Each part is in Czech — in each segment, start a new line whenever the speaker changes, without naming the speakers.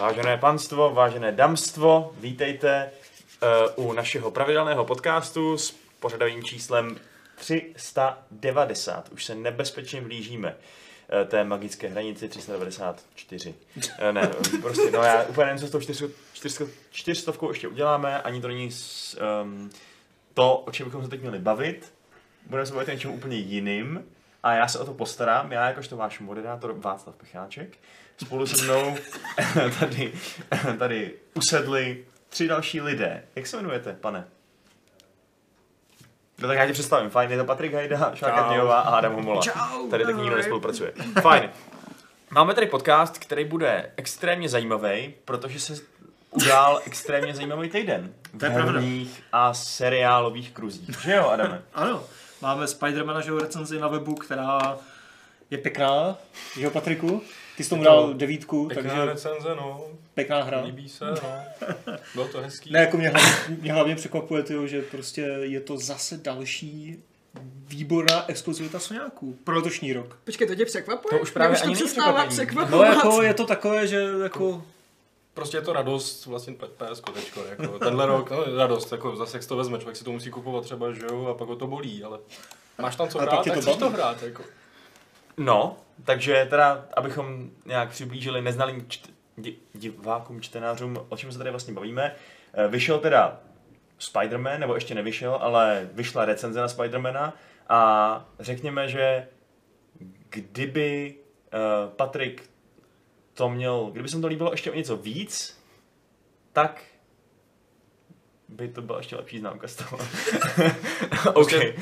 Vážené panstvo, vážené damstvo, vítejte uh, u našeho pravidelného podcastu s pořadovým číslem 390. Už se nebezpečně blížíme eh, té magické hranici 394. Eh, Ne, prostě, no já úplně nevím, co s tou 400, 400, 400 ještě uděláme, ani to není s, um, to, o čem bychom se teď měli bavit. Budeme se bavit o něčem úplně jiným a já se o to postarám. Já jakožto váš moderátor Václav Pecháček spolu se mnou tady, tady usedli tři další lidé. Jak se jmenujete, pane? No tak já tě představím. Fajn, je to Patrik Hajda, Šárka
Čau.
Tňová a Adam Humola.
Čau,
tady tak
ahoj.
nikdo nespolupracuje. Fajn. Máme tady podcast, který bude extrémně zajímavý, protože se udál extrémně zajímavý týden.
To je pravda.
Herních a seriálových kruzích. Že jo, Adame?
Ano, máme Spidermana, že jo, recenzi na webu, která je pěkná, že jo, Patriku? Ty jsi tomu
Je to
dal devítku,
Pěkná
takže
takže... Jako recenze, no.
pěkná hra.
Líbí se, no. Bylo to hezký.
Ne, jako mě hlavně, mě hlavně překvapuje, tyjo, že prostě je to zase další výborná exkluzivita Soňáků pro letošní rok.
Počkej, to tě překvapuje?
To už právě
Mě
ani není
přestává
překvapení.
překvapovat.
No jako je to takové, že jako
Prostě je to radost, vlastně P- PS kotečko, jako tenhle rok, no, radost, jako zase jak si to vezme, člověk si to musí kupovat třeba, že jo, a pak ho to bolí, ale máš tam co
A
hrát,
pak
tak,
tě to
chceš to
baví.
hrát, jako.
No, takže teda, abychom nějak přiblížili neznalým čt- di- divákům, čtenářům, o čem se tady vlastně bavíme, eh, vyšel teda Spider-Man, nebo ještě nevyšel, ale vyšla recenze na Spider-Mana a řekněme, že kdyby eh, Patrik to měl, kdyby se mu to líbilo ještě o něco víc, tak by to byla ještě lepší známka z toho. OK.
Prostě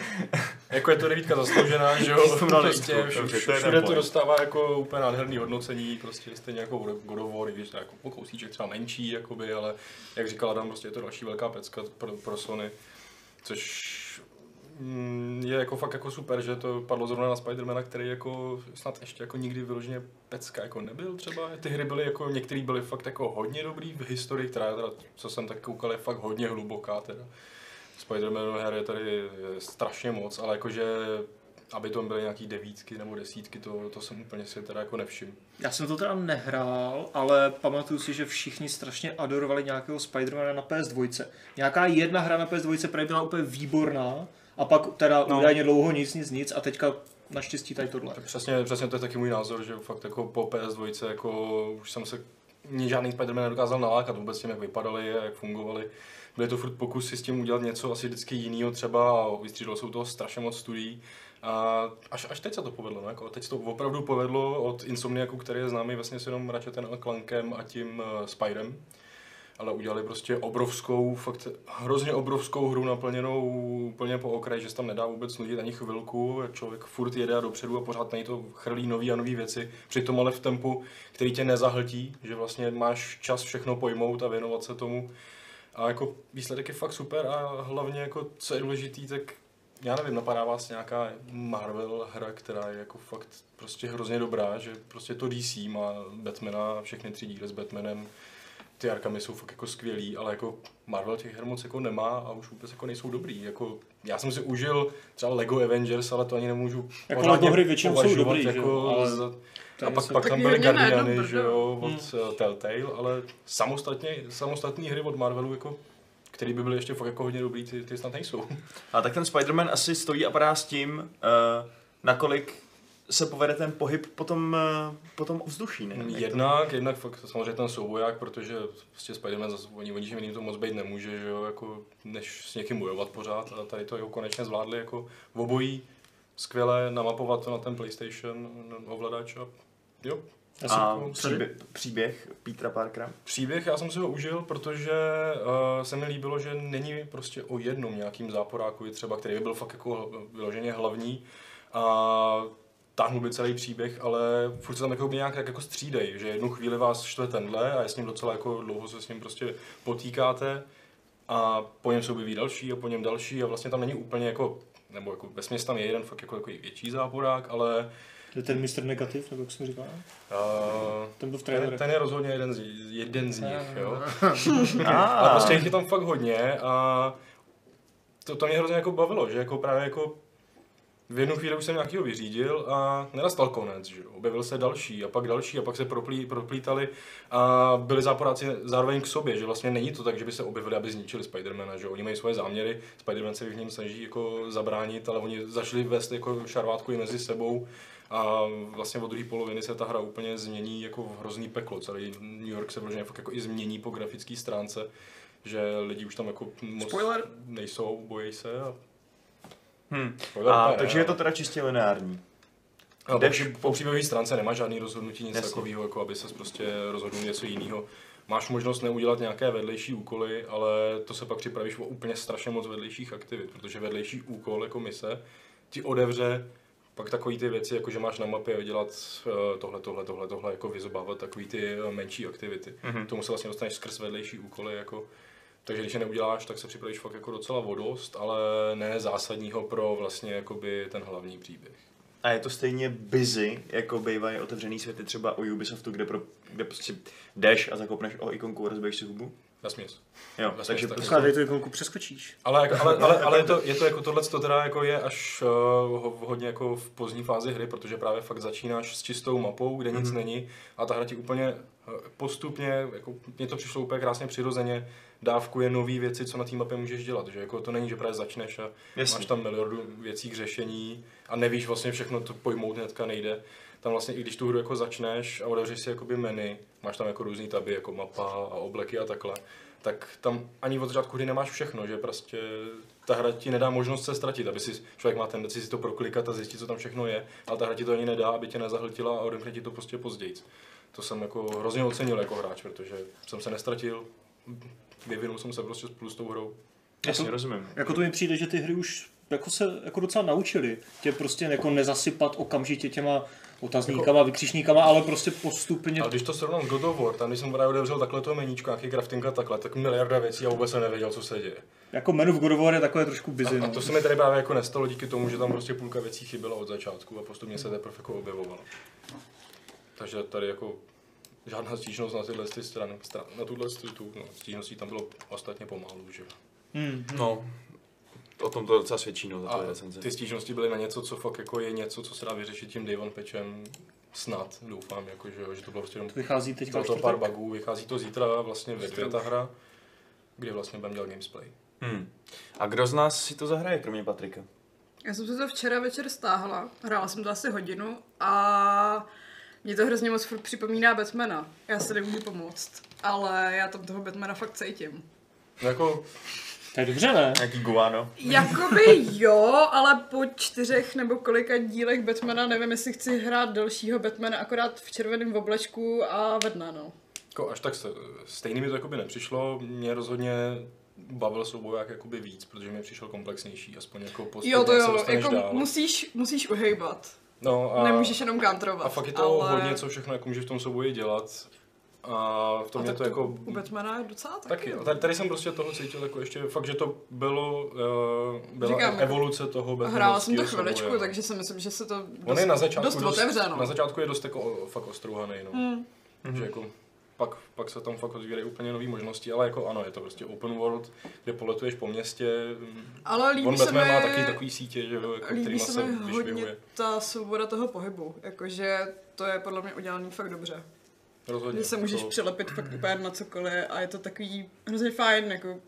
Jako je to devítka zasloužená, že jo,
Jsem na
prostě
listku,
všu,
dobře, to
všu,
je ten
všude to
point.
dostává jako úplně nádherný hodnocení, prostě stejně jako God of War, i když to je jako kousíček třeba menší, jakoby, ale jak říkal Adam, prostě je to další velká pecka pro, pro Sony, což mm, je jako fakt jako super, že to padlo zrovna na Spidermana, který jako snad ještě jako nikdy vyloženě pecka jako nebyl třeba. Ty hry byly jako, některý byly fakt jako hodně dobrý v historii, která je teda, co jsem tak koukal, je fakt hodně hluboká teda. Spider-Manových her je tady eh, strašně moc, ale jakože aby to byly nějaký devítky nebo desítky, to, to jsem úplně si teda jako nevšiml.
Já jsem to teda nehrál, ale pamatuju si, že všichni strašně adorovali nějakého Spidermana na PS2. Nějaká jedna hra na PS2 právě byla úplně výborná a pak teda no. údajně dlouho nic, nic, nic a teďka naštěstí tady tohle.
Přesně, přesně to je taky můj názor, že fakt jako po PS2 jako už jsem se mě žádný Spider-Man nedokázal nalákat vůbec s tím, jak vypadali a jak fungovali. Byly to furt pokusy s tím udělat něco asi vždycky jiného třeba a vystřídalo se u toho strašně moc studií. A až, až teď se to povedlo, no, jako teď se to opravdu povedlo od Insomniaku, který je známý vlastně s jenom Ratchetem a Clankem a tím uh, Spirem. ale udělali prostě obrovskou, fakt hrozně obrovskou hru naplněnou úplně po okraji, že se tam nedá vůbec nudit ani chvilku, člověk furt jede a dopředu a pořád na něj to chrlí nový a nový věci, přitom ale v tempu, který tě nezahltí, že vlastně máš čas všechno pojmout a věnovat se tomu. A jako výsledek je fakt super a hlavně jako co je důležitý, tak já nevím, napadá vás nějaká Marvel hra, která je jako fakt prostě hrozně dobrá, že prostě to DC má Batmana, a všechny tři díly s Batmanem, ty Arkamy jsou fakt jako skvělý, ale jako Marvel těch her moc jako nemá a už vůbec jako nejsou dobrý. Jako, já jsem si užil třeba Lego Avengers, ale to ani nemůžu
Jako
pořádně
Lego hry většinou jsou
považovat
dobrý, že jo,
jako
ale
za, a
to je
pak,
Hmm. něco-
pak
Tak
tam byly
mírně na jednom
Guardiany, že
prdelu.
jo, od eh, Telltale, ale samostatně, samostatní hry od Marvelu, jako, který by byly ještě fakt jako hodně dobrý, ty, ty snad nejsou.
A tak ten Spider-Man asi stojí a padá s tím, uh, nakolik se povede ten pohyb potom, uh, potom ovzduší, ne? Jak to-
Hmm, Jednak, jednak fakt samozřejmě ten souboják, protože prostě Spider-Man zase oni, oni jiným to moc být nemůže, že jo, jako, než s někým bojovat pořád a tady to jako konečně zvládli jako v obojí skvěle namapovat to na ten PlayStation no, ovladač a jo,
A
jako-
příběh, příběh Petra Parkera.
Příběh, já jsem si ho užil, protože uh, se mi líbilo, že není prostě o jednom nějakým záporákovi třeba, který by byl fakt jako hla- vyloženě hlavní a táhnul by celý příběh, ale furt se tam jako by nějak tak jako střídej, že jednu chvíli vás štve tenhle a je s ním docela jako dlouho se s ním prostě potýkáte a po něm se objeví další a po něm další a vlastně tam není úplně jako, nebo jako vesměs tam je jeden fakt jako takový větší záporák, ale
To je ten Mr. Negativ, nebo jak jsem říkal?
uh,
Ten byl v traileru.
ten, ten, je rozhodně jeden z, jeden z nich, jo.
A,
Ale
Ah.
prostě jich je tam fakt hodně a to, to mě hrozně jako bavilo, že jako právě jako v jednu chvíli už jsem nějakýho vyřídil a nenastal konec, že jo. Objevil se další a pak další a pak se proplí, proplítali a byli záporáci zároveň k sobě, že vlastně není to tak, že by se objevili, aby zničili Spidermana, že jo. Oni mají svoje záměry, Spiderman se v něm snaží jako zabránit, ale oni začali vést jako šarvátku i mezi sebou a vlastně od druhé poloviny se ta hra úplně změní jako v hrozný peklo. Celý New York se vloženě fakt jako i změní po grafické stránce, že lidi už tam jako moc
Spoiler!
nejsou, bojí se a
Hm.
Spoiler
A,
úplně
takže
ne,
je to teda čistě lineární.
A po,
Jdeš-
pří- po příběhové stránce nemáš žádný rozhodnutí, nic
Jasně.
takového, jako aby se prostě rozhodnul něco jiného. Máš možnost neudělat nějaké vedlejší úkoly, ale to se pak připravíš o úplně strašně moc vedlejších aktivit, protože vedlejší úkol jako mise ti odevře pak takový ty věci, jako že máš na mapě dělat eh, tohle, tohle, tohle, tohle, jako vyzobávat takový ty eh, menší aktivity. Mm-hmm. Tomu se vlastně dostaneš skrz vedlejší úkoly, jako takže když je neuděláš, tak se připravíš fakt jako docela vodost, ale ne zásadního pro vlastně jakoby ten hlavní příběh.
A je to stejně busy, jako bývají otevřený světy třeba u Ubisoftu, kde, pro, kde prostě jdeš a zakopneš o ikonku, rozbiješ si hubu.
Na směs.
Jo,
Vlastně
takže
tak.
prostě
Skladej to ikonku přeskočíš.
Ale, jako- ale, ale, ale je, to, je to jako tohle, to teda jako je až uh, ho- hodně jako v pozdní fázi hry, protože právě fakt začínáš s čistou mapou, kde nic není a ta hra ti úplně eh, postupně, jako mně to přišlo úplně krásně přirozeně, dávkuje nové věci, co na té mapě můžeš dělat, že jako to není, že právě začneš a
Jasně.
máš tam miliardu věcí k řešení a nevíš vlastně všechno, to pojmout hnedka nejde. Tam vlastně, i když tu hru jako začneš a otevřeš si jakoby menu, máš tam jako různý taby, jako mapa a obleky a takhle, tak tam ani od začátku hry nemáš všechno, že prostě ta hra ti nedá možnost se ztratit, aby si člověk má tendenci si to proklikat a zjistit, co tam všechno je, ale ta hra ti to ani nedá, aby tě nezahltila a odemkne ti to prostě později. To jsem jako hrozně ocenil jako hráč, protože jsem se nestratil, vyvinul jsem se prostě spolu s tou hrou.
Jasně, rozumím.
Jako to mi přijde, že ty hry už jako se jako docela naučili tě prostě jako nezasypat okamžitě těma
Jako-
otazníkama, vykřičníkama, ale prostě postupně.
A když to srovnám s God of War, tam když jsem právě otevřel takhle to meníčko, nějaký craftinga takhle, tak miliarda věcí a vůbec jsem nevěděl, co se děje.
Jako menu v God of War je takové trošku busy.
A
No.
to se mi tady právě jako nestalo díky tomu, že tam prostě půlka věcí chyběla od začátku a postupně se teprve jako objevovalo. Takže tady jako žádná stížnost na tyhle ty strany, stran, na tuhle tu, tu no, stížností tam bylo ostatně pomalu, že jo.
Hmm.
No, o tom to docela svědčí, no,
A ty stížnosti byly na něco, co fakt jako je něco, co se dá vyřešit tím Day One Patchem, snad, doufám, jako, že, jo, že to bylo prostě jenom
To vychází teď
Bylo to pár bugů, vychází to zítra vlastně ve dvě ta hra, kdy vlastně budeme dělat gamesplay.
Hmm. A kdo z nás si to zahraje, kromě Patrika?
Já jsem se to včera večer stáhla, hrála jsem to asi hodinu a mě to hrozně moc furt připomíná Batmana. Já se nemůžu pomoct, ale já tam toho Batmana fakt cítím.
No jako,
To je dobře, ne?
Nějaký Guano?
Jakoby jo, ale po čtyřech nebo kolika dílech Batmana nevím, jestli chci hrát dalšího Batmana, akorát v červeném oblečku a vedna, no.
jako až tak se- stejný mi to jakoby nepřišlo, mě rozhodně bavil souboják jakoby víc, protože mi přišel komplexnější, aspoň jako postupně
Jo, to
se
jo,
dostaneš
jako
jako dál.
musíš, musíš uhejbat.
No
A...
a,
Nemůžeš jenom kantrovat.
a fakt je to
ale...
ale... hodně, co všechno jako můžeš v tom souboji dělat. A v tom
a
je
tak
to jako
U Batmana je docela taky.
Taky,
no.
tady, tady jsem prostě toho cítil jako ještě, fakt, že to bylo, uh, byla
Říkám, jako-
evoluce toho
A Hrála jsem to
Batmanovského
chvilečku,
souboje. no.
takže si myslím, že se to dost,
On je na začátku
dost no. Hmm. otevřeno.
Na začátku je dost jako o, fakt ostrouhaný, no. Mm. Že jako pak, pak se tam fakt otvírají úplně nové možnosti, ale jako ano, je to prostě open world, kde poletuješ po městě. mm.
Ale
On
líbí se mi,
Batman má taky takový sítě, že jo, jako,
líbí
kterýma
se
se
mi hodně
vyšvihuje.
ta svoboda toho pohybu, jakože to je podle mě udělaný fakt dobře.
Rozhodně. jako-
Že se můžeš
to-
přilepit fakt úplně na cokoliv a je to takový hrozně fajn, jako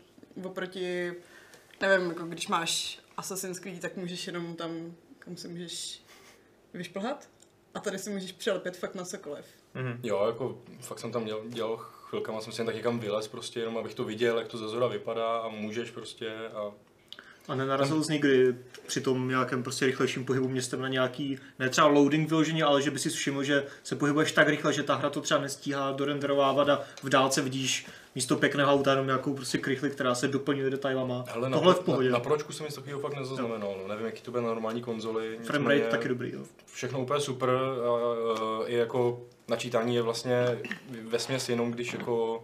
oproti, nevím, jako když máš Assassin's Creed, tak můžeš jenom tam, kam se můžeš vyšplhat a tady si můžeš přilepit fakt na cokoliv.
Jo, jako fakt jsem tam dělal, dělal chvilkama, jsem si jen tak někam vylez prostě, jenom abych to viděl, jak to ze zhora vypadá a můžeš prostě a
A nenarazil jsi někdy při tom nějakém prostě rychlejším pohybu městem na nějaký, ne třeba loading vyloženě, ale že by si všiml, že se pohybuješ tak rychle, že ta hra to třeba nestíhá dorenderovávat a v dálce vidíš místo pěkného auta jenom nějakou prostě krychli, která se doplňuje detailama.
Hele, no, na,
Tohle v pohodě.
na, na pročku jsem nic takového fakt nezaznamenal, no. nevím, jaký to bude na normální konzoli.
Frame
nicméně-
rate taky dobrý, jo.
všechno úplně super, a, a, i jako načítání je vlastně ve směs jenom, když jako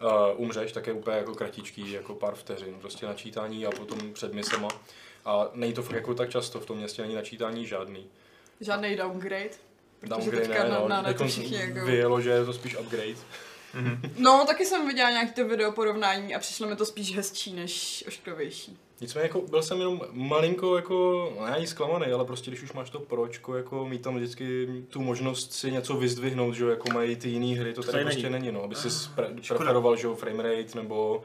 a, umřeš, tak je úplně jako kratičký, jako pár vteřin, prostě načítání a potom před misema. A není to fakt jako tak často, v tom městě není načítání žádný.
Žádný downgrade, protože
Downgrade
teďka
ne,
na,
no,
na, na to
teďkon
všichni jako...
vyjelo, že je to spíš upgrade.
No, taky jsem viděla nějaký to video porovnání a přišlo mi to spíš hezčí než ošklivější.
Nicméně jako byl jsem jenom malinko jako, ne ani zklamaný, ale prostě když už máš to pročko, jako mít tam vždycky tu možnost si něco vyzdvihnout, že jo, jako mají ty jiné hry, to tady
tady
prostě
není.
není, no, aby si pre- preferoval, že jo, framerate nebo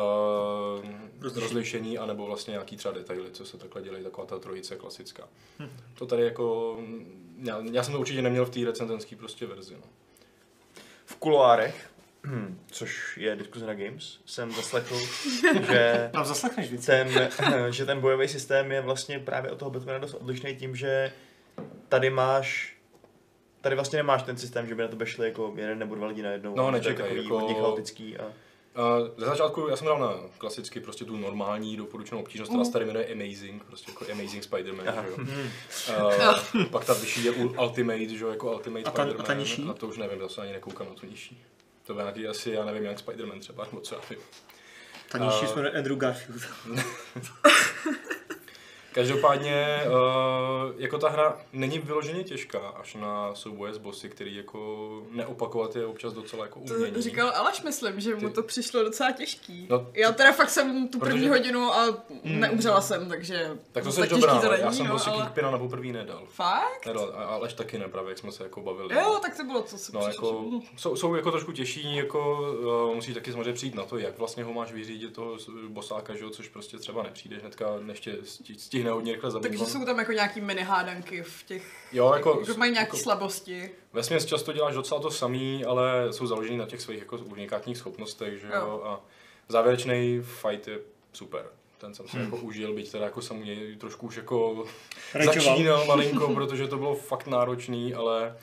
Uh,
Rozlišení.
rozlišení. rozlišení, anebo vlastně nějaký třeba detaily, co se takhle dělají, taková ta trojice klasická. To tady jako, mm, já, já jsem to určitě neměl v té recenzenské prostě verzi, no.
V kuloárech, hm, což je diskuze na Games, jsem zaslechl, že
Tam zaslechneš víc.
ten, eh, že ten bojový systém je vlastně právě od toho Batmana dost odlišný tím, že tady máš Tady vlastně nemáš ten systém, že by na to šli jako jeden nebo dva lidi najednou.
No,
To je
nečekej,
takový
jako-
hodně chaotický a...
Uh, ze začátku já jsem dal na klasicky prostě tu normální doporučenou obtížnost,
Mhm.
která se tady jmenuje Amazing, prostě jako Amazing Spider-Man, že jo.
Mhm.
Uh, pak ta vyšší je u- Ultimate, že jo, jako Ultimate
A ta- a ta
Spider-Man.
nižší?
A to už nevím, zase ani nekoukám na tu nižší. To bude nějaký asi, já nevím, jak Spider-Man třeba, nebo co já vím.
Ta nižší
A-
jsme Andrew Garfield.
Každopádně, uh, jako ta hra není vyloženě těžká, až na souboje s bossy, který jako neopakovat je občas docela jako umění.
To říkal Aleš, myslím, že mu
Ty-
to přišlo docela těžký.
No,
Já teda fakt jsem tu
protože- Hmm.
první hodinu a neumřela jsem, takže
tak to
moc
jsi
těžký
dobrá,
to
ale
není,
já jsem
no,
bossy
ale-
Kingpina na poprvé nedal.
Fakt?
Nedal, a- Aleš taky ne, právě, jak jsme se jako bavili.
Jo, tak to bylo, co si
No, jako, jsou, jsou jako trošku těžší, jako uh, musíš taky samozřejmě přijít na to, jak vlastně ho máš vyřídit toho s- bosáka, že jo, což prostě třeba nepřijde hnedka, než tě sti- stihne hodně rychle zabít.
Takže
On-
jsou tam jako nějaký mini hádanky v těch,
jo, jako,
jako, že mají nějaké
jako,
slabosti.
Ve směs často děláš docela to samý, ale jsou založený na těch svých jako unikátních schopnostech, že jo,
Jo.
a závěrečný fight je super. Ten jsem si jako užil, byť teda jako jsem jej trošku už jako
Rečoval.
začínal malinko, protože to bylo fakt náročný, ale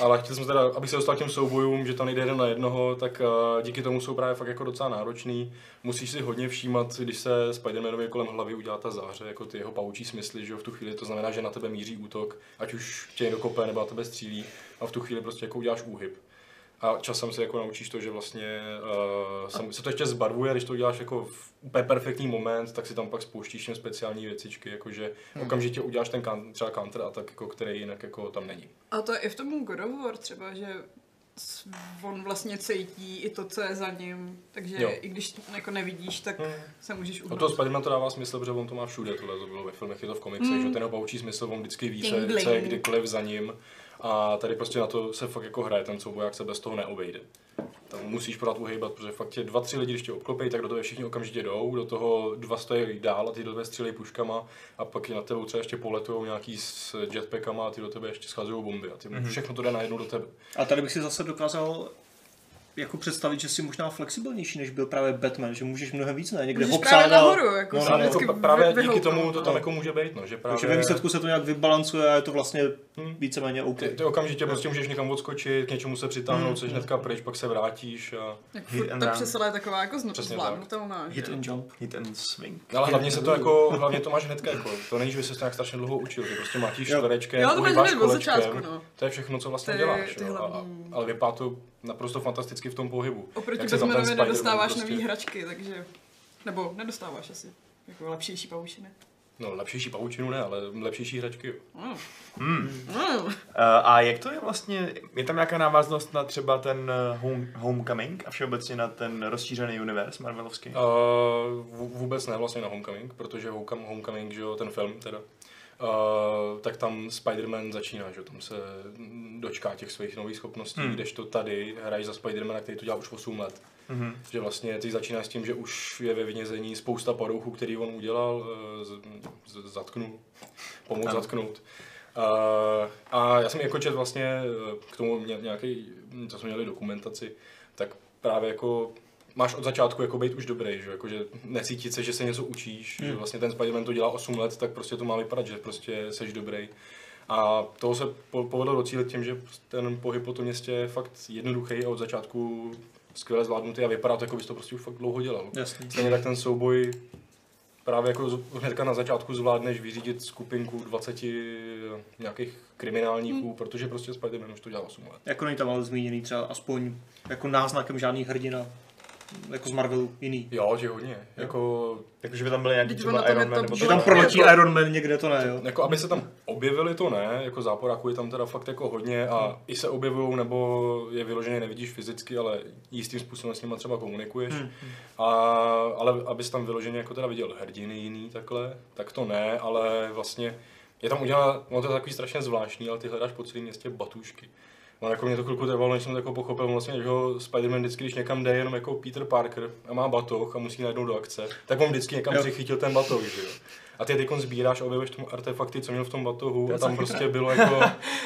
ale chtěl jsem teda, abych se dostal k těm soubojům, že to nejde jeden na jednoho, tak eh, díky tomu jsou právě fakt jako docela náročný. Musíš si hodně všímat, když se Spider-Manovi kolem hlavy udělá ta záře, jako ty jeho paučí smysly, že jo, v tu chvíli to znamená, že na tebe míří útok, ať už tě někdo kope nebo na tebe střílí a v tu chvíli prostě jako uděláš úhyb. A časem se jako naučíš to, že vlastně uh, se, se to ještě zbarvuje, když to uděláš jako v úplně perfektní moment, tak si tam pak spouštíš těm speciální věcičky, jakože okamžitě uděláš ten kan, třeba counter attack, jako, který jinak jako tam není.
A to je i v tom God of War třeba, že s- on vlastně cítí i to, co je za ním, takže
Jo.
jo. i když to jako nevidíš, tak se můžeš
No
uhnout.
to Spiderman to dává smysl, protože on to má všude, tohle to bylo ve filmech, je to v komiksech, mm. že ten ho poučí smysl, on vždycky ví, co je-
Tingling.
co je kdykoliv za ním. A tady prostě na to se fakt jako hraje, ten souboják se bez toho neobejde. Tam musíš podat uhejbat, protože fakt tě dva, tři lidi, když tě obklopejí, tak do toho všichni okamžitě jdou, do toho dva stojí dál a ty do tebe střílejí puškama a pak je na tebou třeba ještě poletujou nějaký s jetpackama a ty do tebe ještě schazují bomby a ty mm. všechno to jde najednou do tebe.
A tady bych si zase dokázal jako představit, že jsi možná flexibilnější, než byl právě Batman, že můžeš mnohem víc, ne? Někde
Můžeš
hopsát
právě
a-
nahoru, jako
no,
se
no,
Právě,
no.
jako,
vždycky
právě
vy-
díky tomu
vyhoupnou,
to
no.
tam jako může být, no, že
Takže
právě...
ve výsledku se to nějak vybalancuje a je to vlastně více méně OK.
Ty, ty okamžitě prostě můžeš někam odskočit, k něčemu se přitáhnout, jsi hnedka pryč, pak se vrátíš a...
Jak
Hit
furt
and
ta
run.
přesila je taková jako znovu
Přesně
zvládnutelná. že?
Hit and jump.
Hit and swing.
Ale hlavně se to jako, hlavně to máš hnedka jako, to není, že bys se to nějak strašně dlouho učil, ty prostě mátíš
Jo.
čtverečkem,
Jo, to máš
uhýbáš
hned od
kolečkem,
začátku, no.
to je všechno, co vlastně
Ty-
děláš,
ty
jo, a, a,
hlavní-
ale vypadá to naprosto fantasticky v tom pohybu. se
Oproti
tam ten
Batmanovi
Spider-Man
nedostáváš prostě. nový hračky, takže... Nebo nedostáváš asi. Jako lepšejší paušiny.
No, lepšíší pavučinu ne, ale lepšíší hračky, jo.
Mm.
Hmm.
Mm.
Eh, A jak to je vlastně, je tam nějaká návaznost na třeba ten eh, home, Homecoming a všeobecně na ten rozšířený univerz
No.
Marvelovský?
Uh, vůbec ne vlastně na Homecoming, protože Homecoming, Homecoming že jo, ten film teda, uh, tak tam Spider-Man začíná, že jo, tam se dočká těch svých nových schopností,
Hmm.
hmm. kdežto tady hraješ za Spider-Mana, který to dělá už 8 let.
Mhm.
Že vlastně ty začínáš s tím, že už je ve vězení spousta porouchů, který on udělal, eh, z, z, zatknul, pomohl
Ano.
zatknout. Uh, a já jsem jako čet vlastně eh, k tomu ně- nějaký, co jsme měli dokumentaci, tak právě jako máš od začátku jako být už dobrý, že, jako, že necítit se, že se něco učíš, že vlastně ten Spider-Man to dělá 8 let, tak prostě to má vypadat, že prostě seš dobrý. A toho se po- povedlo docílit tím, že ten pohyb po tom městě je fakt jednoduchý a od začátku skvěle zvládnutý a vypadá to, jako bys to prostě už fakt dlouho dělal.
Jasný.
Stejně tak ten souboj právě jako z- hnedka na začátku zvládneš vyřídit skupinku 20 nějakých kriminálníků, protože prostě Spider-Man už to dělá 8 let.
Jako není tam ale zmíněný třeba aspoň jako náznakem žádný hrdina, jako z Marvelu jiný.
Jo, že hodně. Jako,
Jako, že by tam byly nějaký
Vždyť
třeba
ono tam je
Iron Man
to
nebo
Že
Jo,
tam
jo,
třeba...
pro-
proletí
jako-
Iron Man někde, to ne, jo.
jako aby se tam objevili to ne, jako záporáků je tam teda fakt jako hodně a hmm. i se objevují, nebo je vyloženě nevidíš fyzicky, ale jistým způsobem s nimi třeba komunikuješ. Hmm. A, ale abys tam vyloženě jako teda viděl hrdiny jiný takhle, tak to ne, ale vlastně je tam udělaná, no to je takový strašně zvláštní, ale ty hledáš po celém městě batušky. No, jako mě to chvilku trvalo, než jsem to jako pochopil, vlastně, že ho Spider-Man vždycky, když někam jde, jenom jako Peter Parker a má batoh a musí najednou do akce, tak on vždycky někam
Jo.
přichytil ten batoh, že jo. A ty teď sbíráš a objevuješ tomu artefakty, co měl v tom batohu
je
a tam
docela
prostě bylo jako,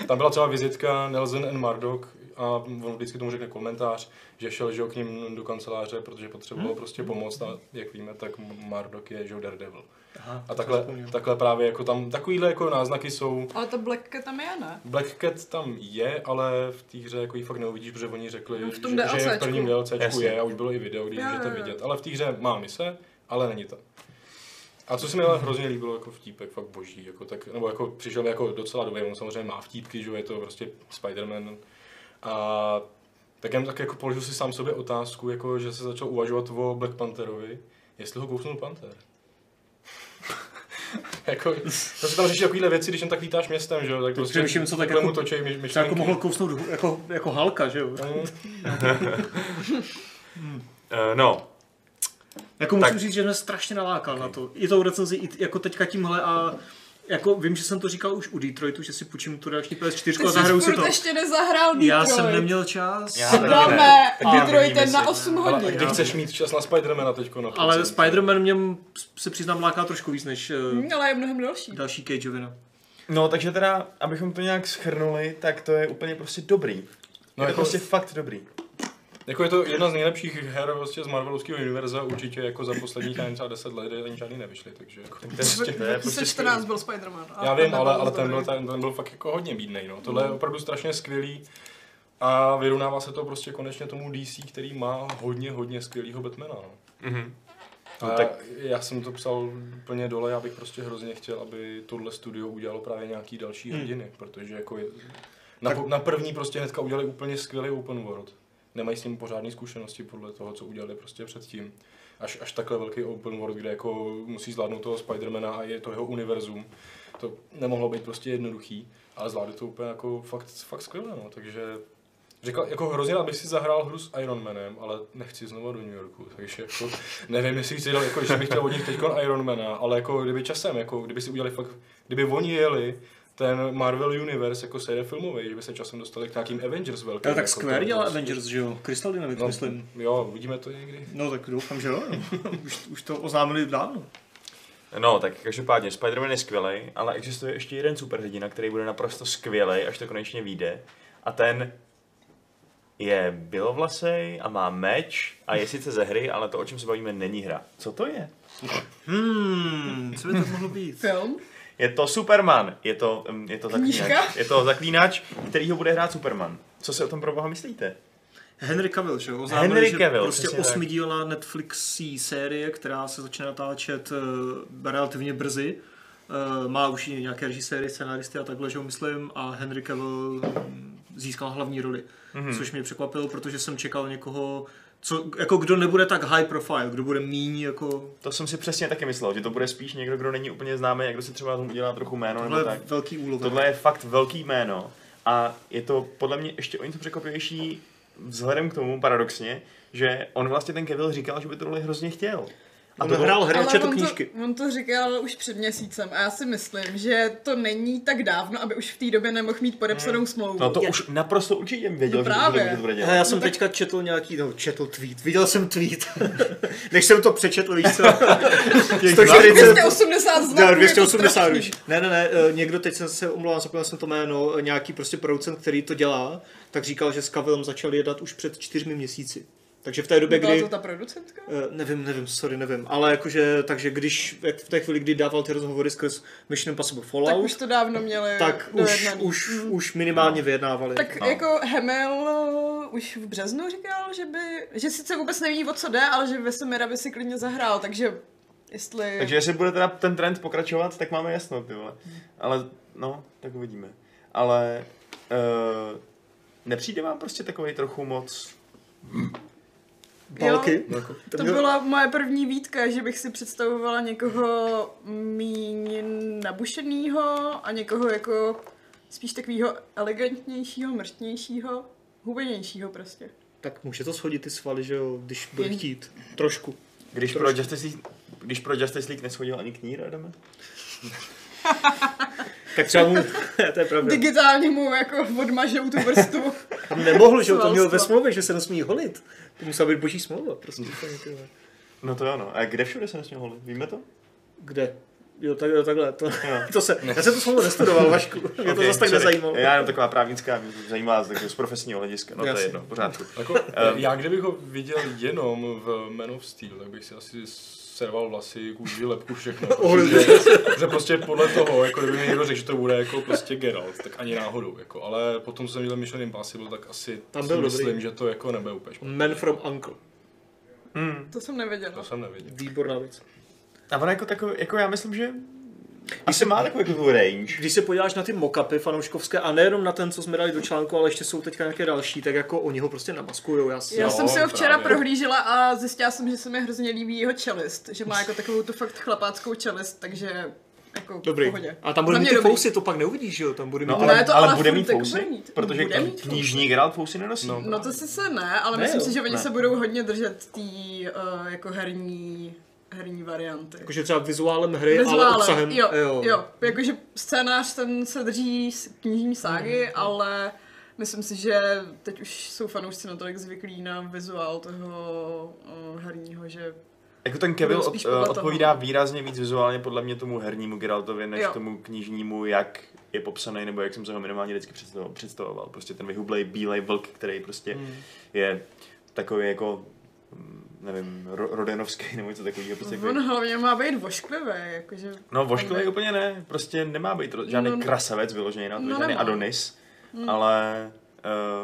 tam byla celá vizitka Nelson and Mardok a on vždycky tomu řekne komentář, že šel že jo, k ním do kanceláře, protože potřeboval prostě pomoc a jak víme, tak Mardok je že jo, Daredevil.
Aha,
A takhle, takhle právě jako tam, takovýhle jako náznaky jsou
Ale ta Black Cat tam je, ne?
Black Cat tam je, ale v té hře jako ji fakt neuvidíš, protože oni řekli,
No, v tom
že, že je v
DLCčku.
prvním DLCčku
Jasně.
je a už bylo i video, kdy ji
Jo,
můžete
jo, jo.
vidět. Ale v té hře má mise, ale není to. A co se mi ale hrozně líbilo jako vtípek, fakt boží, jako tak, nebo jako přišel jako docela dobrý, on samozřejmě má vtípky, že jo, je to prostě Spider-Man. A tak jsem tak jako položil si sám sobě otázku, jako že se začal uvažovat o Black Pantherovi, jestli ho kousnul Panther. jako, to se tam řeší takovýhle věci, když jen tak lítáš městem, že jo, tak prostě
To přemýšlím, co tak
takhle
jako-
mu točej my,
Třeba jako
myšlenky.
mohl kousnout jako, jako halka, že jo?
No,
Eh, no,
Jako musím
Tak.
říct, že jsem strašně nalákal na to. I tou recenzi, i t- jako teďka tímhle a jako vím, že jsem to říkal už u Detroitu, že si půjčím tu další PS4
Ty
a
jsi
zahraju si
furt
to.
ještě nezahrál Detroit.
Já jsem neměl čas.
Já taky ne.
Dáme
Ale
Detroit
měníme
je
si.
na 8
Ale
hodin.
kdy chceš mít čas na Spidermana teďko no, prostě. na
Ale
konci.
Spider-Man mě se přiznám láká trošku víc než uh,
Hm, Ale je mnohem delší.
další Cageovina.
no, takže teda, abychom to nějak schrnuli, tak to je úplně prostě dobrý. No,
No,
je to
jako,
prostě fakt dobrý.
jako, je to jedna z nejlepších her vlastně z Marvelovského univerza, určitě jako za posledních ani třeba 10 let, ani žádný nevyšly, takže jako,
To je prostě, to je prostě
2014 byl Spider-Man. a
Já
ten
vím,
byl
ale,
moc
ale ten, byl,
dobrý.
ten, ten byl fakt jako hodně bídnej, no. Tohle je opravdu strašně skvělý a vyrovnává se to prostě konečně tomu DC, který má hodně, hodně skvělýho Batmana, no.
Mhm.
A
No,
no,
tak-
tak... já jsem to psal plně dole, já bych prostě hrozně chtěl, aby tohle studio udělalo právě nějaký další hmm. hodiny, protože jako je, na, tak... na první prostě hnedka udělali úplně skvělý open world. Nemají s ním pořádné zkušenosti podle toho, co udělali prostě předtím. Až, až takhle velký open world, kde jako musí zvládnout toho Spidermana a je to jeho univerzum. To nemohlo být prostě jednoduchý, ale zvládli to úplně jako fakt, fakt skvěle, no. takže Říkal, jako hrozně rád bych si zahrál hru s Ironmanem, ale nechci znovu do New Yorku, takže jako nevím, jestli chci dělat, jako, jestli bych chtěl od nich teď Ironmana, ale jako kdyby časem, jako kdyby si udělali fakt, kdyby oni jeli ten Marvel Universe jako série filmový, že by se časem dostali k nějakým Avengers velkým.
Ale tak
jako
Square
to-
dělá
to-
Avengers, že jo? Crystal Dynamics,
No,
myslím.
jo, uvidíme to někdy.
No tak doufám, že jo. no. už, už to oznámili dávno.
No, tak každopádně, Spider-Man je skvělý, ale existuje ještě jeden superhrdina, který bude naprosto skvělý, až to konečně vyjde. A ten je bělovlasej a má meč a je sice ze hry, ale to, o čem se bavíme, není hra. Co to je?
Hmm, co by to mohlo být?
Film?
Je to Superman, je to, mm, je to zaklínač,
Knížka?
je to zaklínač, který ho bude hrát Superman. Co si o tom pro boha myslíte?
Henry Cavill, že jo? Oznámili,
Henry
že
Cavill,
prostě
přesně tak.
osmidílná Netflixí série, která se začne natáčet eh, relativně brzy. Eh, má už i nějaké režiséry, scenáristy a takhle, že jo, myslím, a Henry Cavill mm, získal hlavní roli,
Mhm.
mm-hmm. což mě překvapilo, protože jsem čekal někoho, co, jako kdo nebude tak high profile, kdo bude míň, jako
To jsem si přesně taky myslel, že to bude spíš někdo, kdo není úplně známý, a kdo si třeba tomu udělá trochu jméno
tohle
nebo tak.
je velký úlovek.
Tohle je fakt velký jméno a je to podle mě ještě o něco překvapivější vzhledem k tomu paradoxně, že on vlastně ten Cavill říkal, že by to roli hrozně chtěl.
A
A
to
to
hrál hry,
Ale
četl
on
knížky.
To, on to říkal už před měsícem a já si myslím, že to není tak dávno, aby už v té době nemohl mít podepsanou smlouvu.
No to už naprosto určitě věděl,
No
že
právě.
to, že to bude
Hele,
dělat.
No
já jsem teďka četl nějaký, no četl tweet, viděl jsem tweet, než jsem to přečetl, víš co, 140,
280 znaků.
Ne,
je to
280
strašný.
už. Ne, ne, ne, eh, někdo, teď jsem se omlouvám, zapomněl jsem to jméno, eh, nějaký prostě producent, který to dělá, tak říkal, že s Kavilem začal jednat už před čtyřmi měsíci. Takže v té době,
Byla
kdy...
No, to ta producentka?
Eh, nevím, nevím, sorry, nevím, ale jakože, takže když, jak v té chvíli, kdy dával ty rozhovory skrz Mission Impossible
Tak
Fallout,
už to dávno měli
tak už,
dojednaný. Mhm.
už, už minimálně vyjednávali.
Tak
No.
jako Hemel uh, už v březnu říkal, že by, že sice vůbec neví, o co jde, ale že Vesemira by si klidně zahrál, takže jestli...
Takže jestli bude teda ten trend pokračovat, tak máme jasno, ty vole. Ale no, tak uvidíme. Ale eh, uh, nepřijde vám prostě takový trochu moc
Balky.
No, jako,
To byla moje první výtka, že bych si představovala někoho míň nabušenýho a někoho jako spíš takového elegantnějšího, mrštnějšího, hubenějšího prostě.
Tak může to shodit ty svaly, že jo, když bude
Jen.
chtít. Trošku.
Když pro, Justice League, když pro Justice League neschodil ani knír, Adame?
Tak třeba mu, to je pravda.
Digitálně mu jako odmažou tu vrstu.
Tam nemohl, že jo, to měl ve
Svalstvo.
smlouvě, že se nesmí holit. To musela být boží smlouva, prostě. úplně, ty vole.
No to jo, no. A kde všude se nesměl holit? Víme to?
Kde? Jo, tak, jo takhle, to,
Jo.
to se, já jsem to smlouvu nestudoval, Vašku, mě to
No. Ok,
zase tak
sorry.
nezajímalo.
Já jenom taková právnická mě zajímá, takže z profesního hlediska, no to
Jasně.
je jedno, v pořádku.
jako, já kdybych ho viděl jenom v Man of Steel, tak bych si asi serval vlasy, kůži, lepku, všechno. Protože, protože prostě podle toho, jako kdyby mi někdo řekl, že to bude jako prostě Geralt, tak ani náhodou. Jako. Ale potom, co jsem viděl Mission Impossible, tak asi
Tam
si
byl dobrý.
myslím, že to jako nebude úplně špatné.
Man from Uncle.
To jsem
To
nevěděla.
jsem neviděl.
Výborná věc.
A ona jako takový, jako já myslím, že asi má takovou jako tu range.
Když se podíváš na ty mockupy fanouškovské, a nejenom na ten, co jsme dali do článku, ale ještě jsou teďka nějaké další, tak jako oni ho prostě namaskujou. Já si...
Já
Jo,
jsem si ho včera
právě.
prohlížela a zjistila jsem, že se mi hrozně líbí jeho čelist. Že má jako takovou tu fakt chlapáckou čelist, takže jako v
Dobrý.
pohodě.
A tam
Za
bude mít
mě
ty
dobrý.
fousy, to pak neuvidíš, že jo? Tam bude mít
No
ty-
ale,
Ne, to
ale
ale
bude
furt
mít
jako
fousy,
bude mít.
protože
Bude mít
knižní Geralt fousy nenosí.
No.
No to sice ne, ale
Ne,
ne, myslím
jo.
si, že oni
Ne.
se budou hodně držet té uh, jako herní, herní varianty.
Jakože třeba vizuálem hry, ale
Vizuálem,
obsahem.
jo, jo. jo, jakože scénář ten se drží z knižní
Mhm.
ságy, ale myslím si, že teď už jsou fanoušci natolik zvyklí na vizuál toho uh, herního, že
Jako ten Kevil
Budou
od,
spíš podle no.
odpovídá výrazně víc vizuálně podle mě tomu hernímu Geraltovi, než
Jo.
tomu knižnímu, jak je popsaný, nebo jak jsem se ho minimálně vždycky představo- představoval. Prostě ten vyhublej bílej vlk, který prostě
Hmm.
je takový jako, mm, nevím, ro- rodenovský nebo něco takového. Prostě
on
jako...
hlavně má být vošklivý, jakože
No, vošklivý úplně ne, prostě nemá být ro- žádný
No, no.
krasavec vyložený na to,
No,
žádný
nemá. Hmm.
Adonis, ale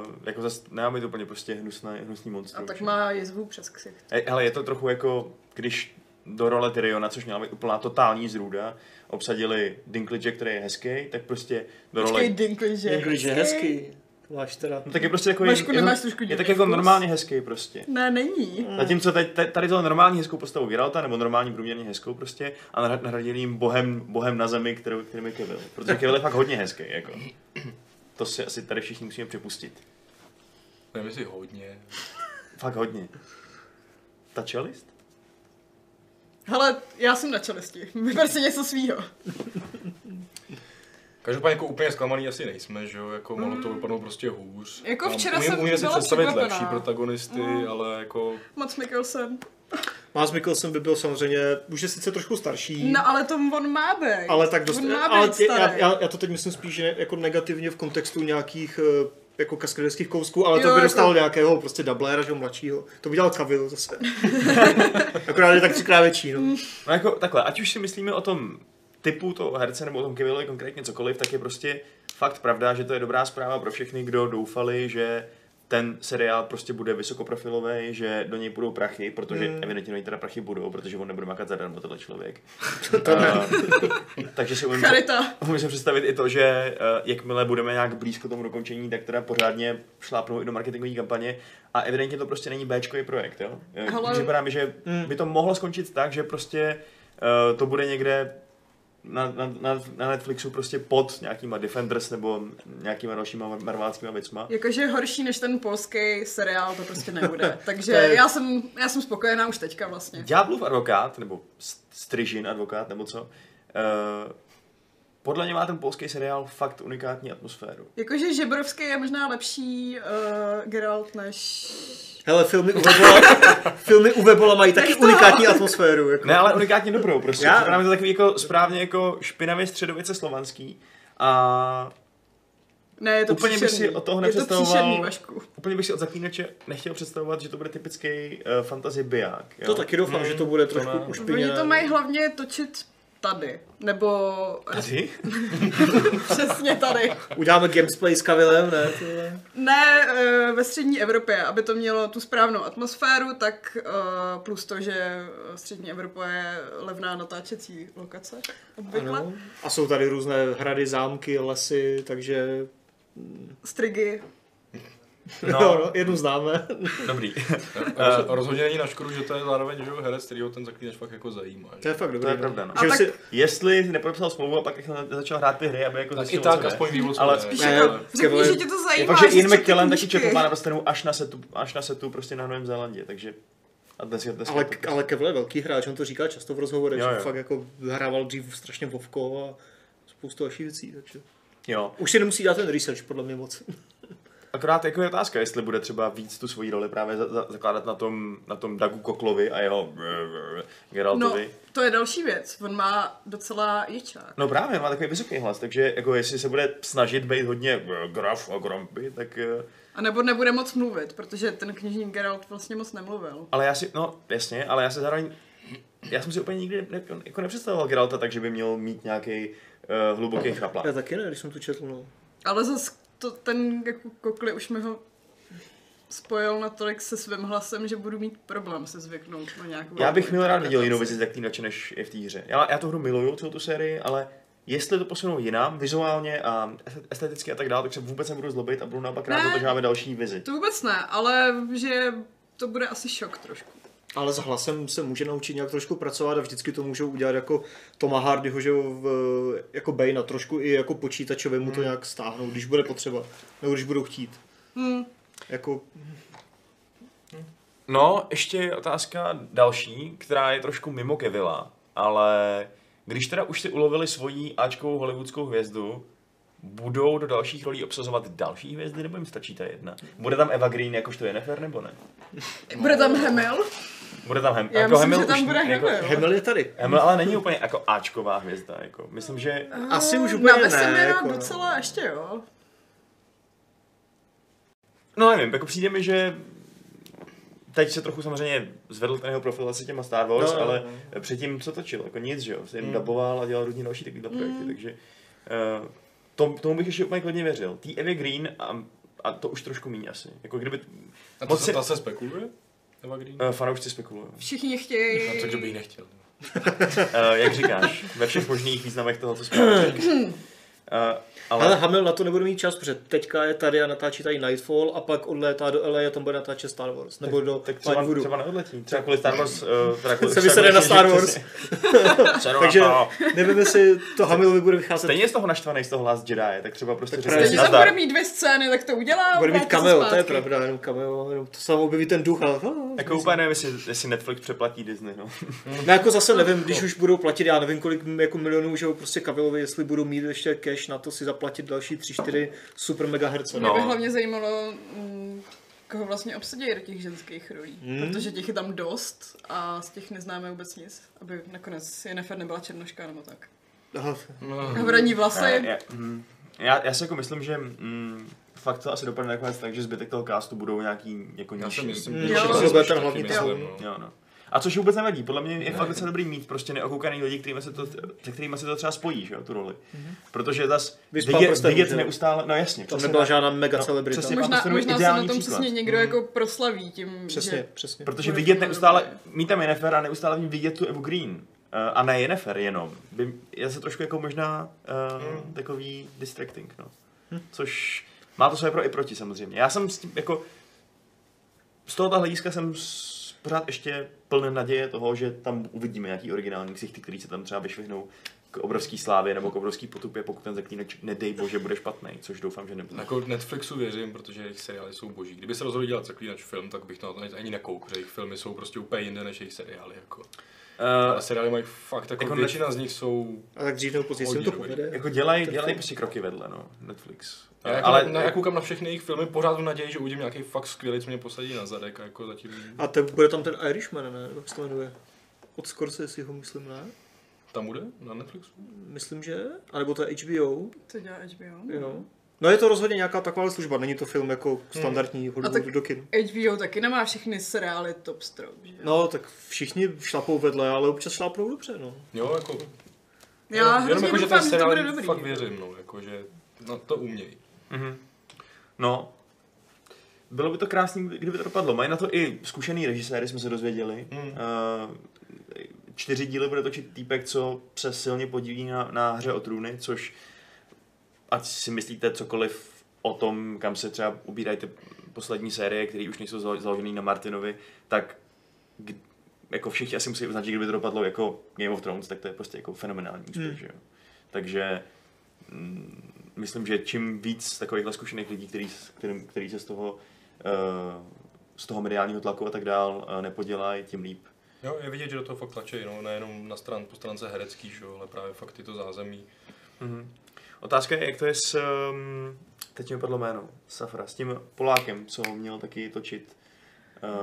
uh, jako zase nemá být úplně prostě hnusný, hnusný
a
monstrum.
tak
že?
má jezvu přes ksicht.
E, Ale je to trochu jako, když do role Tyriona, což měla být úplná totální zrůda, obsadili Dinklage, který je hezký, tak prostě do role...
Počkej, Dinklage je
Někdy, No, že hezký. Máš teda.
No tak je prostě jako...
Vašku,
je,
nemáš
to-
trošku
je tak
divný
jako
vkus?
normálně hezký prostě.
Ne, není.
Zatímco tady, tady tohle normální hezkou postavu Geralta, nebo normální průměrně hezkou prostě, a nahra- nahradili jim bohem, bohem na zemi, kterou, kterým je Kevil. Protože Kevil je fakt hodně hezký, jako. To si asi tady všichni musíme připustit.
Nevím, jestli hodně.
Fakt hodně. Ta čelist?
Hele, já jsem na čelisti. Vyber si něco svýho.
Každopádně jako úplně zklamaný asi nejsme, že jo, jako mohlo to vypadnout prostě hůř.
Hmm. Jako
A
včera
umím,
jsem
umím si
byla
představit
překvapená. Hmm.
lepší protagonisty, ale jako
Moc Mikkelsen.
Miles Mikkelsen by byl samozřejmě, už je sice trošku starší,
No ale to on má být.
ale tak dost...
On má být
ale tě- já,
starý.
já, já, to teď myslím spíš že jako negativně v kontextu nějakých eh, jako kaskaderských kousků, ale to
Jo,
by
jako-
dostal nějakého prostě dubléra, že jo, mladšího. To by dělal Cavill zase. Akorát je tak třikrát větší, no.
No jako takhle, ať už si myslíme o tom typu toho herce nebo o tom Kevillovi konkrétně cokoliv, tak je prostě fakt pravda, že to je dobrá zpráva pro všechny, kdo doufali, že ten seriál prostě bude vysokoprofilový, že do něj budou prachy, protože mm. evidentně do něj teda prachy budou, protože on nebude makat zadarmo tenhle člověk. A, takže si umím,
Charita.
umím si představit i to, že eh, jakmile budeme nějak blízko tomu dokončení, tak teda pořádně šlápnou i do marketingové kampaně a evidentně to prostě není Bčkový projekt, jo? Eh,
Hele.
Připadá mi, že by to mohlo skončit tak, že prostě eh, to bude někde na, na, na, na Netflixu prostě pod nějakýma Defenders nebo nějakýma dalšíma marváckýma věcma.
Jakože horší než ten polský seriál to prostě nebude. Takže
To je-
já jsem, já jsem spokojená už teďka vlastně.
Ďáblův advokát, nebo st- Strižin advokát, nebo co, eh, podle mě má ten polský seriál fakt unikátní atmosféru.
Jakože Žebrovský je možná lepší uh, Geralt než...
Hele, filmy u Webola, filmy u Webola mají taky unikátní atmosféru. Jako.
Ne, ale unikátně dobrou, prostě.
Já-
Já... Připadá mi to takový jako správně jako špinavě středověce slovanský. A
Ne, je to
Úplně bych si
příšerný.
od toho
Je to
nepředstavoval-
příšerný, Vašku.
úplně bych si od zaklínače nechtěl představovat, že to bude typický uh, fantasy biják. jo.
To taky doufám, že to bude trošku
ne.
Oni
ušpiněné.
to mají hlavně točit tady. Nebo
Tady?
přesně tady.
Uděláme gamesplay s Cavillem, ne? Tohle.
Ne eh, ve střední Evropě, aby to mělo tu správnou atmosféru, tak eh, plus to, že eh, střední Evropa je levná natáčecí lokace obvykle.
Ano. A jsou tady různé hrady, zámky, lesy, takže
Strigy.
No.
No. jo, no, jednu známe.
Dobrý.
Eh.
Roz- Rozhodně není na škodu, že to je zároveň že jo, herec, který ho ten zaklínač fakt jako zajímá.
To
Že?
je fakt dobrý.
To je
no.
pravda, no.
A
Že
tak-
si,
Jestli nepodepsal smlouvu a pak rychle začal hrát ty hry, aby jako
Tak i
zjistil,
tak
co je.
aspoň ví, o co
Ale
jde.
Spíš
Ne,
jako,
skvěle.
řekni, že tě to
Je
zajímá.
fakt, že
že
Ian
čteš
McKellen
ty
taky
knížky.
četl Pána prstenů až na setu, až na setu prostě na Novém Zélandě, takže a dnes je dnes
ale, ale Kevl je velký hráč, on to říká často v rozhovorech,
Jo,
že
jo.
fakt jako hrával dřív strašně vovko a spoustu dalších věcí, takže...
Jo,
Už si nemusí dát ten research, podle mě moc.
akorát jako je otázka, jestli bude třeba víc tu svoji roli právě za, za, zakládat na tom, na tom Dagu Koklovi a jeho
No,
Geraltovi.
to je další věc. On má docela ječák.
No právě, on má takový vysoký hlas, takže jako jestli se bude snažit být hodně eh, graf a grumpy, tak... eh,
A nebo nebude moc mluvit, protože ten knižní Geralt vlastně moc nemluvil.
Ale já si, no jasně, ale já se zároveň... Já jsem si úplně nikdy ne, jako nepředstavoval Geralta tak, že by měl mít nějaký uh, hluboký chrapla.
Já taky ne, když jsem tu četl, no.
Ale zase to, ten jako kokli už mi ho spojil natolik se svým hlasem, že budu mít problém se zvyknout na nějakou...
No, Já bych
jako
měl rád viděl jinou
interpretaci.
věc jak týnače, než je v té hře. Já, já tu hru miluju, celou tu sérii, ale jestli to posunou jinam, vizuálně a esteticky a tak dále, tak se vůbec nebudu zlobit a budu naopak rád
Ne.
za to, že máme další vizi.
To vůbec ne, ale že to bude asi šok trošku.
Ale s hlasem se může naučit nějak trošku pracovat a vždycky to můžou udělat jako Toma Hardyho, že jo, v, jako Bane a trošku i jako počítačově mu
Hmm.
to nějak stáhnou, když bude potřeba, nebo když budou chtít.
Hmm.
Jako,
No, ještě je otázka další, která je trošku mimo Kevila, ale když teda už si ulovili svoji Ačkovou hollywoodskou hvězdu, budou do dalších rolí obsazovat další hvězdy, nebo jim stačí ta jedna? Bude tam Eva Green jakožto Jennifer, nebo ne?
Bude tam
No.
Hemel?
Bude tam Hem,
Já
jako
myslím,
Hamill
že tam
už-
bude
jako-
Hemel.
Hemel je tady.
Hamill ale není úplně jako Ačková hvězda, jako. Myslím, že
Asi už úplně
Hmm, Na
ne,
Vesemira
jako, no.
docela ještě jo.
No nevím, jako přijde mi, že teď se trochu samozřejmě zvedl ten jeho profil asi těma Star Wars,
No,
no,
no, Hmm.
ale předtím co točil, jako nic, že jo, se jen mm. daboval a dělal různý další takovýhle projekty, takže uh, tom, tomu bych ještě úplně klidně věřil. Tý Evie Green a, a to už trošku míň asi, jako kdyby,
A to
moc
se,
si,
ta se spekuluje? Eva Green?
uh, fanoušci spekulují.
Všichni
No,
chtějí...
tak, kdo by ji nechtěl.
Uh, jak říkáš, ve všech možných významech toho, co říkáš. Uh,
Ale,
ale
Hamill na to nebude mít čas, protože teďka je tady a natáčí tady Nightfall a pak odlétá do LA a tam bude natáčet Star Wars. Nebo do
tak třeba,
Hollywoodu.
třeba neodletí, třeba kvůli Star Wars, uh, teda kvůli
Se
třeba kvůli-
vysede na Star Wars.
přesně. Seru na
Takže
to.
nevím, jestli to Hamillovi bude vycházet.
Stejně je z toho naštvaný z toho Last Jedi, tak třeba prostě
Tak
řekne,
Stejně tam
"Nazdar."
bude mít dvě scény, tak to udělá.
Bude mít
vrátí se
cameo, to je
zpátky.
pravda, jenom cameo, jenom to samo objeví ten duch. Ale,
Jako úplně nevím, jestli, jestli Netflix přeplatí Disney, no.
no, jako zase nevím, když už budou platit, já nevím kolik jako milionů, že jo, prostě Kavilovi, jestli budou mít ještě cash na to si zaplatit další 3-4 super megaherce.
Mě
No.
by hlavně zajímalo, mm, koho vlastně obsadí do těch ženských rolí.
Hmm.
Protože těch je tam dost a z těch neznáme vůbec nic. Aby nakonec Jennifer nebyla černoška nebo tak.
Aha,
No,
Havraní vlasy.
Hmm. Já, mm, já, já si jako myslím, že mm, fakt to asi dopadne nakonec tak, že zbytek toho castu budou nějaký jako
já si
nižší.
myslím,
Jo,
že
to
si
bude
taky
ten hlavní
myslím,
cíl.
no.
Jo, no. A což vůbec nevadí, podle mě je fakt docela dobrý mít prostě neokoukaný lidi, kterými se to, se kterými se to třeba spojí, že jo, tu roli. Protože zas
Vyspal
prostě
vidět,
prstenů,
vidět
že jo?
neustále, no jasně.
tam
přesně
nebyla
tak.
žádná mega
No,
celebrita.
přesně.
Možná,
Mám
možná se na
ideální
tom
příklad. Hmm.
přesně někdo jako proslaví tím,
Přesně,
že...
přesně.
Protože
Bude
vidět
to
neustále,
dobré.
mít tam Jennifer a neustále v ní vidět tu Evu Green. Eh, A ne Jennifer jenom. By, je se trošku jako možná uh,
Hmm.
takový distracting, no.
Hm.
Což má to své pro i proti samozřejmě. Já jsem s tím jako... Z tohoto hlediska jsem s- pořád ještě plný naděje toho, že tam uvidíme nějaký originální ksichty, který se tam třeba vyšvihnou k obrovský slávě nebo k obrovský potupě, pokud ten zaklínač, nedej bože, bude špatný, což doufám, že nebude.
Jako Netflixu věřím, protože jejich seriály jsou boží. Kdyby se rozhodl dělat zaklínač film, tak bych na to ani- ani nekoukl, že jejich filmy jsou prostě úplně jinde než jejich seriály. Jako.
Eh,
A seriály mají fakt, jako,
Jako
jako
Netf-
většina z nich jsou...
A tak dřív nebo později se jim to
Hodně dobrý.
povede.
jako dělají dělaj prostě kroky vedle, no, Netflix.
Já, jako, ale, na, já koukám na všechny jejich filmy pořád v naději, že uvidím nějaký fakt skvělý, co mě posadí na zadek. A jako zatím
A to bude tam ten Irishman, ne? Jak se to jmenuje? Od Scorsese ho myslím, ne?
tam bude na Netflixu.
Myslím, že? A nebo to je HBO?
To dělá HBO.
Jo. No je to rozhodně nějaká taková služba, není to film jako standardní hmm. Hollywood
A tak-
do kin.
HBO taky nemá všechny seriály top strop, že?
No, tak všichni šlapou vedle, ale občas šlápnou dobře, no.
Jo, jako,
Já
jenom
hrozně
jako, že ten
doufám, že to
seriál
bude dobrý.
fakt věřím, no, jako, že na to umějí.
Mhm. No, bylo by to krásný, kdyby to dopadlo. Mají na to i zkušený režiséry, jsme se dozvěděli.
Mm.
Eh, čtyři díly bude točit týpek, co se silně podílí na, na hře o trůny, což ať si myslíte cokoliv o tom, kam se třeba ubírají ty poslední série, které už nejsou zalo- založené na Martinovi, tak k- jako všichni asi musí uznat, že kdyby to dopadlo jako Game of Thrones, tak to je prostě jako fenomenální úspěch,
Hmm.
že jo. Takže mm, myslím, že čím víc takových zkušených lidí, který, s- kterým, který se z toho, eh, z toho mediálního tlaku a tak dál eh, nepodělají, tím líp.
Jo, je vidět, že do toho fakt tlačí, no, nejenom na stran, po stránce herecký, že jo, ale právě fakt je to zázemí.
Mhm. Otázka je, jak to je s, um, teď mi padlo jméno, Safra, s tím Polákem, co měl taky točit.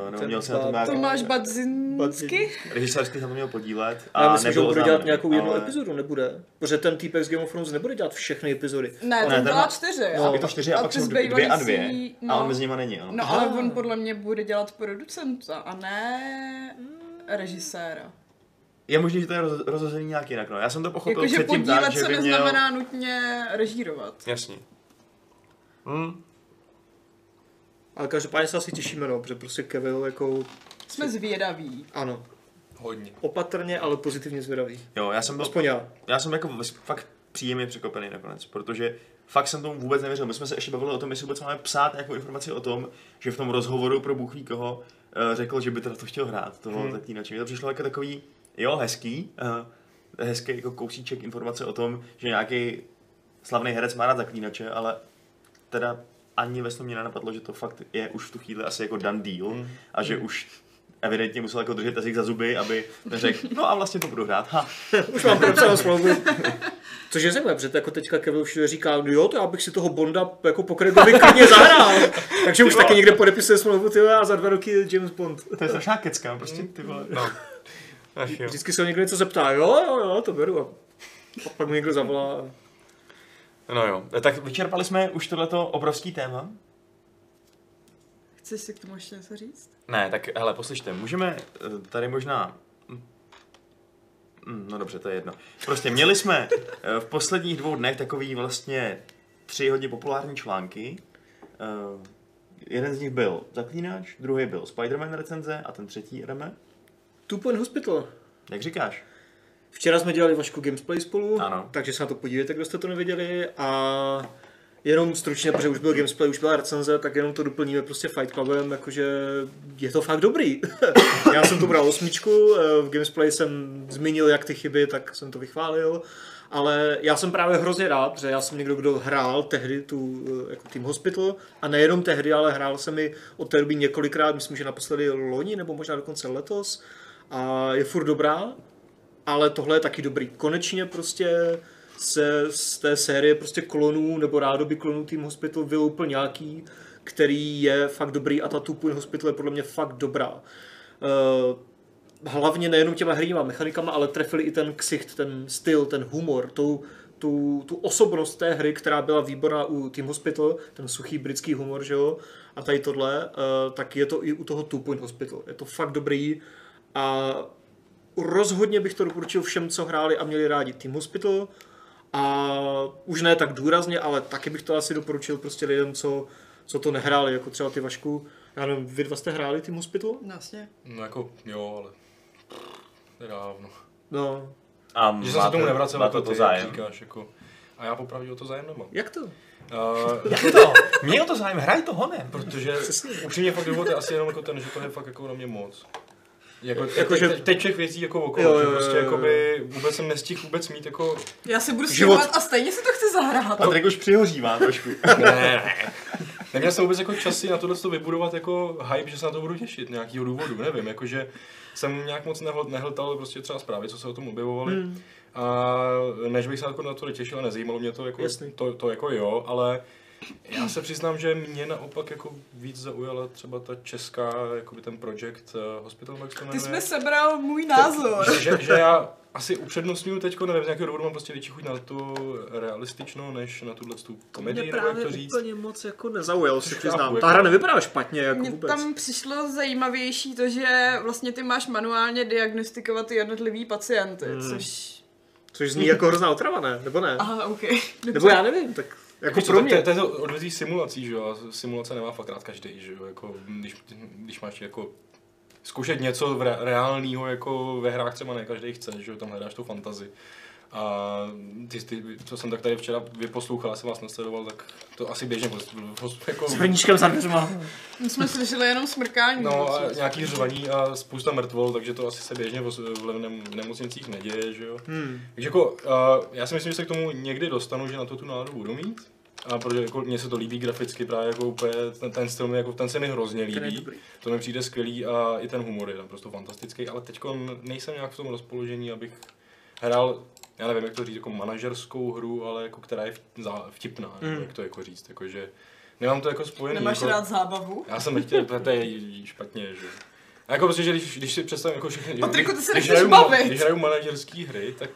Uh, nebo
Ten
měl se na tom
Bad-
nějak...
Tomáš Badzinsky?
Režisérsky se na to měl podílet.
A já myslím, že
nebyl
on bude dělat
oznámený,
nějakou jednu
ale-
epizodu, nebude. Protože ten týpek z Game of Thrones nebude dělat všechny epizody.
Ne,
Ne,
tam
ten
byla
má-
čtyři.
No.
No,
Je to čtyři a
A
pak
ty
jsou dvě, dvě a dvě.
zbývající,
No. Ale
no.
mezi nimi není, ano.
no ale on podle mě bude dělat producenta a ne režiséra.
Je možné, že to je roz, rozhozený nějak jinak, no. Já jsem to pochopil
Jakože
předtím
podílet
tak, že
se
by měl...
neznamená nutně režírovat.
Jasně. Hmm.
Ale každopádně se asi těšíme, no, protože prostě Kevil jako,
Jsme zvědaví.
ano,
Hodně.
opatrně, ale pozitivně zvědavý.
Jo, já jsem byl
Aspoň já.
já jsem jako vys- fakt příjemně překvapený nakonec, protože fakt jsem tomu vůbec nevěřil. My jsme se ještě bavili o tom, jestli vůbec máme psát nějakou informaci o tom, že v tom rozhovoru pro Bůh ví koho eh, řekl, že by teda to chtěl hrát, toho hmm. tatínače. Mně to přišlo jako takový, jo, hezký, eh, hezký jako kousíček informace o tom, že nějaký slavný herec má rád zaklínače, ale teda ani ve snu mě nenapadlo, že to fakt je už v tu chvíli asi jako done deal mm. a že už evidentně musel jako držet jazyk za zuby, aby řekl, no a vlastně to budu hrát, ha,
Už mám podepsanou smlouvu. Což je zajímavé, protože to jako teďka Kevin všude říká, no jo, to já bych si toho Bonda jako po Craigovi klidně zahrál. Takže už
vole.
taky někde podepisuje smlouvu, ty vole, a za dva roky je James Bond.
To je strašná kecka, prostě ty vole. No. Ach jo.
Vždycky se ho někdo něco zeptá, jo, jo, jo, to beru. A pa- pak mu někdo zavolá. a-
No jo. Tak vyčerpali jsme už tohleto obrovský téma.
Chceš si k tomu ještě něco říct?
Ne, tak hele, poslyšte, můžeme eh, tady možná... Mm, No dobře, to je jedno. Prostě měli jsme eh, v posledních dvou dnech takový vlastně tři hodně populární články. Eh, Jeden z nich byl Zaklínač, druhý byl Spider-Man recenze a ten třetí, Reme,
Two Point Hospital.
jak říkáš?
Včera jsme dělali Vašku Gamesplay spolu,
Ano.
takže se na to podívejte, kdo jste to neviděli. A jenom stručně, protože už byl Gamesplay, už byla recenze, tak jenom to doplníme prostě Fight Clubem, jakože je to fakt dobrý. Já jsem to bral osmičku, eh, v Gamesplay jsem zmínil jak ty chyby, tak jsem to vychválil. Ale já jsem právě hrozně rád, protože já jsem někdo, kdo hrál tehdy tu eh, jako Team Hospital a nejenom tehdy, ale hrál jsem ji od té doby několikrát, myslím, že naposledy loni nebo možná dokonce letos a je furt dobrá, ale tohle je taky dobrý. Konečně prostě se z té série prostě klonů nebo rádoby klonů Team Hospital vyloupl nějaký, který je fakt dobrý a ta Two Point Hospital je podle mě fakt dobrá. Eh, hlavně nejenom těma herníma mechanikama, ale trefili i ten ksicht, ten styl, ten humor, tu, tu, tu osobnost té hry, která byla výborná u Team Hospital, ten suchý britský humor, že jo, a tady tohle, eh, tak je to i u toho Two Point Hospital. Je to fakt dobrý a rozhodně bych to doporučil všem, co hráli a měli rádi Team Hospital. A už ne tak důrazně, ale taky bych to asi doporučil prostě lidem, co, co to nehráli, jako třeba ty Vašku. Já nevím, vy dva jste hráli Team Hospital?
Vlastně.
No jako, jo, ale... Nedávno.
No.
A
Že jsem se tomu nevracel,
máte
jako
to
ty,
zájem.
jak říkáš, jako... A já popravdě o to zájem nemám.
Jak to?
Uh,
Jak to? Měl to zájem, hraj to honem.
protože upřímně fakt důvod je asi jenom jako ten, že to je fakt jako na mě moc. Jako, jako
Jakože-
že teď těch věcí jako okolo,
Jo,
jo,
jo,
jo,
jo,
že prostě
jo, jo.
jakoby vůbec jsem nestihl vůbec mít jako...
Já se budu
Život.
stěhovat a stejně si to chci zahrát.
Patrik už přihořívá trošku.
Ne, ne. Neměl jsem vůbec jako časy na tohle to vybudovat jako hype, že se na to budu těšit, nějakýho důvodu, nevím, jakože jsem nějak moc nehl- nehltal prostě třeba zprávy, co se o tom objevovaly. Hmm. A než bych se jako na to těšil a nezajímalo mě to jako,
Jasný.
to, to jako jo, ale já se přiznám, že mě naopak jako víc zaujala třeba ta česká, jakoby ten projekt eh, Hospital, jak se to
Ty
jmenuje.
jsi mi sebral můj názor.
že, že já asi upřednostňuju teďko, nevím, z nějakého důvodu mám prostě větší chuť na tu realističnou, než na tuhle tu komedii, nebo jak to říct.
úplně moc jako nezaujal, si přiznám.
chápu,
Ta
jako-
hra nevypadá špatně, jako
Mně
vůbec.
tam přišlo zajímavější to, že vlastně ty máš manuálně diagnostikovat ty jednotlivý pacienty, což...
Což zní jako hrozná otrava, ne? Nebo ne?
Aha, OK.
Nebo já nevím, tak jako
Víš co,
pro
tak
mě.
To, je- to je to odvětví simulací, že jo? a Simulace nemá fakt rád každý, že jo? Jako, když, když máš jako zkoušet něco v re, reálného jako ve hrách třeba ne každý chce, že jo? Tam hledáš tu fantazii. A ty, ty, co jsem tak tady včera vyposlouchal, jsem vás nesledoval, tak to asi běžně pos, pos, jako,
S hrníčkem za dveřma.
My jsme slyšeli jenom smrkání.
No a
Prostě.
nějaký řvaní a spousta mrtvol, takže to asi se běžně v, v, nem- v nemocnicích neděje, že jo.
Hmm.
Takže jako, uh, já si myslím, že se k tomu někdy dostanu, že na to tu náladu budu mít. A protože jako mně se to líbí graficky právě jako úplně, ten, ten styl mi, jako, ten se mi hrozně
Ten je
líbí.
dobrý.
To mi přijde skvělý a i ten humor je naprosto fantastický, ale teď nejsem nějak v tom rozpoložení, abych hrál, já nevím, jak to říct, jako manažerskou hru, ale jako která je vt- zá- vtipná,
Hmm.
mm. jak to jako říct, jakože nemám to jako spojený.
Nemáš
jako,
rád zábavu?
já jsem nechtěl, to- to je špatně, že jo. A jako prostě, že když, když si představím jako všechny...
Patriku, ty se
když
nechceš
hraju ma-
bavit.
Když hraju manažerský hry, tak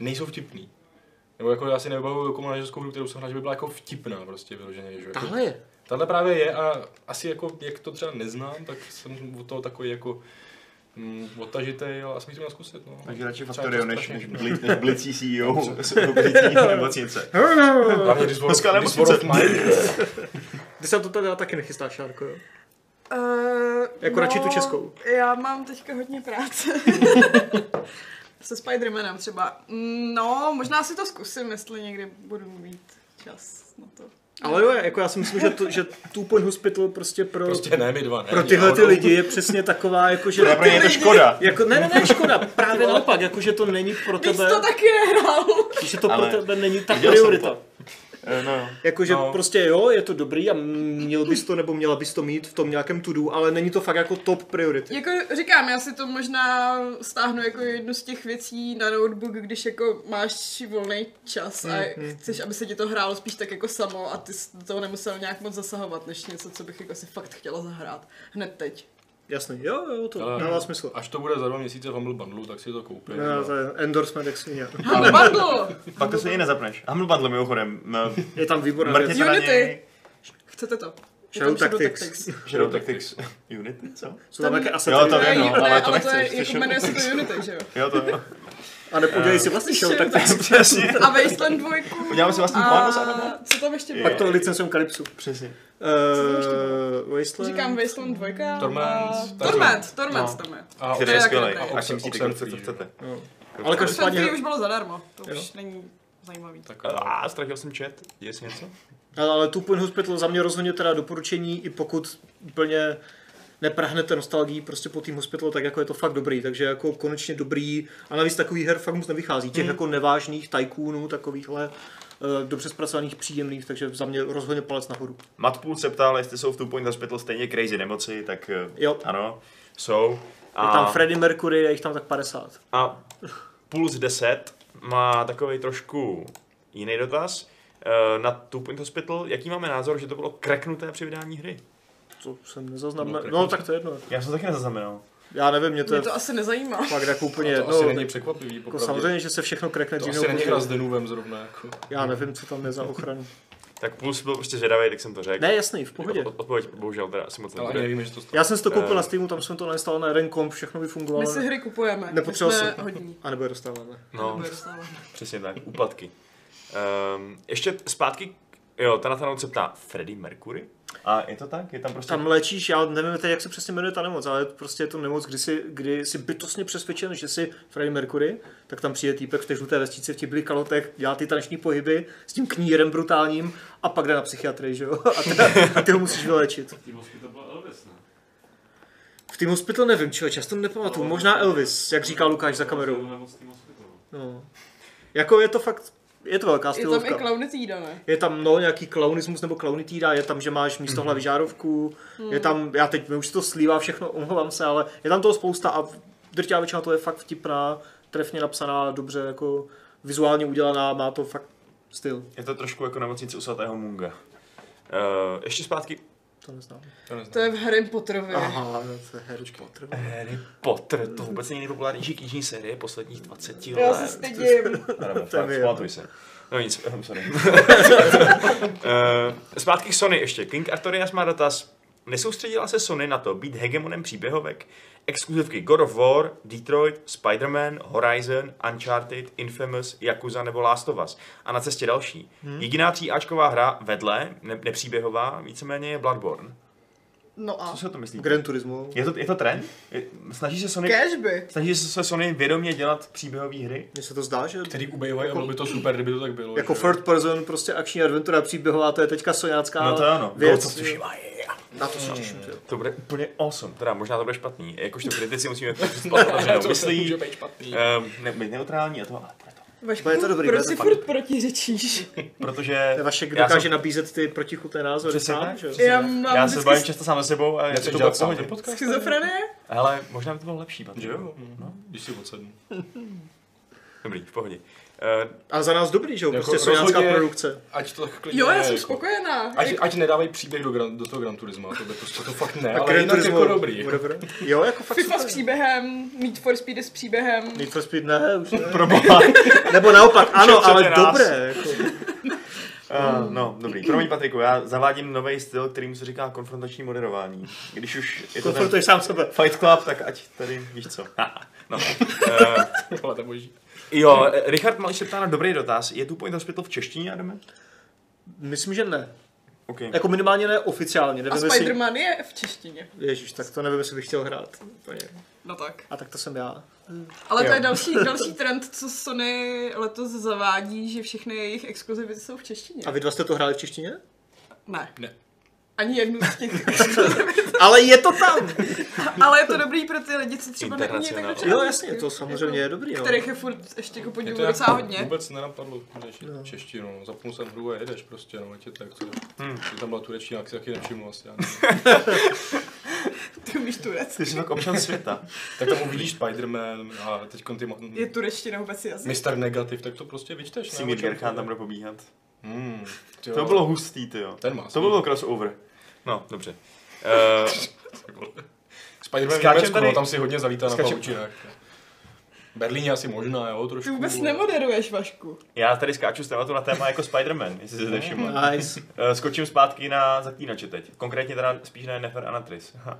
nejsou vtipný. Nebo jako já si nevybavuju jako manažerskou hru, kterou jsem hrál, že by byla jako vtipná prostě vyloženě, že jo. Jako,
Tahle je.
tahle právě je a asi jako, jak to třeba neznám, tak jsem od toho takový jako mm, odtažitej, ale asi bych to měl zkusit, no.
Takže radši
Třeba
Factorio
to
než,
strašně-
než, bli, než blicí E CEO blící nemocnice.
Hlavně když World-
Dneska
když World of
nemocnice.
Mine, že jo.
Ty se to teda taky nechystáš, Šárko, jo?
Uh,
Jako radši tu českou.
Já mám teďka hodně práce. Se Spidermanem třeba. Mm, No, možná si to zkusím, jestli někdy budu mít čas na to.
Ale jo, jako já si myslím, že, to, že Two Point Hospital prostě pro, prostě
Prostě ne, my dva ne.
pro
já
tyhle ty
to-
lidi je přesně taková, jako že...
Pro ně je to škoda.
Jako, ne, ne, ne, škoda, právě naopak, jako že to není pro
Teď
tebe,
to taky nehrál.
že to pro
Ale-
tebe není ta
Viděl jsem
priorita.
to. Eh, No.
Jakože no.
No.
prostě jo, je to dobrý a měl bys to nebo měla bys to mít v tom nějakém to-do, ale není to fakt jako top priority.
Jako říkám, já si to možná stáhnu jako jednu z těch věcí na notebook, když jako máš volný čas a
Mhm.
chceš, aby se ti to hrálo spíš tak jako samo a ty jsi do toho nemusel nějak moc zasahovat, než něco, co bych jako si fakt chtěla zahrát hned teď.
Jasný, jo, jo, to
Ale-
dává No, smysl.
Až to bude za dva měsíce v Humble Bundlu, tak si to koupím.
No, to je endorsement, jak svině.
Ale bundle!
Pak to se ani nezapneš. Humble Bundle mimochodem. m-
Je tam výborná věc.
Mrkněte na
Unity.
něj.
Chcete to? Je
Shadow
tam Shadow
Tactics.
Shadow Tactics. Unity, co?
Jsou tam
Tam-
nějaké
Jo, to
asety.
Ne,
vím, no,
ne,
ale to
ale to
nechceš.
je,
chceš
jako jmenuje se to Unity, že jo?
Jo, to jo.
A neudělej si vlastní show, tak
Shadow
Přesně.
A Wasteland 2.
Uděláme si vlastní plán, Osama?
A co tam ještě bylo?
pak to licencujeme Kalypsu.
Přesně.
Uh, Wasteland.
Říkám Wasteland 2.
Torment.
Torment, Torment
No.
tam je.
A
To
Který
je
je
taky
skvělý.
dobrý. jako-
A čím si
Oxenfree,
chcete, co
jo.
chcete.
Jo. Ale
Oxenfree
každopádně,
už bylo zadarmo, to už
Jo.
není zajímavý.
Tak,
A ztratil Ah, jsem chat. Děje se něco?
ale, ale Two Point Hospital za mě rozhodně teda doporučení, i pokud úplně neprahnete nostalgii prostě po tým hospitalu, tak jako je to fakt dobrý, takže jako konečně dobrý a navíc takových her fakt moc nevychází,
Mm.
těch jako nevážných tajkůnů, takovýchhle eh, dobře zpracovaných, příjemných, takže za mě rozhodně palec nahoru.
Matpůl se ptal, jestli jsou v Two Point Hospital stejně crazy nemoci, tak eh,
Jo.
ano, jsou.
A... Je tam Freddie Mercury, je jich tam tak 50.
A Puls 10 má takový trošku jiný dotaz eh, na Two Point Hospital. Jaký máme názor, že to bylo kreknuté při vydání hry?
To jsem nezaznamenal.
No, tak-
No, tak to je jedno.
Já jsem taky nezaznamenal.
Já nevím, mě to,
Mě
je
to asi nezajímá.
fakt jako úplně
to asi
jedno.
není
tak
překvapivý,
Jako
popravdě.
samozřejmě, že se všechno krekne
To
dřív
asi není
nebo
hra s
později.
Denuvem zrovna, jako.
Já nevím, co tam je za ochranu.
Tak Puls byl prostě zvědavý, tak jsem to řekl.
Ne, jasný, v pohodě.
Od- Odpověď bohužel teda asi moc
Ale ani
nebude.
nevíme, že to stalo.
Já jsem si to koupil na Steamu, tam jsem to nainstaloval na jeden komp, všechno by fungovalo.
My si hry kupujeme.
Nepotřeboval
My jsme
jsem.
hodní.
A nebo je dostáváme.
No,
Nebo je dostáváme.
přesně tak, úpadky. Um, ještě zpátky, k- jo, ta Natanaut se ptá, Freddy Mercury? A je to tak? Je tam prostě...
Tam léčíš, já nevím, teď, jak se přesně jmenuje ta nemoc, ale prostě je to nemoc, kdy jsi, kdy jsi bytostně přesvědčen, že jsi Freddie Mercury, tak tam přijde týpek v té žluté vestíce, v těch bílých kalotech, dělá ty taneční pohyby s tím knírem brutálním a pak jde na psychiatrii, že jo? A ty, a ty ho musíš vyléčit.
to byl Elvis, ne?
V Team Hospital nevím, člověk, já si to nepamatuju. Možná Elvis, jak říká Lukáš za
To
kamerou.
No, byl nemoc Team Hospitalu.
No. Jako je to fakt, je to velká
Je tam i
stylovka.
klauny týda, ne?
Je tam no, nějaký klaunismus nebo klaunitída, je tam, že máš
Mhm.
místo hlavy žárovku, je tam, já teď mi už se to slívá všechno, omlouvám se, ale je tam toho spousta a drtivá většina to je fakt vtipná, trefně napsaná, dobře jako vizuálně udělaná, má to fakt styl,
Je to trošku jako nemocnice u svatého Munga. Uh, Eh, ještě zpátky
to neznám.
To neznám.
To je v Harry Potterovi.
Aha, to je Harry Potter.
Harry Potter, to vůbec není nejpopulárnější knižní série posledních 20 let.
Já se stydím.
Ne, ne,
To je
fakt,
mi
zpamatuj se. No nic, ehm, sorry. Eh, Zpátky k Sony ještě. King Artorias má dotaz. Nesoustředila se Sony na to být hegemonem příběhovek? Exkluzivky God of War, Detroit, Spider-Man, Horizon, Uncharted, Infamous, Yakuza nebo Last of Us. A na cestě
Hmm.
další. Jediná tříáčková hra vedle, ne- nepříběhová, víceméně je Bloodborne.
No a
Co si o to myslíte?
Gran Turismo.
Je to, je to trend? Je, snaží se Sony,
cash by.
snaží se Sony vědomě dělat příběhové hry?
Mně se to zdá, že
Který ubejvají, jako, by to super, kdyby to tak bylo.
jako
že?
third person prostě akční adventura příběhová, to je teďka soňácká
No to Hmm. je ono.
věc.
Ghost of Tsushima, yeah.
Na to se těším, že jo.
To bude úplně awesome, teda možná to bude špatný, jakož to kritici musíme předpokládat, že to myslí,
může být špatný.
um, ne, být neutrální a to, ale bude to.
Vašku,
Bude to dobrý,
proč
bude
si
to
furt protiřečíš?
Protože
Vašek
já
dokáže
jsem-
nabízet ty protichutné názory
Přesně tak.
sám, že jo.
Já mám
já se
vždycky
bavím často sám se sebou a je
Nechceš
to
dělat
dělat
sám
pohodě.
ten podcast?
schizofrenie?
Hele, možná by to bylo lepší, Patrik.
Že jo? Když si odsednu.
Dobrý, v pohodě. Eh,
A za nás dobrý, že jo,
Jako
prostě soňácká
rozhodně-
produkce.
Ať to tak klidně
Jo, já
je,
jsem
jako.
spokojená.
Ať, ať nedávají příběh do, Gran, do toho Gran Turisma, to, by prostě to fakt ne,
A
ale jinak jako dobrý.
whatever. Jo, jako fakt
FIFA s
super.
příběhem, Need for Speed s příběhem.
Need for Speed ne, už ne.
Eh,
Nebo naopak, ano,
Už je
ale
před nás.
dobré. Jako.
Uh, no, dobrý. Promiň, Patriku, já zavádím nový styl, kterým se říká konfrontační moderování. Když už je to ten
Konfrontuješ sám sebe.
Fight Club, tak ať tady, víš co. no. Uh,
Ale to je boží.
jo, eh, Richard Mališ se ptá na dobrý dotaz. Je tu Point Hospital v češtině, Adame?
Myslím, že ne.
OK.
Jako minimálně ne oficiálně.
A
Nevím, jestli...
Spider-Man je v češtině.
Ježíš, tak to nevím, jestli bych chtěl hrát. Úplně.
No tak.
A tak to jsem já.
Ale to
Jo.
je další, další trend, co Sony letos zavádí, že všechny jejich exkluzivy jsou v češtině.
A vy dva jste to hráli v češtině?
Ne.
Ne.
Ani jednu z těch.
Ale je to tam!
Ale je to dobrý pro ty lidi, co třeba neumějí tak
Internacionál.
dobře
Jo,
anglicky.
jasně, to samozřejmě je dobrý. Jo.
Kterých jako- je furt ještě jako
Mě
podivu
to jako
docela hodně.
vůbec nenapadlo řešit no. češtinu, no. zapnul jsem hru a jedeš prostě, no, letě tak, co. Hmm. tam byla turečtina, jak si taky nevšiml vlastně. ani.
Ty umíš turec.
Ty jsi tak občan světa.
tak tam uvidíš Spider-Man a teď ty ma-
Je turečtina vůbec jazyk.
Mr. Negativ, tak to prostě vyčteš.
Simir Gerchán tam bude pobíhat.
Hmm, ty
To
jo.
bylo hustý, ty jo.
Ten má
To
smysl.
bylo crossover. No, dobře. Uh,
Spider-Man v
Skáčem
Německu,
tady-
no, tam si hodně zavítá na
Skáčem-
pavučinách. Berlíně asi možná, jo,
Ty
trošku.
vůbec nemoderuješ, Vašku.
já tady skáču z tématu na téma jako Spider-Man, jestli jsi nevšiml.
no. Nice.
Eh, Skočím zpátky na zaklínače teď. Konkrétně teda spíš na Nefer a na Tris. Haha.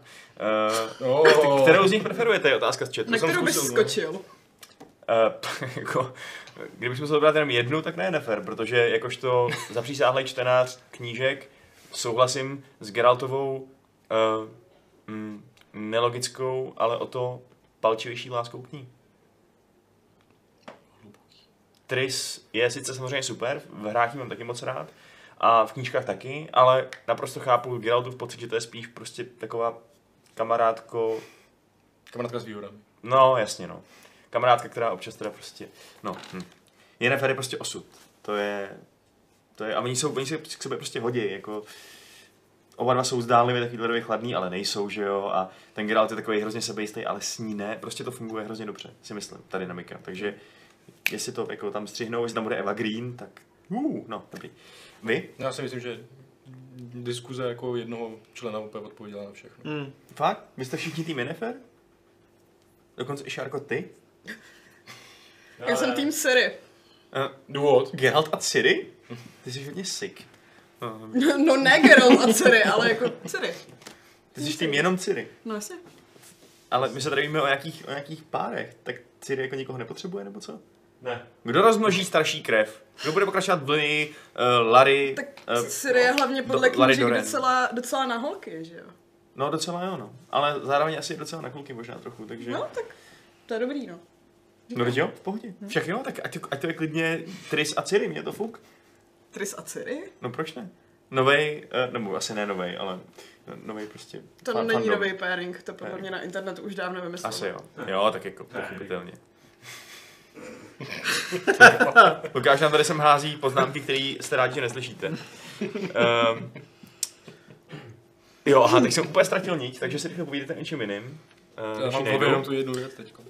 Eh,
No,
Kterou z nich preferujete, je otázka z chatu.
Na
jsem
kterou bys
zkusil, no.
skočil.
Eh, p- jako, kdybychom se dobrali jenom jednu, tak ne Nefer, protože jakožto zapřísáhlý čtenář knížek souhlasím s Geraltovou eh, mm, nelogickou, ale o to palčivější láskou k ní. Tris je sice samozřejmě super, v hrách ji mám taky moc rád, a v knížkách taky, ale naprosto chápu Geraltův pocit, že to je spíš prostě taková kamarádko,
Kamarádka s výhodami.
No, jasně, no. Kamarádka, která občas teda prostě, no. Hm. Jennifer je prostě osud. To je, to je, a oni, jsou, oni se k sobě prostě hodí, jako oba dva jsou zdánlivě takový ledově chladný, ale nejsou, že jo, a ten Geralt je takový hrozně sebejistý, ale s ní ne, prostě to funguje hrozně dobře, si myslím, ta dynamika, takže jestli to jako tam střihnou, jestli tam bude Eva Green, tak uh, no, dobrý. Vy?
Já si myslím, že diskuze jako jednoho člena úplně odpověděla na všechno.
Mm.
Fakt? Vy jste všichni tým Jennifer? Dokonce i Šárko, ty?
Já jsem tým Siri.
Eh,
Důvod?
Geralt a Ciri? Ty jsi hodně sick. No,
No ne Geralt a Siri, ale jako Siri.
Ty jsi tím jenom Ciri.
No jasně.
Ale my se tady víme o nějakých, o nějakých párech, tak Ciri jako nikoho nepotřebuje, nebo co?
Ne.
Kdo rozmnoží starší krev? Kdo bude pokračovat v linii uh, Lary?
Tak
eh,
Siri je hlavně podle
Do- Larry
knížek
Doren.
docela, docela na holky, že jo?
No docela jo, no. Ale zároveň asi docela na kluky možná trochu, takže...
No tak to je dobrý, no.
no teď jo, v pohodě. Však jo, tak ať, ať to je klidně Tris a Ciri, mě to fuk.
Tris a Ciri?
No proč ne? Novej, uh, nebo asi ne novej, ale novej prostě.
To
fan-
není
fandom.
nový pairing, to podle
Ne.
mě na internetu už dávno vymysleli.
Asi jo.
Ne.
Jo, tak jako
Ne.
pochopitelně. Lukáš nám tady sem hází poznámky, které jste rádi, že neslyšíte. Um, jo, aha, tak jsem úplně ztratil niť, takže si rychle povídejte o něčem jiným. Uh,
Já mám v hlavě jenom tu jednu věc teďko.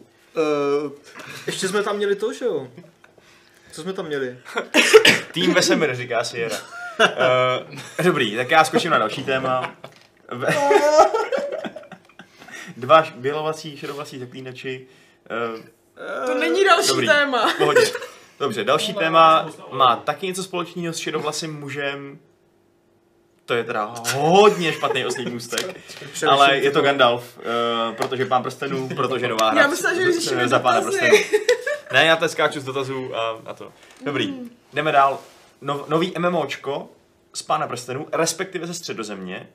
Uh, ještě jsme tam měli to, že jo? Co jsme tam měli?
Tým Vesemir, říká Sierra. Uh, dobrý, tak já skočím na další téma. Ve- Dva š- bělovací, šedovací zaklínači. Uh,
To není další
Dobrý.
téma.
V pohodě. Dobře, další
No,
téma
já jsem
má taky něco společného s šedovlasým mužem. To je teda hodně špatný oslý můstek,
Přemýšlím,
ale je
co
to Gandalf, uh, protože pán prstenů, protože nová hra.
Já myslela, že
z-
řešíme
za prostě- pána
dotazy.
prstenů. Ne, já to skáču z dotazů a, a to. Dobrý,
Hmm.
jdeme dál. No, nový MMOčko z pána prstenů, respektive ze středozemě,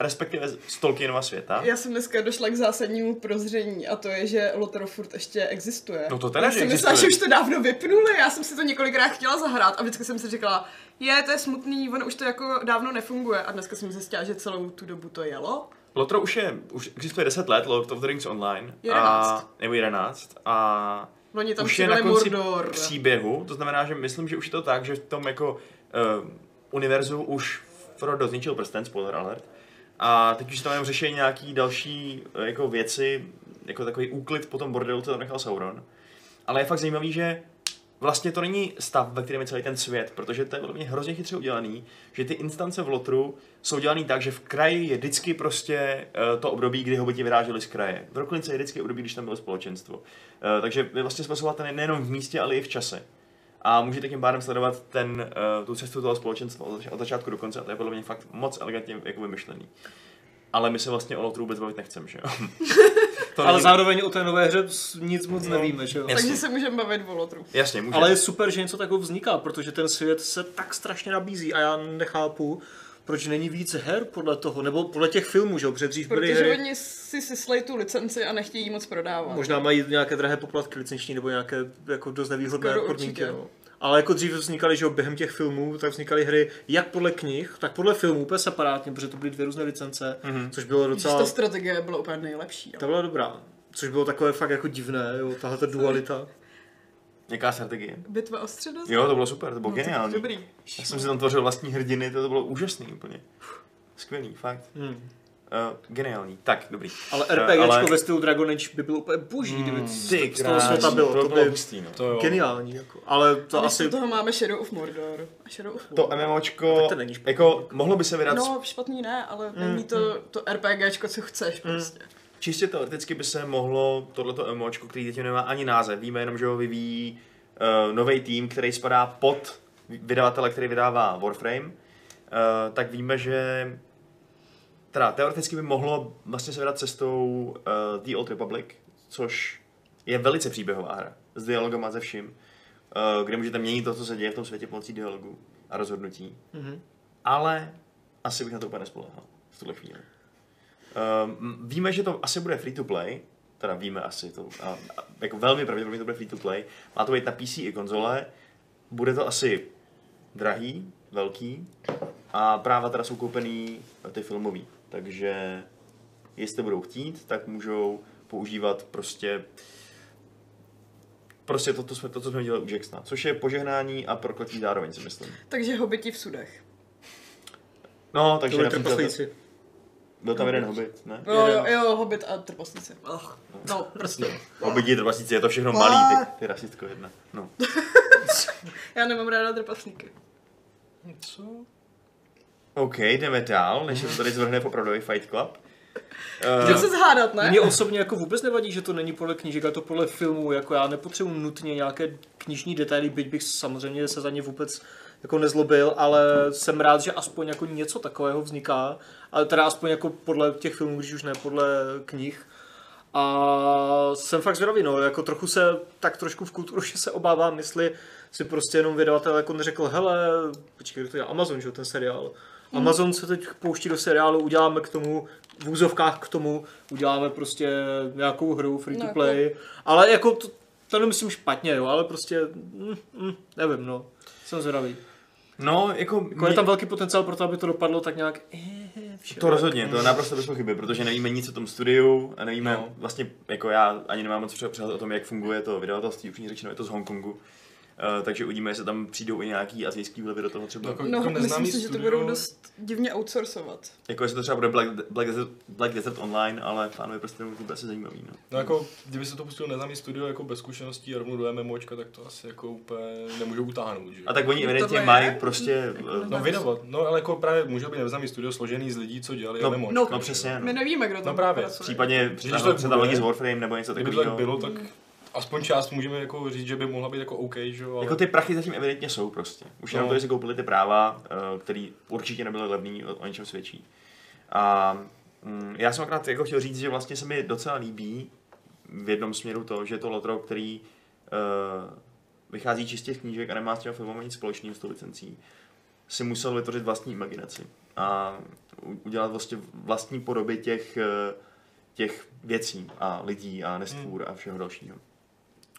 respektive z Tolkienova světa.
Já jsem dneska došla k zásadnímu prozření a to je, že Lotro furt ještě existuje.
No to teda,
já
že
jsem
existuje.
myslela, že už to dávno vypnuli, já jsem si to několikrát chtěla zahrát a vždycky jsem si říkala, je, to je smutný, ono už to jako dávno nefunguje. A dneska jsem zjistila, že celou tu dobu to jelo.
Lotro už je, už existuje 10 let, Lord of the Rings Online. A,
11.
nebo 11. A
Loni tam
už je na
přidali
konci
Mordor.
příběhu, to znamená, že myslím, že už je to tak, že v tom jako uh, univerzu už Frodo zničil prsten, spoiler alert, a teď už tam jenom řeší nějaký další eh, jako věci, jako takový úklid po tom bordelu, co tam nechal Sauron. Ale je fakt zajímavý, že vlastně to není stav, ve kterém je celý ten svět, protože to je podle mě hrozně chytře udělaný, že ty instance v Lotru jsou dělaný tak, že v kraji je vždycky prostě eh, to období, kdy hobiti vyráželi z kraje. V Roklince je vždycky období, když tam bylo společenstvo. Eh, Takže vy vlastně spasovatelé nejenom v místě, ale i v čase. A můžete tím pádem sledovat ten, eh, tu cestu toho společenstva od zač- od začátku do konce a to je podle mě fakt moc elegantně jako vymyšlený. Ale my se vlastně o Lotru vůbec bavit nechceme, že jo? to
Ale
není...
zároveň o té nové hře s- nic moc
No,
nevíme, že jo?
jasně.
Takže se můžeme bavit o Lotru.
Jasně, můžeme.
Ale je super, že něco takového vzniká, protože ten svět se tak strašně nabízí a já nechápu, proč není víc her podle toho, nebo podle těch filmů, že jo, protože dřív byly
Protože
hry,
oni si syslej tu licenci a nechtějí ji moc prodávat.
možná mají nějaké drahé poplatky licenční nebo nějaké jako dost nevýhodné
Skoro
podmínky.
určitě.
No. Ale jako dřív vznikaly, že jo, během těch filmů, tak vznikaly hry jak podle knih, tak podle filmů, úplně separátně, protože to byly dvě různé licence,
Mhm.
Mhm.
mm-hmm. což bylo
Docela...
docela,
Ta strategie byla úplně nejlepší.
ta byla dobrá. Což bylo takové fakt jako divné, jo, tahle ta dualita.
Jaká strategie?
Bitva o středozem.
Jo, to bylo super, to bylo
No, tak
geniální.
Dobrý.
Já jsem si tam tvořil vlastní hrdiny, to, to bylo úžasný úplně. Skvělý, fakt.
Hmm.
Uh, geniální. Tak, dobrý.
Ale
Eh,
RPGčko
ale-
ve stylu Dragon Age by bylo úplně boží,
Hmm.
mm, kdyby
Ty
z- z toho světa
krásný,
bylo.
to,
To,
bylo
by
hustý, no.
To jo.
geniální, jako. ale to
To
asi...
toho máme Shadow of Mordor. A Shadow of
To MMOčko,
Tak to není špatný.
jako, mohlo by se vydat no.
No, špatný ne, ale
Mm,
není to, to RPGčko, co chceš prostě.
Čistě teoreticky by se mohlo tohleto MMOčko, který teď nemá ani název, víme jenom, že ho vyvíjí uh, nový tým, který spadá pod vydavatele, který vydává Warframe, uh, tak víme, že teda teoreticky by mohlo vlastně se vydat cestou uh, The Old Republic, což je velice příběhová hra s dialogama ze vším, uh, kde můžete měnit to, co se děje v tom světě pomocí dialogu a rozhodnutí.
Mhm.
Ale asi bych na to úplně nespolehal v tuhle chvíli. Um, víme, že to asi bude free to play, teda víme asi to, a, a, jako velmi pravděpodobně to bude free to play. Má to být na PC i konzole, bude to asi drahý, velký a práva teda jsou koupený ty filmový, takže jestli budou chtít, tak můžou používat prostě prostě to, to, jsme, to co jsme dělali u Jacksona, což je požehnání a prokletí zároveň, si myslím.
Takže hobiti v sudech.
No,
To
takže
byly
například-
trpaslíci.
byl tam jeden hobit, ne?
Jo, jo,
Jeden.
jo, hobit a trpaslíci. Ach, No, prostě.
Obydí trpaslíci, je to všechno malý, ty, ty rasistko jedna. No.
Já nemám ráda trpaslíky.
Hm, Co?
OK, jdeme dál, než se to tady zvrhne v opravdový Fight Club.
Eh,
Můžeme
Uh,
se zhádat, ne?
Mně osobně jako vůbec nevadí, že to není podle knížek, ale to podle filmů, jako já nepotřebuji nutně nějaké knižní detaily, byť bych samozřejmě se za ně vůbec jako nezlobil, ale jsem rád, že aspoň jako něco takového vzniká, ale teda aspoň jako podle těch filmů, když už ne podle knih. A jsem fakt zvědavý, no, jako trochu se tak trošku v kulturu, že se obávám, jestli si prostě jenom vydavatel jako neřekl, hele, počkej, kdo to je Amazon, že jo, ten seriál. Amazon se teď pouští do seriálu, uděláme k tomu, v úzovkách k tomu, uděláme prostě nějakou hru free to
No,
play, ale jako to, to nemyslím špatně, jo, ale prostě, mm, mm, nevím, no, jsem zvědavý.
no, jako...
Jako je tam velký potenciál pro to, aby to dopadlo tak nějak, eh, všeho.
To rozhodně, to je naprosto bez pochyby, protože nevíme nic o tom studiu a nevíme, no.
No.
vlastně, jako já ani nemám moc přehled o tom, jak funguje to vydavatelství, upřímně řečeno, je to z Hongkongu. Uh, takže uvidíme, jestli tam přijdou i nějaký azijský vlivy do toho třeba.
No, jako-
No,
neznámý
myslím si, že to
studio-
budou dost divně outsourcovat.
Jako jestli to třeba bude Black, Black, Desert, Black Desert Online, ale pánové prostě to bude asi zajímavý. No.
No jako, kdyby se to pustil neznámý studio jako bez zkušeností a rovnou do MMOčka, tak to asi jako úplně nemůžou utáhnout, že?
A tak oni
No,
evidentně
tohle
mají
je-
prostě... eh,
No vydavat, no ale jako právě může být neznámý studio složený z lidí, co dělali
No,
MMOčka.
no,
že jo?
přesně, no.
My nevíme, kdo tam
No právě,
pracuje.
Případně
Když
přetáhnout
to tak
se tam lidi
bude,
z Warframe nebo něco
Kdyby to tak
takového.
bylo, tak
Hmm.
aspoň část můžeme jako říct, že by mohla být jako OK, že jo? ale-
Jako ty prachy zatím evidentně jsou prostě. Už jenom
No.
to, že si koupili ty práva, eh, který určitě nebyly levný, o o něčem svědčí. A mm, já jsem akorát jako chtěl říct, že vlastně se mi docela líbí v jednom směru to, že je to lotro, který eh, vychází čistě z knížek a nemá s těmi filmem nic společného s tou licencí, si musel vytvořit vlastní imaginaci. a u- udělat vlastně vlastní podoby těch, eh, těch věcí a lidí a nestvůr a všeho dalšího.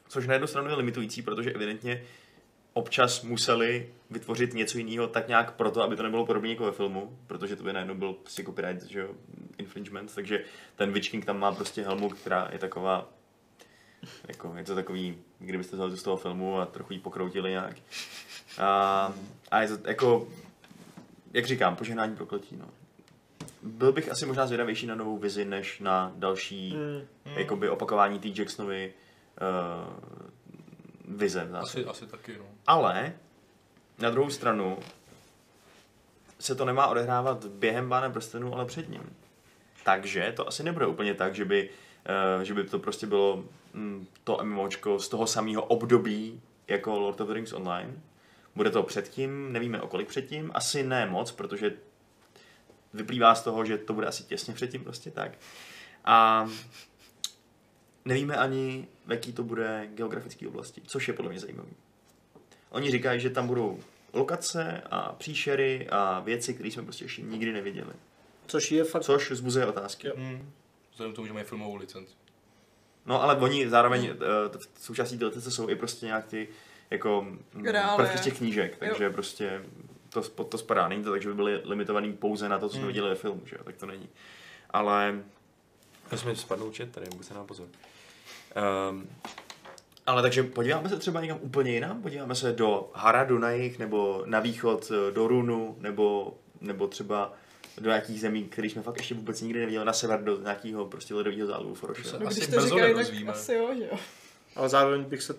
Což na jednu stranu je limitující, protože evidentně občas museli vytvořit něco jiného tak nějak proto, aby to nebylo podobné jako ve filmu, protože to by najednou byl prostě copyright, že jo, infringement, takže ten Witch King tam má prostě helmu, která je taková jako, je to takový, kdybyste vzali tu z toho filmu a trochu ji pokroutili nějak. A, a je to jako, jak říkám, požehnání prokletí, no. Byl bych asi možná zvědavější na novou vizi, než na další
Mm.
mm. jakoby opakování té Jacksonovy uh, vize. v zásadě.
Asi, asi taky, no.
Ale na druhou stranu se to nemá odehrávat během Pána prstenů, ale před ním. Takže to asi nebude úplně tak, že by, eh, že by to prostě bylo mm, to MMOčko z toho samého období jako Lord of the Rings Online. Bude to předtím, nevíme o kolik předtím, asi ne moc, protože vyplývá z toho, že to bude asi těsně předtím prostě tak. A nevíme ani, v jaký to bude geografický oblasti, což je podle mě zajímavý. Oni říkají, že tam budou lokace a příšery a věci, které jsme prostě ještě nikdy neviděli.
Což je fakt...
Což zbuzuje otázky.
Mm. Vzhledem k tomu, že mají filmovou licenci.
No ale oni zároveň eh, t- v součástí té licenci jsou i prostě nějak ty jako mm,
Reálie.
prvky z těch knížek, takže prostě to, sp- to spadá. Není to tak, že by byli limitovaný pouze na to, co jsme
Mm.
viděli ve filmu, že jo? Tak to není. Ale... Musíme spadnout čet, tady se nám pozor. Um, ale takže podíváme se třeba někam úplně jinam, podíváme se do Haradu na jich, nebo na východ eh, do Runu, nebo, nebo třeba do nějakých zemí, které jsme fakt ještě vůbec nikdy neviděli, na sever do nějakého prostě ledového zálivu Foroše.
To
No,
Asi
když to
brzo
říkají, tak
nedozvíme.
asi jo, že jo.
Ale zároveň bych se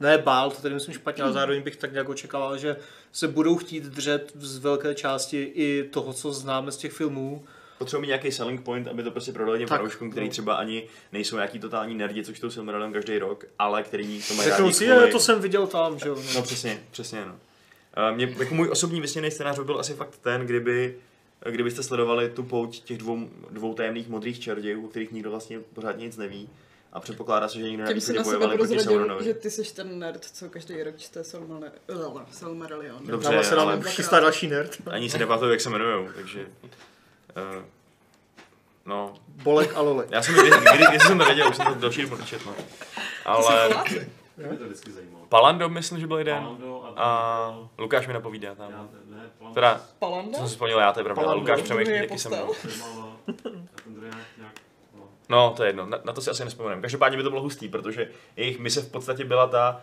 ne bál, to tedy myslím špatně, ale zároveň bych tak nějak očekával, že se budou chtít držet z velké části i toho, co známe z těch filmů.
Potřebují mít nějaký selling point, aby to prostě prodali těm
Tak,
fanouškům, který
no.
třeba ani nejsou nějaký totální nerdi, což tou Silmarilem každý rok, ale který to mají
Řeknou
rádi
si,
kvůli-
je, to jsem viděl tam, že jo.
No přesně, přesně no. Eh, Mě, jako můj osobní vysněný scénář by byl asi fakt ten, kdyby, eh, kdybyste sledovali tu pouť těch dvou, dvou tajemných modrých čarodějů, o kterých nikdo vlastně pořád nic neví a předpokládá se, že nikdo jako
Tím
neví, že
si na sebe
bojovali proti
prozradil,
Sauronovi.
že ty seš ten nerd, co každý rok čte eh, Silmarillion. Lala, Silmarillion.
Dobře,
Tam se
ale-
nám chystá další nerd.
Ani se nepamatuju, jak se jmenují, takže... Uh, no,
Bolek a Lolek.
já jsem to, kdy, kdy, kdy, jsem to věděl, už jsem to další dobu nečet, no. Ale
Mě to vždycky zajímalo.
Palando, myslím, že byl jeden.
Palando a...
A Lukáš mi napovídá
Já,
tam.
ne, Palando.
Teda,
Palanda?
co jsem si vzpomněl já, to je pravda, ale
Palando.
Lukáš
To
Přemýšlí
je
taky se mnou.
To je málo. A ten druhý nějak, nějak no.
No, to je jedno, na, na to si asi nespomeneme. Každopádně by to bylo hustý, protože jejich mise v podstatě byla ta,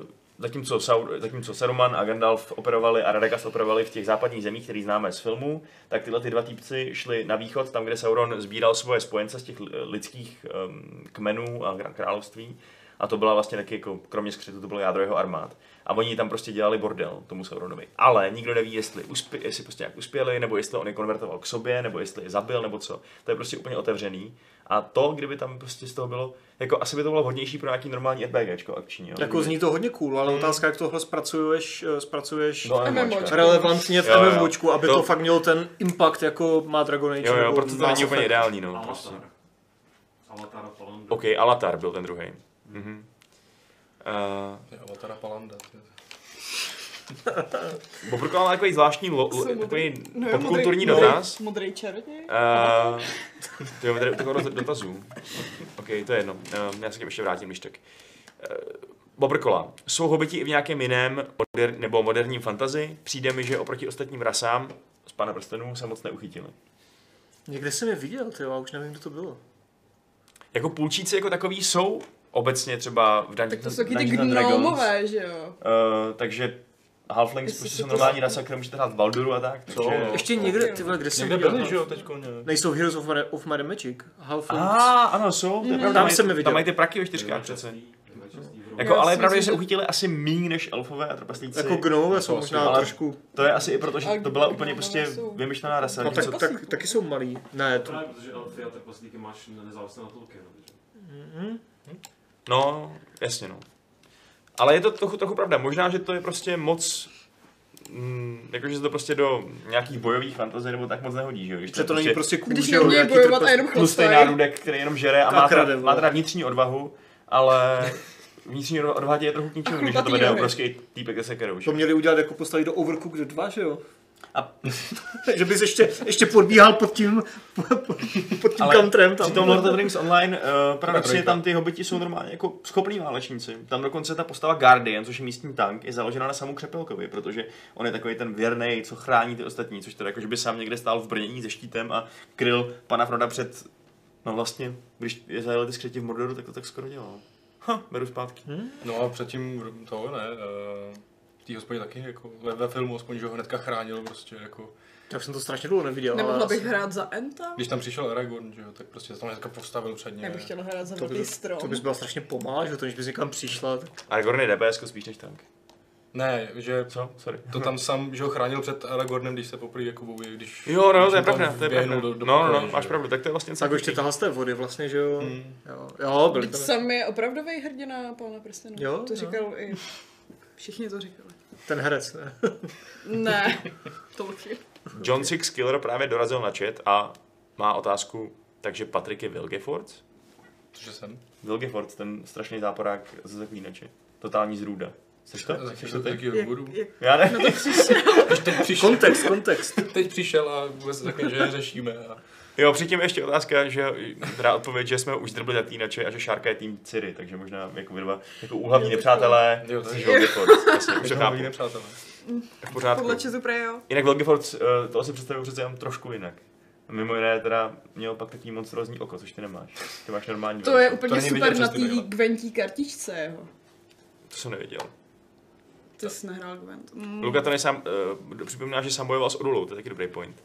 uh, zatímco, Saur, zatímco Saruman a Gandalf operovali a Radagast operovali v těch západních zemích, které známe z filmů, tak tyhle ty dva týpci šli na východ, tam, kde Sauron sbíral svoje spojence z těch eh, lidských um, kmenů a krá- království. A to byla vlastně taky, jako, kromě skřetu, to bylo jádro jeho armád. A oni tam prostě dělali bordel tomu Sauronovi. Ale nikdo neví, jestli, uspě, jestli prostě nějak uspěli, nebo jestli on je konvertoval k sobě, nebo jestli je zabil, nebo co. To je prostě úplně otevřený. A to, kdyby tam prostě z toho bylo, jako asi by to bylo vhodnější pro nějaký normální RPGčko akční. Jo?
Jako zní to hodně cool,
Mm.
ale otázka, jak tohle zpracuješ, eh, zpracuješ
Do MMOčka.
MMOčka.
relevantně v
No. Jo, jo.
MMOčku, aby
To-
to... fakt mělo ten impact, jako má Dragon Age.
Jo, jo,
nebo
proto to
Mass
není úplně
Effect.
ideální, no. Prostě.
Avatar. Avatar a Palando.
OK, Alatar byl ten druhý. Mhm. Uh,
To je Avatar a Palanda. to je-
Bobrko má takový zvláštní lo,
Jsou
lo,
modrý-
takový
No jo,
popkulturní
modrý-
dotaz.
Modrý čaroděj?
Uh, ty máme tady takovou roz- dotazů. OK, to je jedno. Uh, já se k těm ještě vrátím, když tak. Uh, Bobrkola. Jsou hobiti i v nějakém jiném moder- nebo moderním fantazi? Přijde mi, že oproti ostatním rasám z Pana prstenů se moc neuchytili.
Někde jsem je viděl, ty, já už nevím, kdo to bylo.
Jako půlčíci jako takový jsou obecně třeba v Dungeons
Tak
Hm,
to jsou taky ty
Dungeons and Dragons.
gnomové, že jo?
Eh, takže Halflings
Jestli
prostě
si
jsou
to-
normální rasa, které můžete hrát v Balduru a tak.
Co?
Takže...
No.
Ještě
to-
někde, ty vole, kde jsem
Někde
viděl?
no.
byli, že jo, teďko nějak.
Nejsou Heroes of, Mad- of Might and Magic, Half-Life.
A, ano, jsou.
Mhm.
to je pravda,
Tam
mají-
jsem je viděl.
Tam mají ty praky ve čtyřkách přece. Jako,
Já
ale
si
je pravda, že se
myslím, že-
uchytili asi míň než elfové a trpaslíci.
Jako gnomové jsou
Jako
možná
asi,
ale-
trošku...
To je asi i proto,
A
že to byla úplně
gnomové
prostě
jsou-
vymyšlená rasa.
No,
No,
tak, tak, taky jsou malí. Ne, to...
Právě, protože elfy a trpaslíky máš nezávisle na Tolkienu. že?
no jasně no. Ale je to trochu, trochu pravda. Možná, že to je prostě moc... Mm, jakože se to prostě do nějakých bojových fantazie nebo tak moc nehodí, že jo? Když
Že to není prostě cool,
Když
že jo,
neumějí
nějaký
bojovat
trpas-
a jenom
tlustý
chlastají.
nárůdek, který jenom žere a
Tak
má, teda,
rade, vole.
má teda vnitřní odvahu, ale vnitřní odva- odvaha tě je trochu k ničemu, když to
chlupatý
vede
nohy.
obrovský týpek se sekerou. že
To
jo?
měli udělat jako postavit do Overcooked 2, že jo? že bys ještě, ještě podbíhal pod tím, pod tím
Ale
countrem. Tam.
Přitom Lord of the Rings Online, uh, paradoxně
Trojka.
tam ty hobiti jsou normálně jako schopní válečníci. Tam dokonce ta postava Guardian, což je místní tank, je založena na samu Křepelkovi, protože on je takový ten věrný, co brání ty ostatní, což teda jakože by sám někde stál v brnění se štítem a kryl pana Froda před... No vlastně, když je zajeli ty skřeti v Mordoru, tak to tak skoro dělal. Ha, beru zpátky.
No a předtím r- to ne, eh, v té hospodě taky, jako ve, ve filmu aspoň, že ho hnedka chránil prostě, jako.
Já jsem to strašně dlouho neviděl.
Nemohla
ale
bych
asi-
hrát za Enta?
Když tam přišel Aragorn, že jo, tak prostě se tam hnedka postavil před ně.
Já bych chtěla hrát za
to,
velký
by,
strom.
to bys byla strašně pomalá, že to, než bys někam přišla. Tak...
Aragorn je DPS spíš než tank.
Ne, že
Co? Sorry.
to tam sám, že ho chránil před Aragornem, když se poprvé jako bojí, když...
Jo, no,
když
to je
mu tam
pravda, to je
vběhnul
pravda.
do- do
no, no,
pokoje,
no,
že
máš
jo.
pravda, tak to je vlastně
Tak ještě tahle z té vody vlastně, že jo. Jo, jo byly
Vždyť
tam.
Sam je opravdový hrdina Pána prstenů.
Jo,
to
jo.
říkal i... Všichni to říkali.
Ten herec, ne?
Ne, Tolkien.
John Six Killer právě dorazil na chat a má otázku, takže Patrik je Vilgefort?
Cože jsem?
Vilgefort, ten strašný záporák z zaklínače. Totální zrůda. Jsi to? Jsi to
Zachytil
teď?
taky hovoru.
Jak, jak
Já ne.
No
na to přišel?
Teď přišel,
Kontext, kontext.
teď přišel a vůbec takhle, že je řešíme. A...
Jo, předtím ještě otázka, že teda odpověď, že jsme už drbli zaklínače a že Šárka je tým Ciri, takže možná jako vy dva, jako úhlavní nepřátelé,
Jo, to
jsi
je-
Vilgefort. Jasně, Vlastně už to chápu.
nepřátelé.
V pořádku.
Podle česu prej, jo.
Jinak Vilgefort, eh, to asi představuju přece jenom trošku jinak. Mimo jiné teda měl pak takový monstrózní oko, což ty nemáš. Ty máš normální
To
velikost.
je úplně
není
super
vidět,
na
co jsi
té
viděla.
Gwentí kartičce jeho.
To jsem nevěděl.
Ty jsi nehrál Gwent. Mm.
Luka to sám, uh, připomíná, že sám bojoval s Odulou, to je taky dobrý point.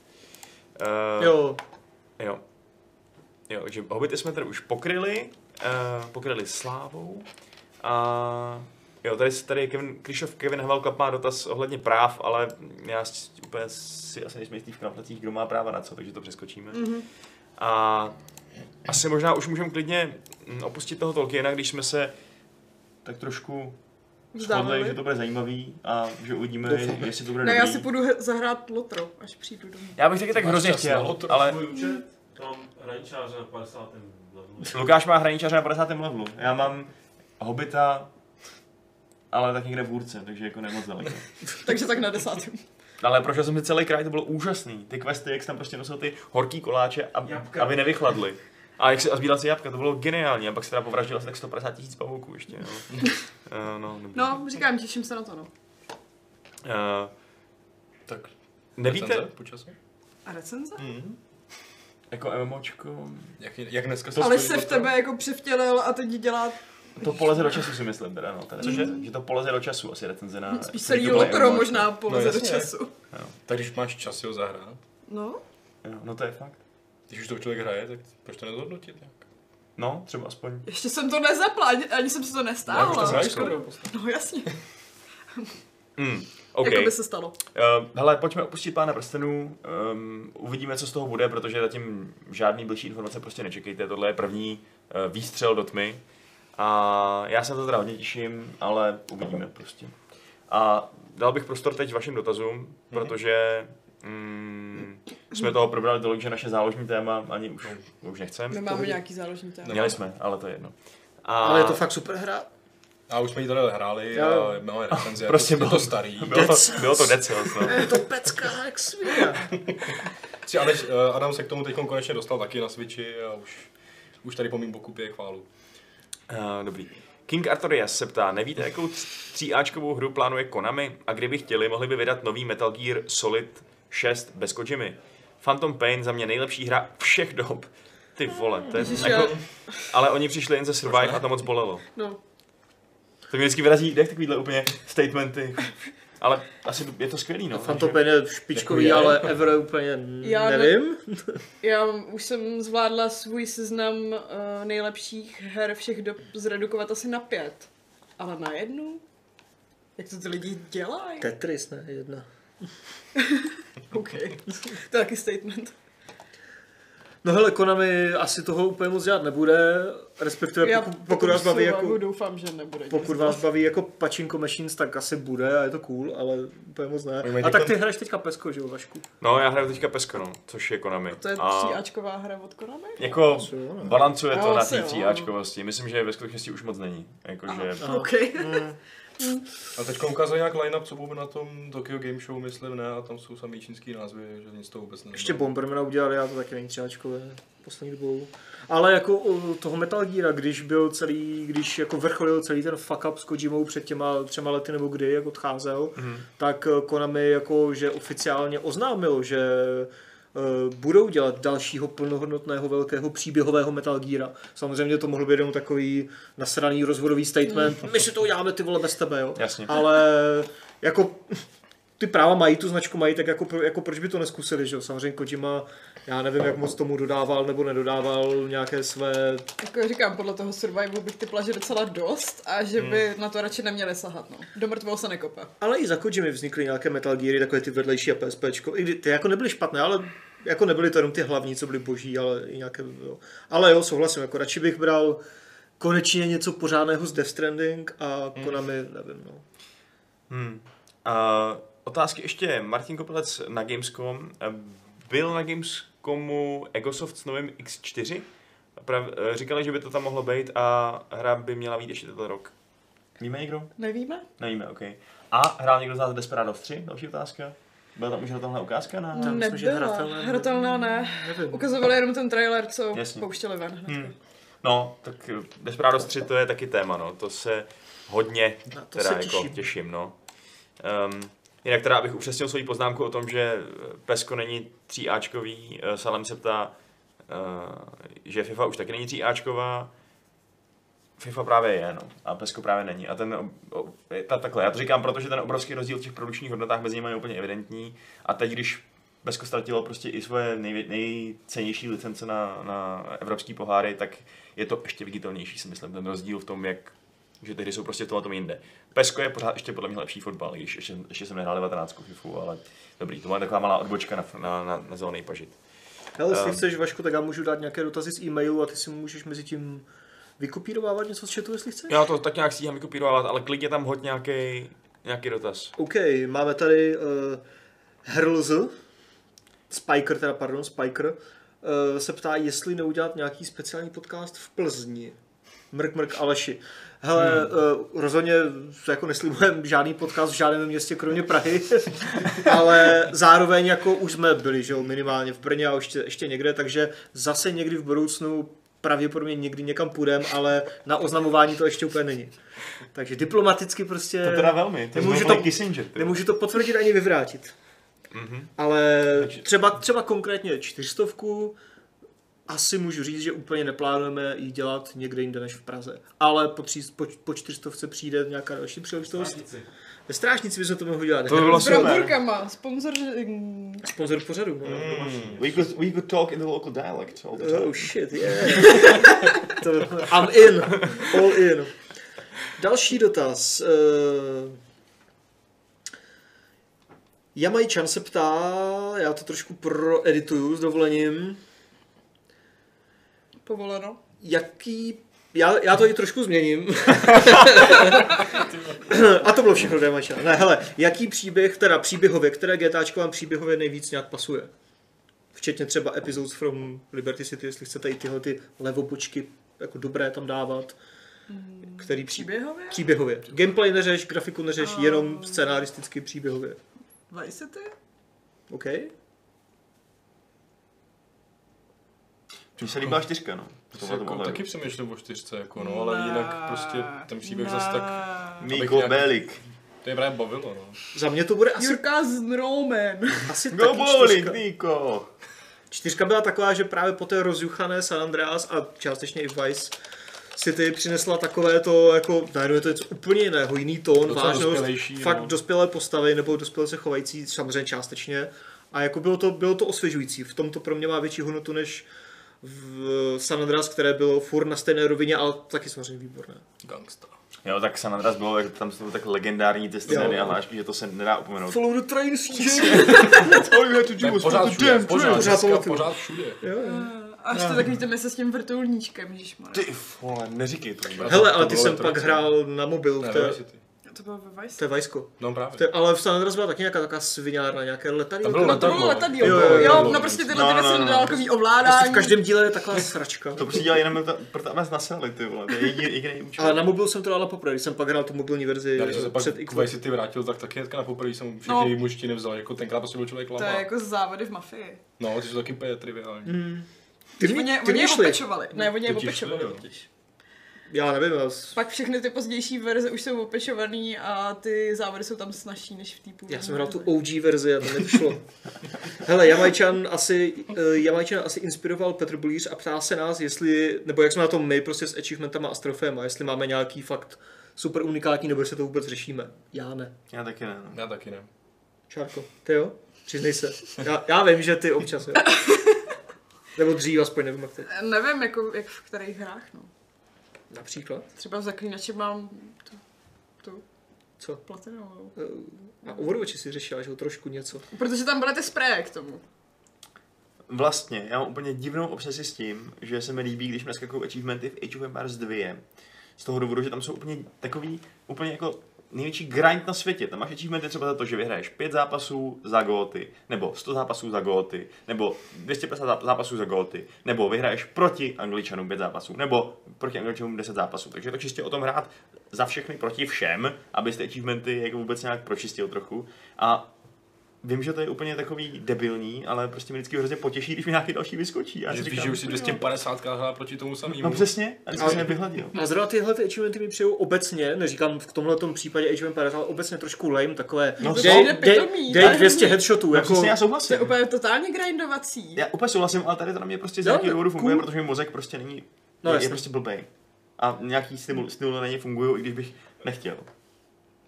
Eh,
Jo,
Jo. Jo, takže hobity jsme tady už pokryli, uh, pokryli slávou. A jo, tady, tady Kevin, Krišov Kevin Havelka má dotaz ohledně práv, ale já s- úplně si asi nejsme jistý v knaplecích, kdo má práva na co, takže to přeskočíme. Mm-hmm. A asi možná už můžeme klidně mm, opustit toho Tolkiena, když jsme se tak trošku shodli, že
Vzdávali.
to bude zajímavý a že uvidíme,
Doufám.
jestli to bude
Ne,
dobrý.
já si půjdu he- zahrát Lotro, až přijdu domů.
Já bych taky tak
Máš
hrozně
čas na
chtěl,
lotr,
ale...
Můj účet, tam hraničáře na 50. levnu.
Lukáš má hraničáře na 50. levelu. Já mám hobita, ale tak někde v hůrce, takže jako nemoc daleko.
Takže tak na desátém.
Ale prošel jsem si celý kraj, to bylo úžasný. Ty questy, jak jsi tam prostě nosil ty horký koláče, ab,
Jabka.
aby nevychladly. A jak si a sbíral si jabka, to bylo geniální. A pak se teda povraždil asi tak 150 tisíc pavouků ještě. No. Eh, no, dobrý.
No, říkám, těším se na to, no.
Eh,
Tak,
nevíte,
recenze po čase?
A recenze?
Mhm.
jako MMOčko,
Jak, jak dneska
To
Ale
stojí
se v
to-
tebe jako převtělil a teď dělá
to poleze do času si myslím teda, no. Teda, Cože? Že to poleze do času asi recenze na...
spíš
free
celý
to play
Lotro
MMOčko.
možná
No
poleze do
jasně.
času.
Tak když máš čas si ho zahrát,
No,
Jo, No to je fakt.
když už to člověk hraje, tak proč to nezhodnotit nějak?
No, třeba aspoň.
ještě jsem to nezapla, ani, ani jsem si to
Já už to
nestála.
hraješ skoro. prostě.
No jasně,
Mm,
okay. jako
okay.
by se stalo.
Uh, hele, pojďme opustit pána prstenů, um, uvidíme, co z toho bude, protože zatím žádný blížší informace prostě nečekejte, tohle je první uh, výstřel do tmy a já se na to teda hodně těším, ale uvidíme prostě. A dal bych prostor teď vašim
Mhm.
dotazům, protože mm, jsme toho probrali tolik, že naše záložní téma ani už, už
My
nechcem.
máme nějaký záložní téma.
No.
Měli jsme, ale to je jedno. A
ale je to fakt super hra.
A už jsme ji tady hráli
Jo.
a máme recenzi,
Prostě
prostě to, je
bylo-
to starý.
bylo to, bylo to decels, no.
Je to pecka, jak svíja.
Si Aleš, eh, Adam se k tomu teď konečně dostal taky na Switchi a už, už tady po mým boku pije chválu.
Uh, dobrý. King Artorias se ptá, nevíte, jakou tř- tříáčkovou hru plánuje Konami? A kdyby chtěli, mohli by vydat nový Metal Gear Solid 6 bez Kojimy. Phantom Pain za mě nejlepší hra všech dob. Ty vole, to je
Ježiš, já,
jako, ale oni přišli jen ze Survive a to moc bolelo.
no,
To mě vždycky vyrazí dech takovýhle úplně statementy. Ale asi je to skvělý, no.
Phantom Pain je špičkový,
Jako je.
ale Ever úplně
Já ne-
nevím.
já už jsem zvládla svůj seznam uh, nejlepších her všech dob zredukovat asi na pět. Ale na jednu? Jak to ty lidi dělají?
Tetris, ne? Jedna.
OK, to je taky statement.
No hele, Konami asi toho úplně moc dělat nebude, respektive
Já
pokud, pokud vás
se
baví
váhu
jako...
doufám, že nebude.
Pokud vás baví jako Pachinko Machines, tak asi bude a je to cool, ale úplně moc ne.
Oni mají
A tak
teď-
ty hraješ teďka pesko, že jo, Vašku?
No, já hraju teďka Pesko, no, což je Konami.
To je tříáčková hra od Konami?
jako
Co jo, ne?
balancuje to
Jo,
na
No, asi
té
jo.
tříáčkovosti. Myslím, že ve skutečnosti už moc není. Jakože...
Aha, OK.
A teďka ukázali nějak line-up, co bude na tom Tokyo Game Show, myslím, ne, a tam jsou samý čínský názvy, že nic to vůbec nevím.
Ještě Bombermana udělali, já to taky není třáčkové poslední dobou. Ale jako u toho Metal Gear, když byl celý, když jako vrcholil celý ten fuck up s Kojimou před těma třema lety nebo kdy, jak odcházel, mm. tak eh, Konami jako, že oficiálně oznámil, že eh, budou dělat dalšího plnohodnotného velkého příběhového Metal Geara. Samozřejmě to mohl být jenom takový nasraný rozvodový statement, my si to uděláme ty vole bez tebe, jo.
Jasně.
Ale jako ty práva mají, tu značku mají, tak jako, pro- jako proč by to neskusili, že jo? Samozřejmě Kojima, já nevím, jak moc tomu dodával nebo nedodával nějaké své...
Jako říkám, podle toho survivalu bych typla, že docela dost a že by na to radši neměli sahat, no. Do mrtvého se nekope.
Ale i za Kojimy vznikly nějaké Metal Geary, takové ty vedlejší a PSPčko. I kdy- ty jako nebyly špatné, ale jako nebyly to jenom ty hlavní, co byly boží, ale i nějaké... Jo. Ale jo, souhlasím, jako radši bych bral konečně něco pořádného z Death Stranding a Konami, nevím, no.
Hmm. Uh, otázky ještě. Martin Kopelec na Gamescom. Eh, Byl na Gamescomu Egosoft s novým X4? Prav, eh, říkali, že by to tam mohlo být a hra by měla být ještě tento rok. Víme někdo?
Nevíme?
Nevíme, OK. A hrál někdo z nás Desperados 3? Další otázka. Byla tam už hratelná ukázka na...
myslím, že
Nebyla.
hratelná-
Hratelná ne.
Nevím.
Ukazovali jenom ten trailer, co
Jasně.
pouštěli ven hned.
Hmm. No, tak eh, Desperados 3 to je taky téma, no. To se hodně
Na to
teda
se
jako těším,
těším.
no. Um, jinak teda, abych upřesnil svoji poznámku o tom, že Pesko není 3Ačkový, eh, Salem se ptá, eh, že FIFA už taky není 3Ačková, FIFA právě je, no, a Pesko právě není. A ten, o, o, je ta, takhle, já to říkám, protože ten obrovský rozdíl v těch produkčních hodnotách mezi nimi je úplně evidentní. A teď, když Pesko ztratilo prostě i svoje nejvě, nejcennější licence na, na evropský poháry, tak je to ještě viditelnější, si myslím, ten rozdíl v tom, jak že tehdy jsou prostě tohle tom jinde. Pesko je pořád ještě podle mě lepší fotbal, i když ještě, ještě jsem nehrál 19 FIFU, ale dobrý, to má taková malá odbočka na, na, na, na zelený pažit.
Hele, jestli
Ehm.
chceš, Vašku, tak já můžu dát nějaké dotazy z e-mailu a ty si můžeš mezi tím vykopírovávat něco z chatu, jestli chceš.
Já to tak nějak stíhám vykopírovat, ale klidně tam hoď nějaký nějaký dotaz.
OK, máme tady uh, Herlz, Spiker teda, pardon, Spiker, uh, se ptá, jestli neudělat nějaký speciální podcast v Plzni. Mrk, mrk, Aleši. Hele, hmm. uh, rozhodně jako neslibujeme žádný podcast v žádném městě, kromě Prahy, ale zároveň jako už jsme byli, že jo, minimálně v Brně a ještě, ještě někde, takže zase někdy v budoucnu pravděpodobně někdy někam půjdeme, ale na oznamování to ještě úplně není. Takže diplomaticky prostě...
To teda velmi, to je
Nemůžu
úplně
to-
Kissinger. ty.
Nemůžu to potvrdit ani vyvrátit.
Mhm.
Ale
Takže-
třeba, třeba konkrétně čtyřstovku asi můžu říct, že úplně neplánujeme ji dělat někde jinde než v Praze. Ale po, tří, po, po čtyřstovce přijde nějaká další příležitost.
Strážníci.
Ve Strážnici bychom to mohli dělat.
To by bylo
S
super.
bramburkama, sponzor... mm,
Sponzor pořadu. No.
Mm.
We could, we could talk in the local dialect all the
Oh shit, yeah. to, I'm in. All in. Další dotaz. Uh, Jamajčan se ptá, já to trošku proedituju s dovolením,
Povoleno.
jaký... Já, já to i trošku změním. A to bylo všechno, Jamajčan. Ne, hele, jaký příběh, teda příběhově, které GTAčko vám příběhově nejvíc nějak pasuje? Včetně třeba Episodes from Liberty City, jestli chcete i tyhle ty levobočky jako dobré tam dávat. Který příběh?
Příběhově?
Příběhově. Gameplay neřeš, grafiku neřeš,
A-
jenom scenaristicky příběhově.
Vice City?
OK?
Mně se líbila čtyřka, no. V tomhle
Jako,
ohledu.
taky přemýšlím o čtyřce, jako, no, ale jinak prostě ten příběh zase tak,
Miko
Abych nějak-
Belik.
to je právě bavilo, no.
Za mě to bude asi,
Jurka z Roman.
asi taky
Go bowling,
čtyřka.
Miko!
Čtyřka byla taková, že právě po té rozjuchané San Andreas a částečně i Vice City přinesla takové to, jako najednou je to něco úplně jiného, jiný tón,
Docela
vážnost,
dospělejší,
fakt
no.
dospělé postavy nebo dospělé se chovající, samozřejmě částečně. A jako bylo to, bylo to osvěžující, v tom to pro mě má větší hodnotu než v San Andreas, které bylo furt na stejné rovině, ale taky samozřejmě výborné.
Gangsta.
Jo, tak San Andreas bylo, jak tam jsou tak legendární ty scény
Jo.
a hlášky, že to se nedá opomenout.
Follow the train,
All you had to
Ne, pořád všude, pořád,
pořád
dneska
pamatuju.
pořád všude.
A ještě takový ty mise s tím vrtulníčkem, když
Ty vole, neříkej to. vůbec.
Hele, ale
To
ty
bylo
jsem
to
pak
docela-
hrál na mobil,
Ne,
v té,
Vice City.
to bylo ve Vice.
To je Vajsko.
No
To
právě.
je, ale v San Andreas byla taky nějaká taková sviňárna, nějaké letadlo.
Tam bylo
No to bylo
letadlo.
letadlo. Jo, jo, jo, no prostě tyhle
No,
ty
no,
věci
no, no.
na dálkový
Prostě
ovládání.
v každém díle je taková sračka.
To prostě dělali jenom to, proto, aby nás naseli, ty vole. To je jediný, jediný účel.
Ale na mobil jsem to dala poprvé, když jsem pak hrál tu mobilní verzi
Já když jsem se pak
před
k Vice City vrátil, tak taky hnedka na poprvé jsem všechny
No.
její mužští nevzal, jako tenkrát prostě byl člověk
To
lama.
je jako závody v mafii.
No, ty jsou taky úplně triviální.
Ty
Oni,
mě, ty
oni
mě
je
šli.
opečovali. Ne, oni je
Totiž
opečovali.
to jo.
totiž.
Já nevím, já s-
Pak všechny ty pozdější verze už jsou opečovaný a ty závody jsou tam snažší než v té původní.
já jsem hrál tu
verzi.
OG verzi a to mi to šlo. Hele, Jamajčan asi, eh, Jamajčan asi inspiroval Petr Bulíř a ptá se nás, jestli, nebo jak jsme na tom my prostě s achievementama a s troféma, jestli máme nějaký fakt super unikátní, nebo jestli to vůbec řešíme. Já ne.
Já taky ne. no.
Já taky ne.
Čárko, ty jo? Přiznej se. Já, já vím, že ty občas, jo. Nebo dřív, aspoň nevím, jak teď.
Nevím, jako, jak v kterých hrách, no.
Například?
Třeba v zaklínači mám tu, tu
Co?
platinovou.
A Overwatchi si řešila, že jo, trošku něco.
Protože tam byly ty spreje k tomu.
Vlastně, já mám úplně divnou obsesi s tím, že se mi líbí, když mi naskakují achievementy v Age of Empires 2. Z toho důvodu, že tam jsou úplně takový, úplně jako největší grind na světě. Tam máš achievementy třeba za to, že vyhraješ 5 zápasů za góty, nebo 100 zápasů za góty, nebo 250 záp- zápasů za góty, nebo vyhraješ proti Angličanům 5 zápasů, nebo proti Angličanům 10 zápasů. Takže je to čistě o tom hrát za všechny proti všem, abyste achievementy jako vůbec nějak pročistil trochu. A Vím, že to je úplně takový debilní, ale prostě mě vždycky hrozně potěší, když mi nějaký další vyskočí. Já
Že
si
víš,
říkám,
že už si prostě
"Jo."
250 hrá proti tomu samému.
No přesně, a vždycky
Ale-
jsem je vyhladil.
jako
A zrovna tyhle ty achievementy mi přijou obecně, neříkám v tomhle případě Age of Empires, ale obecně trošku lame, takové
No,
dej,
to je
dej,
pitomý,
dej
to je
200
hrozný.
headshotů,
No,
jako...
přesně, já
To
souhlasím.
je úplně totálně grindovací.
Já úplně souhlasím, ale tady to na mě prostě z
Jo,
nějakého
to-
důvodu funguje,
cool.
protože můj mozek prostě není,
No,
no, je,
jasně.
je prostě blbej. A nějaký stimul, stimul na ně fungují, i když bych nechtěl.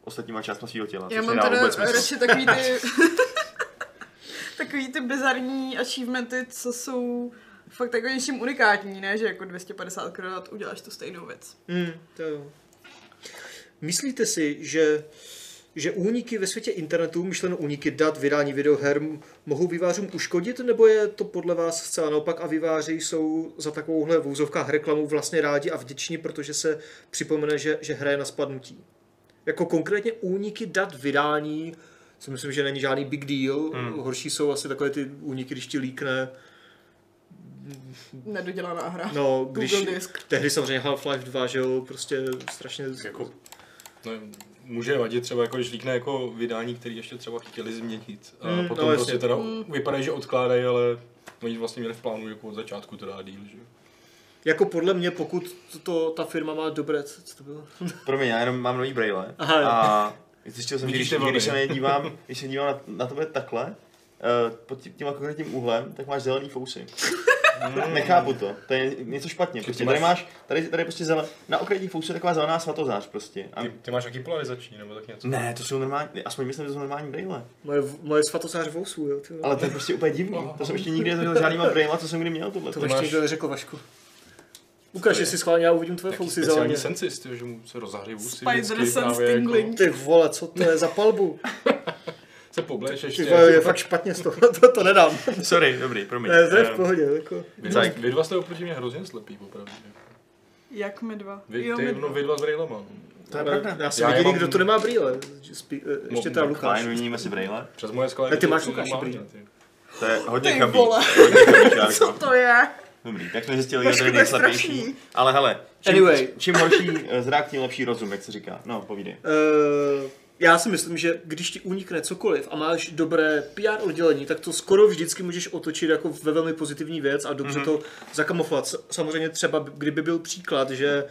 Ostatní má část svého těla,
Já
což
mám
nedá
teda
vůbec smysl.
radši takový ty... takový ty bizarní achievementy, co jsou fakt jako něčím unikátní, ne? Že jako 250 krát uděláš tu stejnou věc.
Hmm, to jo. Myslíte si, že že úniky ve světě internetu, myšleno úniky dat, vydání videoher, m- mohou vývářům uškodit, nebo je to podle vás zcela naopak a výváři jsou za takovouhle v úzovkách reklamu vlastně rádi a vděční, protože se připomene, že, že hraje na spadnutí? Jako konkrétně úniky dat, vydání, si myslím, že není žádný big deal, hmm. horší jsou asi takové ty úniky, když ti líkne
Nedodělaná hra.
No,
Google
když,
disk.
tehdy samozřejmě Half-Life 2, že jo, prostě strašně...
Jako, no, může vadit třeba, jako, když líkne jako vydání, které ještě třeba chtěli změnit. A
Mm,
mm, potom
no,
no,
jasně.
prostě teda mm. vypadá, že odkládají, ale oni vlastně měli v plánu jako od začátku teda díl, že? jo.
Jako podle mě, pokud to, to ta firma má dobré, co, co to bylo?
Promiň, já jenom mám nový brejle.
Aha, jo.
a zjistil jsem, že
Vidíš
když,
ty vlny.
když se na ně dívám, když se dívám na, na tebe takhle, eh, pod tím- tím konkrétním úhlem, tak máš zelený fousy. Nechápu to, to je něco špatně. Prostě tady máš, tady, tady prostě zelen, na okrajích fousy je taková zelená svatozář prostě. A
Ty, ty máš nějaký polarizační nebo tak
Hmm,
něco?
ne, to jsou normální, aspoň myslím, že to jsou normální brejle.
Moje, moje svatosář vousů, jo, ty vole.
Ale to je prostě úplně
No.
divný. To jsem ještě nikdy nezažil s žádnýma brejla, co jsem kdy měl tohle. To
To mi ještě
máš-
někdo neřekl, Vašku. Ukáž, jestli schválně, já uvidím tvoje
Jaký
fousy zeleně.
speciální sensis, ty, že mu se rozahřejí vůsi
Spider Sense
jako,
Tingling.
Ty vole, co to je za palbu?
se pobléčeš,
Ty
tě,
vole, je
jako-
fakt špatně z toho, to, to nedám.
Sorry, dobrý, promiň.
Ne, to je
Eh,
v pohodě, jako.
Vy dva, vy dva jste oproti mě hrozně slepý, opravdu.
Jak my dva?
Vy,
jo,
ty,
my
no,
dva.
vy dva s brýlema. no.
To je pravda.
Já jsem
Já
jediný,
mám-
kdo to nemá brýle. že spí- eh, Ještě teda
Mo-
Lukáš.
Fajn, vyměníme si brejle.
Přes moje skla.
Ne, ty
je
máš
to
Lukáši
normální,
brýle.
ty.
To je hodně
Ty
chabý.
vole.
Hodně chabý,
Co
Šárko.
to je?
Dobrý, tak jsme zjistili, že
Vašku,
to je
to je
nejslepější.
strašný.
Ale hele, čím,
Anyway.
čím horší eh, zrak, tím lepší rozum, jak se říká. No, povídej.
Eh, já si myslím, že když ti unikne cokoliv a máš dobré PR oddělení, tak to skoro vždycky můžeš otočit jako ve velmi pozitivní věc a dobře mm-hmm. to zakamuflovat. S- Samozřejmě třeba, b- kdyby byl příklad, že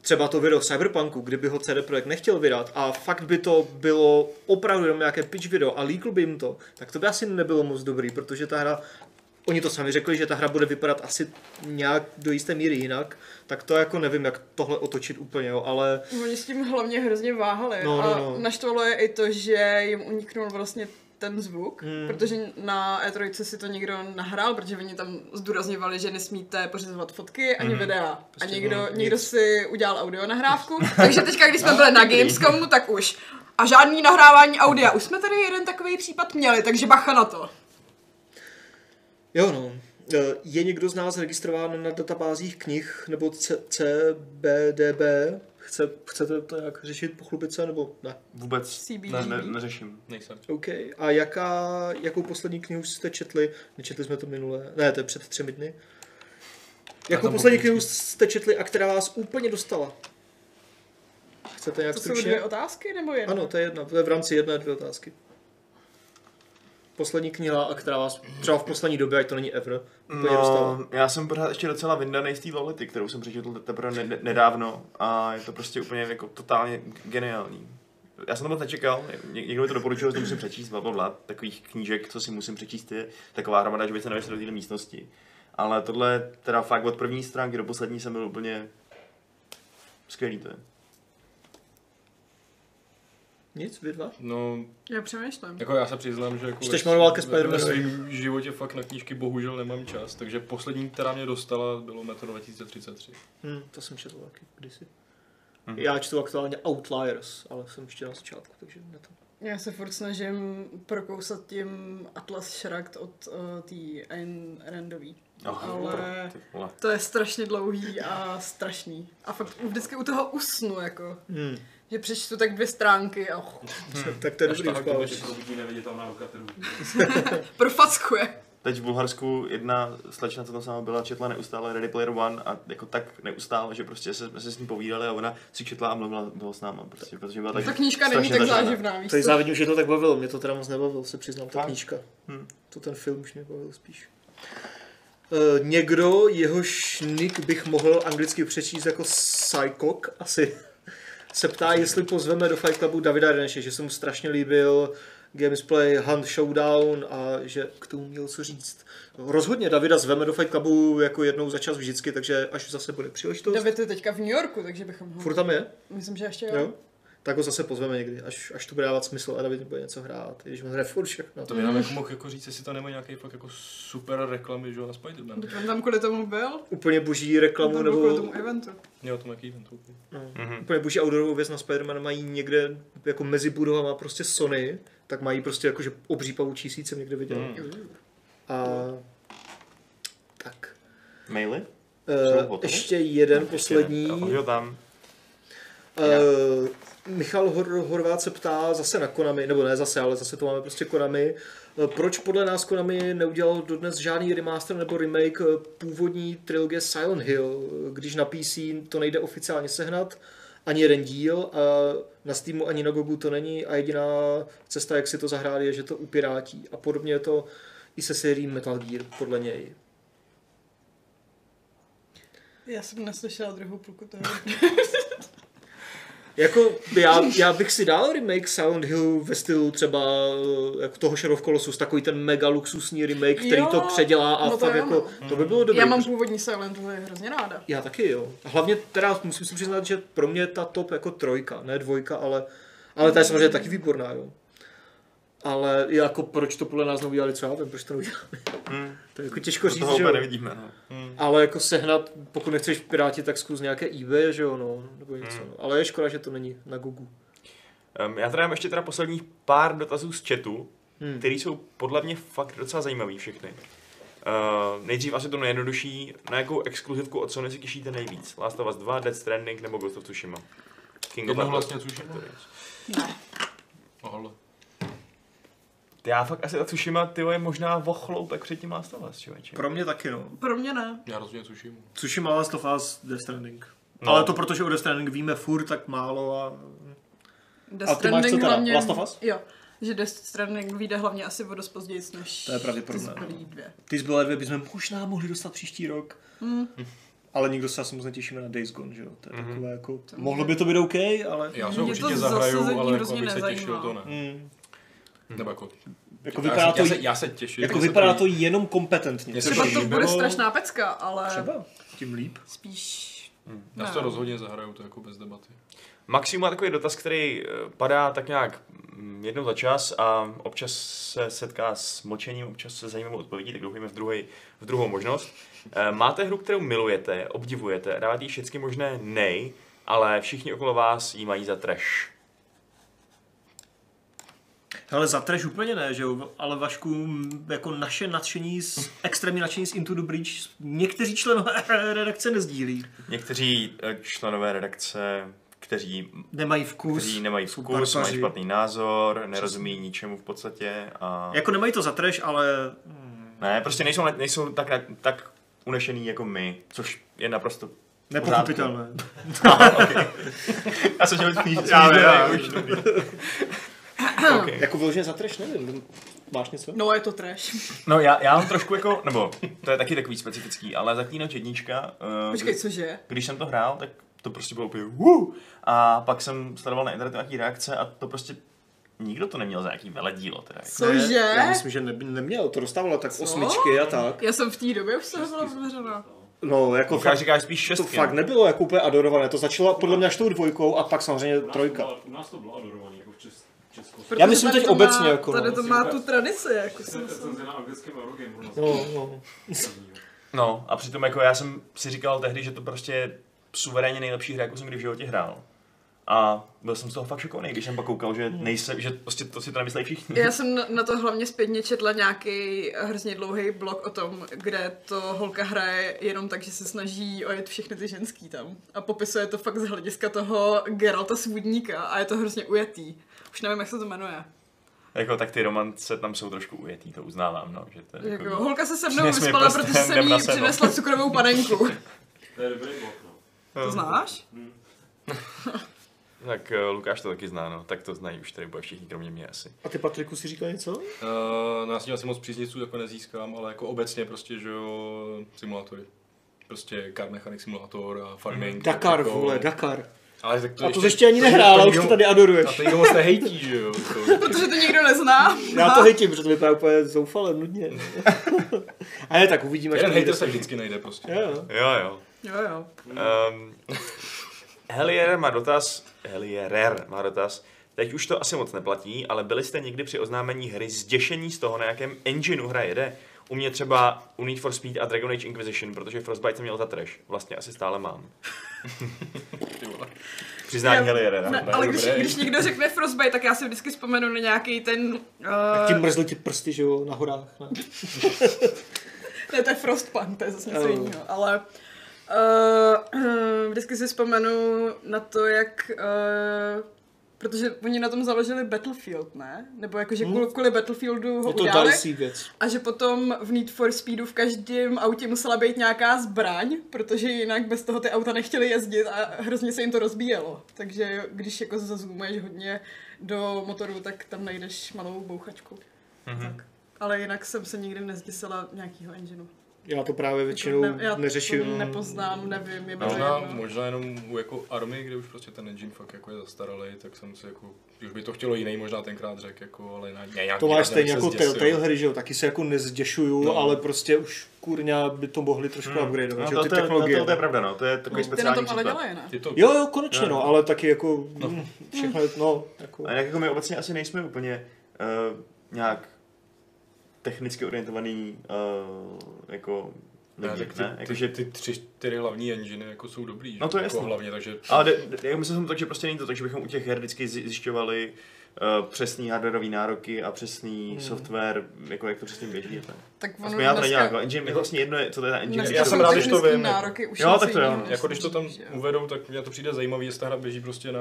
třeba to video Cyberpunku, kdyby ho CD Projekt nechtěl vydat a fakt by to bylo opravdu jenom nějaké pitch video a líkl by jim to, tak to by asi nebylo moc dobrý, protože ta hra Oni to sami řekli, že ta hra bude vypadat asi nějak do jisté míry jinak, tak to jako nevím, jak tohle otočit úplně, jo, ale
Oni s tím hlavně hrozně váhali
No,
no,
no,
a
no.
naštvalo je i to, že jim uniknul vlastně ten zvuk, hmm. protože na E3 si to někdo nahrál, protože oni tam zdůrazňovali, že nesmíte pořizovat fotky ani hmm. videa. A někdo, někdo si udělal audio nahrávku, takže teďka, když jsme byli na Gamescomu, tak už. A žádný nahrávání audia. Už jsme tady jeden takový případ měli, takže bacha na to.
Jo, no. Eh, Je někdo z nás registrován na databázích knih nebo C- CBDB? Chce, chcete to nějak řešit, pochlubit se, nebo ne?
Vůbec
CBGB.
ne, ne, neřeším.
Nejsem.
OK. A jaká, jakou poslední knihu jste četli? Nečetli jsme to minule, ne, to je před třemi dny. Jakou
tam
poslední
pokračuj.
knihu jste četli a která vás úplně dostala? Chcete nějak
To jsou
stručně?
dvě otázky nebo jedna?
Ano, to je jedna, to je v rámci jedné dvě otázky. Poslední kniha, a která vás třeba v poslední době, ať to není ever, úplně no. dostala.
No, já jsem pořád ještě docela vyndaný z té Lolity, kterou jsem přečetl teprve ne- nedávno a je to prostě úplně jako totálně geniální. Já jsem to moc nečekal, Ně- někdo mi to doporučil, že to musím přečíst, bla, bla, bla, takových knížek, co si musím přečíst, je taková hromada, že by se nevešel do téhle místnosti. Ale tohle, teda fakt od první stránky do poslední jsem byl úplně skvělý to je.
Nic, vy dva?
No,
Já přemýšlím.
Jako já se přiznám, že jako
Čteš
ve-
manuál ke
ve-
Spider-Manovi.
Ve svém životě fakt na knížky bohužel nemám čas, takže poslední, která mě dostala, bylo Metro 2033.
Hm, to jsem četl taky kdysi. Hmm. Já čtu aktuálně Outliers, ale jsem ještě na začátku, takže na to.
Já se furt snažím prokousat tím Atlas Shrugged od uh, té Ayn Randový. Ale-
ty vole.
To je strašně dlouhý a strašný. A fakt vždycky u toho usnu, jako.
Hmm.
Že přečtu tak dvě stránky a oh,
tak to je
Až
dobrý
tak,
uspávač.
Že probudí neviditelná ruka trhu.
profackuje.
Teď v Bulharsku jedna slečna, co tam sama byla, četla neustále Ready Player One a jako tak neustále, že prostě se, jsme se s ní povídali a ona si četla a mluvila toho s náma, prostě, protože byla tak
Ta knížka není tak
zažraná.
záživná, víš
To je
co?
závidím, že to tak bavilo, mě to teda moc nebavilo, se přiznám, ta
Fakt?
knížka.
Hm.
To ten film už mě bavil spíš. Eh, někdo, jehož nick bych mohl anglicky přečíst jako Psycock, asi se ptá, jestli pozveme do Fight Clubu Davida Reneše, že se mu strašně líbil gamesplay Hunt Showdown a že k tomu měl co říct. Rozhodně Davida zveme do Fight Clubu jako jednou za čas vždycky, takže až zase bude příležitost.
David je teďka v New Yorku, takže bychom ho...
Furt tam je?
Myslím, že ještě
Jo.
jo.
Tak ho zase pozveme někdy, až, až to bude dávat smysl a David bude něco hrát, i když on hraje furt všechno.
To by nám jako mohl jako říct, jestli to nemá nějaký fakt jako super reklamy, že jo, na Spider-Man.
Mm.
Teď on tam kvůli tomu byl.
Úplně boží
Tam
reklamu
byl kvůli
nebo
tomu eventu.
Měl to nějaký event, okay.
no,
Hmm.
Mhm.
úplně boží outdoorovou věc na Spider-Man mají někde jako mezi budovama prostě Sony, tak mají prostě jakože obří pavučí síť jsem někde viděl.
Hmm.
A tak.
Maily? Jsou
Uh,
hotovo?
ještě jeden poslední.
Ještě ne. Jo, tam.
Eh, Michal Hor- Horvát se ptá zase na Konami, nebo ne zase, ale zase to máme prostě Konami. Eh, Proč podle nás Konami neudělal dodnes žádný remaster nebo remake eh, původní trilogie Silent Hill, eh, když na PC to nejde oficiálně sehnat, ani jeden díl, a na Steamu ani na Gogu to není a jediná cesta, jak si to zahrát, je, že to upirátí. A podobně je to i se sérií Metal Gear, podle něj.
Já jsem neslyšela druhou půlku toho.
Jako, já, já bych si dal remake Silent Hill ve stylu třeba eh, jako toho Shadow of Colossus, takový ten mega luxusní remake, který
Jo,
to předělá a
no to
fakt
jo,
jako, to by bylo dobré.
Já mám původní Silent Hill je hrozně ráda.
já taky, jo. A Hlavně teda musím si přiznat, že pro mě ta top jako trojka, ne dvojka, ale, ale ta je samozřejmě taky výborná, jo. Ale jako proč to podle nás neudělali, co já vím, proč to neudělali.
Hm.
To je jako těžko
To
říct,
toho
že
úplně
jo.
nevidíme. No.
Ale jako sehnat, pokud nechceš piráti, tak zkus nějaké eBay, že jo, no, nebo něco.
Hmm.
No. Ale je škoda, že to není na Google.
Um, já tady mám ještě teda posledních pár dotazů z chatu,
Hmm.
hmm. který jsou podle mě fakt docela zajímavý všechny. Uh, nejdřív asi to nejjednodušší, na jakou exkluzivku od Sony se těšíte nejvíc? Last of Us 2, Death Stranding nebo Ghost of Tsushima? King of Hearts.
vlastně
Jednohlasně tuším.
Ne.
Ohle.
Já fakt asi ta Tsushima, ty je možná o chloupek před tím Last of Us, člověče.
Pro mě taky, no.
Pro mě ne.
Já rozhodně
Mm,
tuším.
Což je malá Last of Us Death Stranding. No.
No.
Ale to protože o Death Stranding víme furt tak málo a...
Death
A ty máš
Stranding
co teda?
hlavně...
Last of Us?
Jo. Že Death Stranding vyjde hlavně asi o dost později, než
To je pravděpodobné,
ty zbylý
no.
dvě.
Ty zbylé dvě bychom možná mohli dostat příští rok.
Mm.
Ale nikdo se asi moc netěšíme na Days Gone, že jo? To je
Mhm.
takové jako...
To
Mohlo
může-
by to být OK, ale...
Já se
Mě to
určitě
zasazení
zahraju, ale jako
hrozně
abych se
nezajímá.
těšil, to ne.
Mm.
Nebo jako,
Jako
já, se,
vypadá to,
já, se, já se těším.
jako
tak se
vypadá
to-
to jenom kompetentně.
Mě
což
Třeba
je-
to
líbilo.
bude strašná pecka, ale
Třeba. Tím líp.
spíš...
Já
ne.
se to rozhodně zahraju, to jako bez debaty.
Maximum má takový dotaz, který eh, padá tak nějak mm, jednou za čas a občas se setká s mlčením, občas se zajímavou odpovědí, tak doufejme v, druhej, v druhou možnost. Eh, Máte hru, kterou milujete, obdivujete, dáváte jí všechny možné nej, ale všichni okolo vás jí mají za trash.
Ale za trash úplně ne, že jo, ale Vašku, m, jako naše nadšení, z, extrémní nadšení z Into the Breach, někteří členové redakce nezdílí.
Někteří eh, členové redakce kteří,
Nemají vkus.
kteří nemají
jsou
vkus, mají
barbaři.
špatný názor, nerozumí ničemu v podstatě a...
Jako nemají to za trash, ale... hmm,
Ne, prostě nejsou, ne- nejsou tak, na- tak unešený jako my, což je naprosto...
Nepochopitelné.
Já jsem chtěl spíš spíš-
Já vím, já
ne,
vím.
už dobrý. okay.
Jako vyloženě za trash, nevím. Máš něco?
No je to trash.
No já, já mám trošku jako, nebo to je taky takový specifický, ale zaklínač jednička, eh,
Počkej, cože?
když jsem to hrál, tak to prostě bylo úplně uh, A pak jsem sledoval na internetu nějaký reakce a to prostě nikdo to neměl za nějaký veledílo teda. jako.
Cože?
Já myslím, že ne, neměl, to dostávalo tak
Co?
osmičky a tak.
Já jsem v té době už se byla zveřena.
No, jako
Lukáš
fakt,
říká spíš
to
šestky. no.
fakt nebylo jako úplně adorované, to začalo podle mě až tou dvojkou a pak samozřejmě
U nás to
trojka.
bylo- U nás to bylo adorovaný, jako v Čes- Česku.
Já myslím teď obecně, jako, no.
Tady to má tu tradici, jako si myslím.
Recenze na anglickém Eurogameu. No.
No, no.
No a přitom jako já jsem si říkal tehdy, že to prostě je suverénně nejlepší hra, jakou jsem kdy v životě hrál. A byl jsem z toho fakt šokovaný, když jsem pak koukal, že, nejsem, že prostě to si to nemyslí všichni.
Já jsem na- na to hlavně zpětně četla nějaký hrozně dlouhý blog o tom, kde to holka hraje jenom tak, že se snaží ojet všechny ty ženský tam. A popisuje to fakt z hlediska toho Geralta Svůdníka a je to hrozně ujetý. Už nevím, jak se to jmenuje.
Jako tak ty romance tam jsou trošku ujetý, to uznávám, no. Že to je
Jako,
takový-
holka se se mnou
Přines mi
vyspala,
prstem,
protože jsem
jdem na
jí
seno.
přinesla cukrovou panenku.
To je dobrý blok, no.
To znáš?
Tak eh, Lukáš to taky zná, no. Tak to znají už tady bude všichni, kromě mě asi.
A ty Patriku si říkal něco?
Uh, no já s tím asi moc příznivců jako nezískám, ale jako obecně prostě, že jo, simulátory. Prostě car mechanic simulátor a farming.
Dakar,
jako,
vole, Dakar.
Ale tak to
A to jsi ještě ani nehrál, ale už to tady
A
adoruješ.
to nikdo moc nehejtí, že jo. To,
Protože to nikdo nezná.
Já to hejtím, protože to vypadá úplně zoufale, nudně. A ne, tak uvidíme.
jeden
až to
hejter
bude.
se vždycky najde prostě.
Jo, jo.
Jo, jo.
Jo, jo.
Um, Helier má dotaz, Helierer má dotaz, teď už to asi moc neplatí, ale byli jste někdy při oznámení hry zděšení z toho, na jakém engineu hra jede? U mě třeba u Need for Speed a Dragon Age Inquisition, protože Frostbite jsem měl za trash. Vlastně asi stále mám.
Ty vole.
Přiznání
Já-
Helierera.
Ne, ale když,
dobrý.
když někdo řekne Frostbite, tak já si vždycky vzpomenu na nějaký ten...
Jak ti
Uh,
mrzly ti prsty, že jo, na horách. Ne?
ne, to je Frostpunk, to je zase něco
Ano.
jiného, ale... Uh, vždycky si vzpomenu na to, jak... Uh, protože oni na tom založili Battlefield, ne? Nebo jakože kvůli, kvůli Battlefieldu ho
Hm? Je to
udělali.
další věc.
A že potom v Need for Speedu v každém autě musela být nějaká zbraň, protože jinak bez toho ty auta nechtěly jezdit a hrozně se jim to rozbíjelo. Takže když jako zazumuješ hodně do motoru, tak tam najdeš malou bouchačku. Mm-hmm. Tak. Ale jinak jsem se nikdy nezděsila nějakýho engineu.
Já to právě většinou
Jako ne- já to
neřeším.
nepoznám, nevím,
No,
je jako mi to
Možná,
jedno.
možná jenom u jako Army, kde už prostě ten engine fakt jako je zastaralý, tak jsem si jako, už by to chtělo jiný, možná tenkrát řekl, jako, ale na, ne, nějaký
To máš
rád,
stejně
abych
jako
se zděsil.
Telltale hry, že jo, taky se jako nezděšuju,
No.
ale prostě už kurňa by to mohli trošku upgradeovat,
Hmm.
že
No, to,
jo, ty
to, to, to,
technologie.
to, je pravda, no. To je takový
Ty na
speciální
tom No, ale
případ.
dělají, ne?
Ty to,
Jo, jo, konečně,
Jo.
no, ale taky jako no. všechno, je- no, jako,
A jinak jako my obecně asi nejsme úplně uh, nějak technicky orientovaný uh, jako
ne,
lidi,
tak ty,
ne? Jako
ty,
Jakože
ty, ty, tři, čtyři hlavní engine jako jsou dobrý, že
No to je
jako
jasný.
hlavně, takže
Ale de, de, já myslím, tak, že prostě není to tak, že bychom u těch her vždycky zi- zjišťovali uh, přesný hardwareový nároky a přesný hmm. software, jako jak to přesně běží. a Tak.
Tak ono
Aspoň já to nedělám, jako
dneska,
engine, je vlastně jedno, je- co to je ta engine.
dneska
Já
jsou
jsem rád, když to
technický
vím, jako.
nároky už
Jo,
něco
tak to jo.
jiného, než
Jako když to tam
že jo.
uvedou, tak mě to přijde zajímavý, jestli ta hra běží prostě na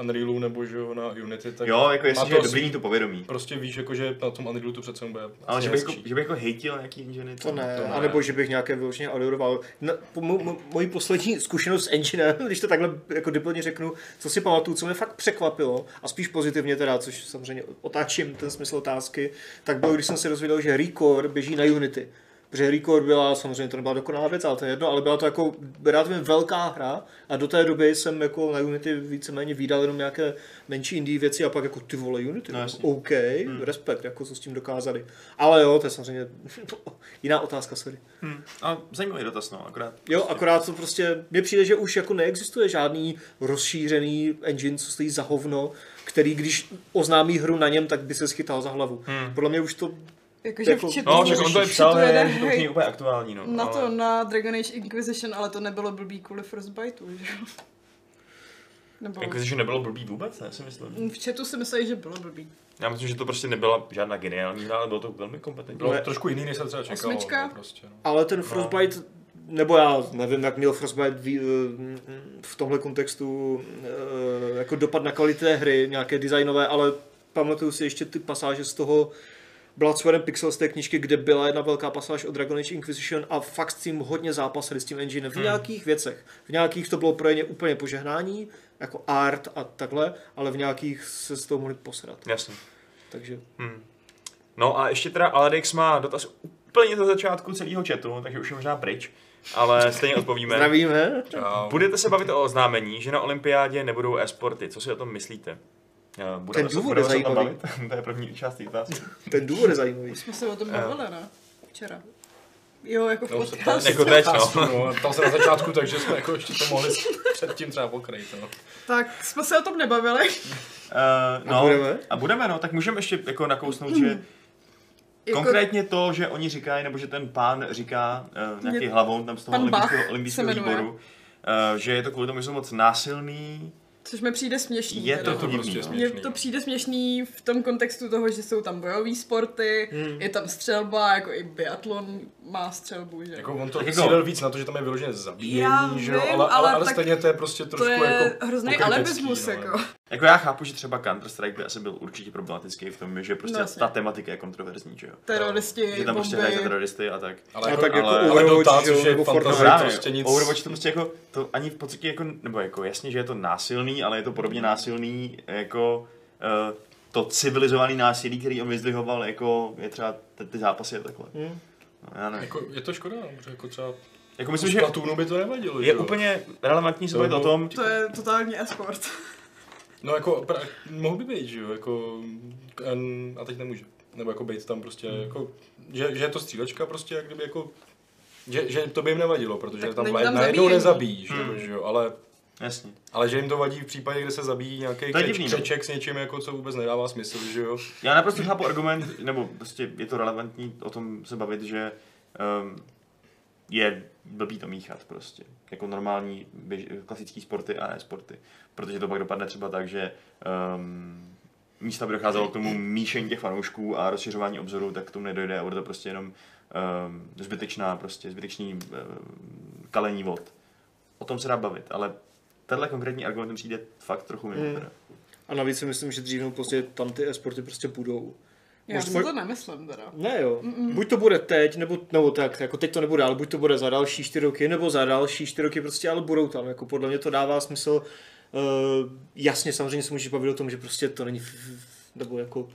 Unrealu nebo že jo, na Unity, tak
Jo, jako
má
jestli je
to
dobrý
svý-
mít to povědomí.
Prostě víš, jako, že na tom Unrealu to přece bude
Ale
asi
že bych, jako,
hezčí.
že bych jako hejtil nějaký engine,
to ne, anebo že bych nějaké vyloženě adoroval. Na, po, mo, mo, moji poslední zkušenost s engine, když to takhle jako diplomně řeknu, co si pamatuju, co mě fakt překvapilo, a spíš pozitivně teda, což samozřejmě otáčím ten smysl otázky, tak bylo, když jsem se dozvěděl, že Recore běží na Unity. Protože Record byla, samozřejmě to nebyla dokonalá věc, ale to je jedno, ale byla to jako relativně velká hra a do té doby jsem jako na Unity víceméně vydal jenom nějaké menší indie věci a pak jako ty vole Unity,
No,
no,
jasně.
OK, hmm. respekt, jako co s tím dokázali. Ale jo, to je samozřejmě jiná otázka, sorry.
Hmm. A zajímavý dotaz, no, akorát.
Jo, akorát to prostě, mně přijde, že už jako neexistuje žádný rozšířený engine, co stojí za hovno, který když oznámí hru na něm, tak by se schytal za hlavu. Hmm. Podle mě už to,
Jakože
Jako-
v chatu,
No, že on to je
v chatu
psal,
jede
ne, že to už
hejt.
není úplně aktuální, no.
Na to,
ale...
na Dragon Age Inquisition, ale to nebylo blbý kvůli Frostbiteu, že jo? Nebo...
Jako, že nebylo blbý vůbec, ne, si myslím.
V chatu si mysleli, že bylo blbý.
Já myslím, že to prostě nebyla žádná geniální hra, ale bylo to velmi kompetentní.
Bylo trošku jiný, než jsem třeba čekal.
Osmička?
no, Prostě, no.
ale ten Frostbite nebo já nevím, jak měl Frostbite v, eh, v tomhle kontextu eh, jako dopad na kvalitu té hry, nějaké designové, ale pamatuju si ještě ty pasáže z toho Blood, Sweat and Pixel z té knižky, kde byla jedna velká pasáž o Dragon Age Inquisition a fakt s tím hodně zápasili s tím engine v nějakých věcech. V nějakých to bylo pro ně úplně požehnání, jako art a takhle, ale v nějakých se s toho mohli posrat.
Jasně.
Takže
Hmm. No a ještě teda Aledex má dotaz úplně ze začátku celého chatu, takže už je možná pryč, ale stejně odpovíme. Eh,
zdravíme.
Čau.
Budete se bavit o oznámení, že na olympiádě nebudou e-sporty. Co si o tom myslíte? Eh, Budeme
důvod
budeme
je
o tom
zajímavý.
bavit? to je první část té otázky.
Ten důvod je zajímavý.
Jsme se o
Eh.
tom bavili, ne? Včera. Jo, jako v
No, se ptám,
podcastu.
jako teď, no.
no. Ptal se na začátku, takže jsme jako ještě to mohli předtím třeba pokrýt. No.
Tak jsme se o tom nebavili.
Eh, no, a budeme?
budeme?
a budeme, no, tak můžeme ještě jako nakousnout, že
Jako-
konkrétně to, že oni říkají, nebo že ten pán říká, eh, nějaký
Mě-
hlavou tam z toho
pan
olympijského,
Bach
olympijského
se jmenuje.
výboru, eh, že je to kvůli tomu, že jsou moc násilný,
Což mi přijde směšný.
je
teda.
to,
to
divný,
prostě
no.
směšný.
Mně to přijde směšný v tom kontextu toho, že jsou tam bojové sporty, hmm. je tam střelba, jako i biatlon má střelbu, že?
Jako on to
Tak jako-
cílil víc na to, že tam je vyloženě zabíjení,
Já
že jo,
vím,
ale, ale,
ale
ale
tak
stejně to je prostě trošku
to je
jako
hrozný
pokrytecký,
alibismus,
no.
jako.
Jako já chápu, že třeba Counter-Strike by asi byl určitě problematický v tom, že prostě
No,
no,
jasně.
ta tematika je kontroverzní, že jo.
Teroristi,
Že tam prostě hrají za
bomby.
teroristy a tak.
Ale,
No
jako,
tak jako
ale, ale
Overwatch,
Dota,
že jo,
což je
nebo
To
fantasy,
Fortnite.
právě,
prostě nic.
Overwatch to prostě jako, to ani v podstatě jako, nebo jako jasně, že je to násilný, ale je to podobně násilný jako eh, to civilizovaný násilí, který on vyzdvihoval, jako je třeba ty, ty zápasy a takhle.
Hmm.
No, já nevím.
Hm. Jako, je to škoda, no, protože jako třeba
Jako
myslím,
myslím,
že
že
Platunu by to nevadilo, že
je
jo.
úplně relevantní se
To
bavit o
bylo-
tom,
To je totální e-sport.
No jako, pra, mohl by být, že jo, jako, em, a teď nemůže. Nebo jako být tam prostě,
Hmm.
jako, že, že je to střílečka prostě, jak kdyby jako, že, že to by jim nevadilo, protože
Tak
tam,
není
tam
tam
najednou
zabíjení.
nezabíjíš, hmm. že jo, ale,
jasně.
ale že jim to vadí v případě, kde se zabíjí nějaký
To je
křeč,
divný, no.
křeček s něčím, jako, co vůbec nedává smysl, že jo.
Já naprosto chápu argument, nebo prostě je to relevantní o tom se bavit, že um, je blbý to míchat prostě. Jako normální běž, klasický sporty a e-sporty. Protože to pak dopadne třeba tak, že um, místa by docházelo k tomu míšení těch fanoušků a rozšiřování obzoru, tak k tomu nedojde a bude to prostě jenom um, zbytečná, prostě zbytečný um, kalení vod. O tom se dá bavit, ale tenhle konkrétní argument mi přijde fakt trochu mimo.
Mm.
teda.
A navíc si myslím, že dřív nebo později tam ty e-sporty prostě budou.
Já
Možná-
si to nemyslím teda.
Ne jo, buď to bude teď, nebo, nebo tak, jako teď to nebude, ale buď to bude za další čtyři roky, nebo za další čtyři roky prostě, ale budou tam, jako podle mě to dává smysl. Uh, jasně, samozřejmě se můžeš bavit o tom, že prostě to není, f- f- nebo jako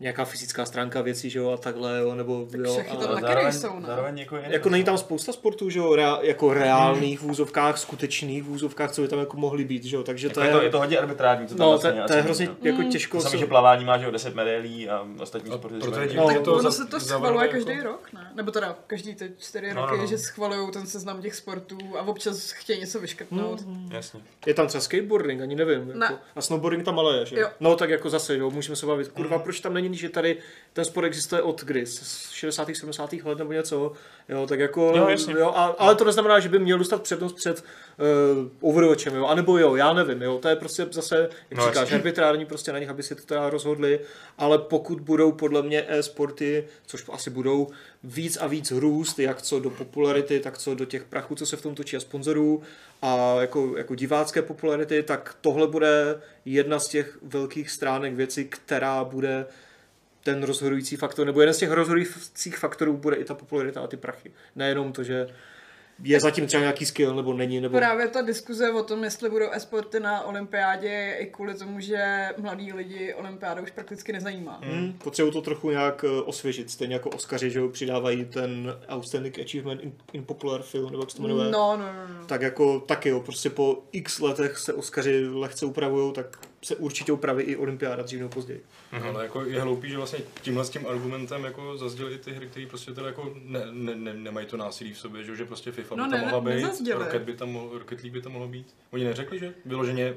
nějaká fyzická stránka věcí, že jo, a takhle, jo, nebo
Tak
jo,
všechny
a-
tam taky
zároveň-
nejsou, ne?
zároveň jako, je
jako není tam spousta sportů, že jo, rea, jako reálných v úzovkách, skutečných v úzovkách, co by tam jako mohly být, že jo, takže
Jako
to
je, to,
je,
je to hodně arbitrární, co tam
no, to,
vlastně
to je hrozně jako
Mm.
těžko.
To samé,
se-
že plavání má, že jo, 10 medailí a ostatní
A
sporty.
proto
jsme-
je divný,
No,
že
To ono
za-
se to
zavedlo
schvaluje
jako-
každý rok, ne? Nebo teda každý ty čtyři
No,
roky,
no, no.
že schvalují ten seznam těch sportů a občas chtějí něco vyškrtnout.
Mhm.
No.
Jasně.
Je tam třeba skateboarding, ani nevím. Jako.
Ne.
A snowboarding tam ale je, že?
Jo. Mhm.
No tak jako zase, jo, můžeme se bavit. Kurva, proč tam není, že tady ten sport existuje od kdy? Z 60. 70. let nebo něco? Jo, tak jako...
Jo, jasně.
jo a, ale to neznamená, že by měl dostat přednost před uh, Overwatchem, jo? A nebo jo, já nevím, jo? To je prostě zase, jak
No,
no, říkáš,
jasně.
arbitrární prostě na nich, aby si to teda rozhodli. Ale pokud budou podle mě e-sporty, což asi budou, víc a víc růst, jak co do popularity, tak co do těch prachů, co se v tom točí a sponzorů a jako, jako divácké popularity, tak tohle bude jedna z těch velkých stránek věci, která bude ten rozhodující faktor, nebo jeden z těch rozhodujících faktorů bude i ta popularita a ty prachy. Nejenom to, že je zatím třeba nějaký skill, nebo není, nebo...
Právě ta diskuze o tom, jestli budou e-sporty na olympiádě, je i kvůli tomu, že mladí lidi olympiáda už prakticky nezajímá.
Mhm.
Hmm, potřebují to trochu nějak eh, osvěžit, stejně jako Oscaři, že jo, přidávají ten Outstanding Achievement in, in Popular Film, nebo jak se to jmenuje.
No, no, no. no.
Tak jako taky jo, prostě po x letech se Oscaři lehce upravují, tak se určitě upraví i Olympiáda dřív nebo později.
Mhm.
Ale jako je hloupý, že vlastně tímhle s tím argumentem jako zazděli i ty hry, které prostě teda jako ne, ne, ne, nemají to násilí v sobě, že, jo, že prostě FIFA
No,
by
ne-
tam mohla být,
nezazděli.
Rocket by tam mohl, Rocket League by tam mohlo být. Oni neřekli, že? Vyloženě,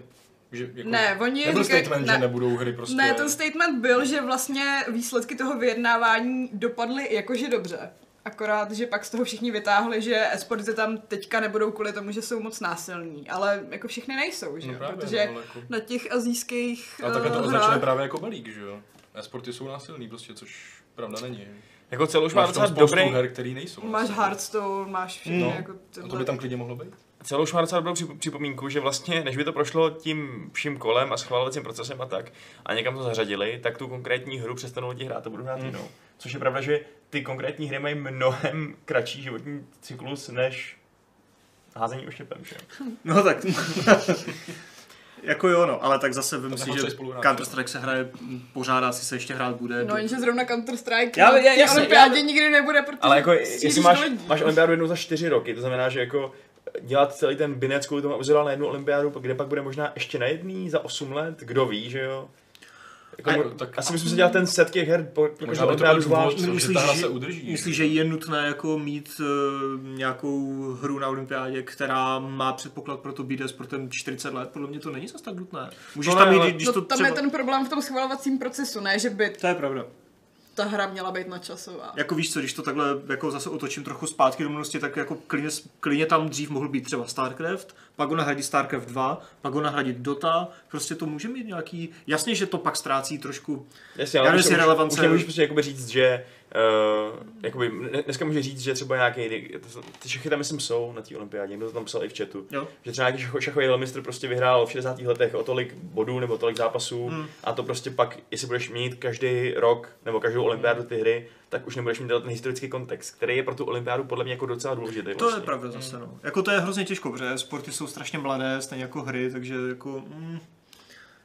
že jako...
Ne, oni
Nebyl
říkají-
statement,
ne.
že nebudou hry prostě.
Ne, ten statement byl, že vlastně výsledky toho vyjednávání dopadly jakože dobře. Akorát, že pak z toho všichni vytáhli, že esporty tam teďka nebudou kvůli tomu, že jsou moc násilní. Ale jako všechny nejsou, že?
No
jo?
právě,
Protože
no, ale jako-
na těch azijských
A takhle to
eh,
označili
hrách-
právě jako balík, že jo? E-sporty jsou násilný prostě, což pravda není.
Jako celou už má
Máš tam
docela
spoustu
dobrý,
her, který nejsou.
Máš Hearthstone, máš všechno
No,
jako
A
tohle.
to by tam klidně mohlo být.
celou už má docela dobrou přip- připomínku, že vlastně, než by to prošlo tím vším kolem a schvalovacím procesem a tak, a někam to zařadili, tak tu konkrétní hru přestanou lidi hrát a budou
Hmm.
hrát jinou. Což je pravda, že ty konkrétní hry mají mnohem kratší životní cyklus než házení oštěpem, že? jo?
No tak. jako jo, no, ale tak zase vím
Tak
si,
jako
že
chtějí spolu hrát,
Counter-Strike se hraje, m, pořád asi se ještě hrát bude.
No, jenže zrovna Counter-Strike
Já-
já,
já-
já,
jasně,
olympiádě nikdy nebude, protože
Ale jako,
střílíš
jestli
do
máš,
lidí.
máš olympiádu jednou za čtyři roky, to znamená, že jako dělat celý ten binec kvůli tomu, aby se dal na jednu olympiádu, kde pak bude možná ještě na jedný za 8 let, kdo ví, že jo? Jako,
A-
mo-
tak-
asi bychom si dělali ten set těch her, po, po
Možná by to
olympiádu
byl důvod,
zvlášť.
že
Myslíš,
ta hra
že-
se udrží.
Myslím, že je nutné jako mít uh, nějakou hru na olympiádě, která má předpoklad pro to být sportem 40 let, podle mě to není zas tak nutné. Můžeš
No ne,
tam
ale-
jít, když
no,
to
tam
třeba...
je ten problém v tom schvalovacím procesu, ne, že by
To je pravda.
ta hra měla být načasová.
Jako víš co, když to takhle jako zase otočím trochu zpátky do minulosti, tak jako klidně, klidně, tam dřív mohl být třeba StarCraft, pak ho nahradit StarCraft 2, pak ho nahradit Dota, prostě to může mít nějaký, jasně, že to pak ztrácí trošku,
Jasně,
Já
ale
nevím,
už,
jestli
už,
relevance-
už nemůžeš prostě jakoby říct, že uh, jakoby, dne- dneska může říct, že třeba nějaký, ty šachy tam myslím jsou na té olympiádě, někdo to tam psal i v chatu,
jo.
že třeba nějaký šacho- šachový velmistr prostě vyhrál v 60. letech o tolik bodů nebo tolik zápasů
Hmm.
a to prostě pak, jestli budeš měnit každý rok nebo každou olympiádu ty hry, tak už nebudeš mít ten historický kontext, který je pro tu olympiádu podle mě jako docela důležitý.
To
vlastně.
je pravda zase, no. Jako to je hrozně těžko, protože sporty jsou strašně mladé, stejně jako hry, takže jako... Mm,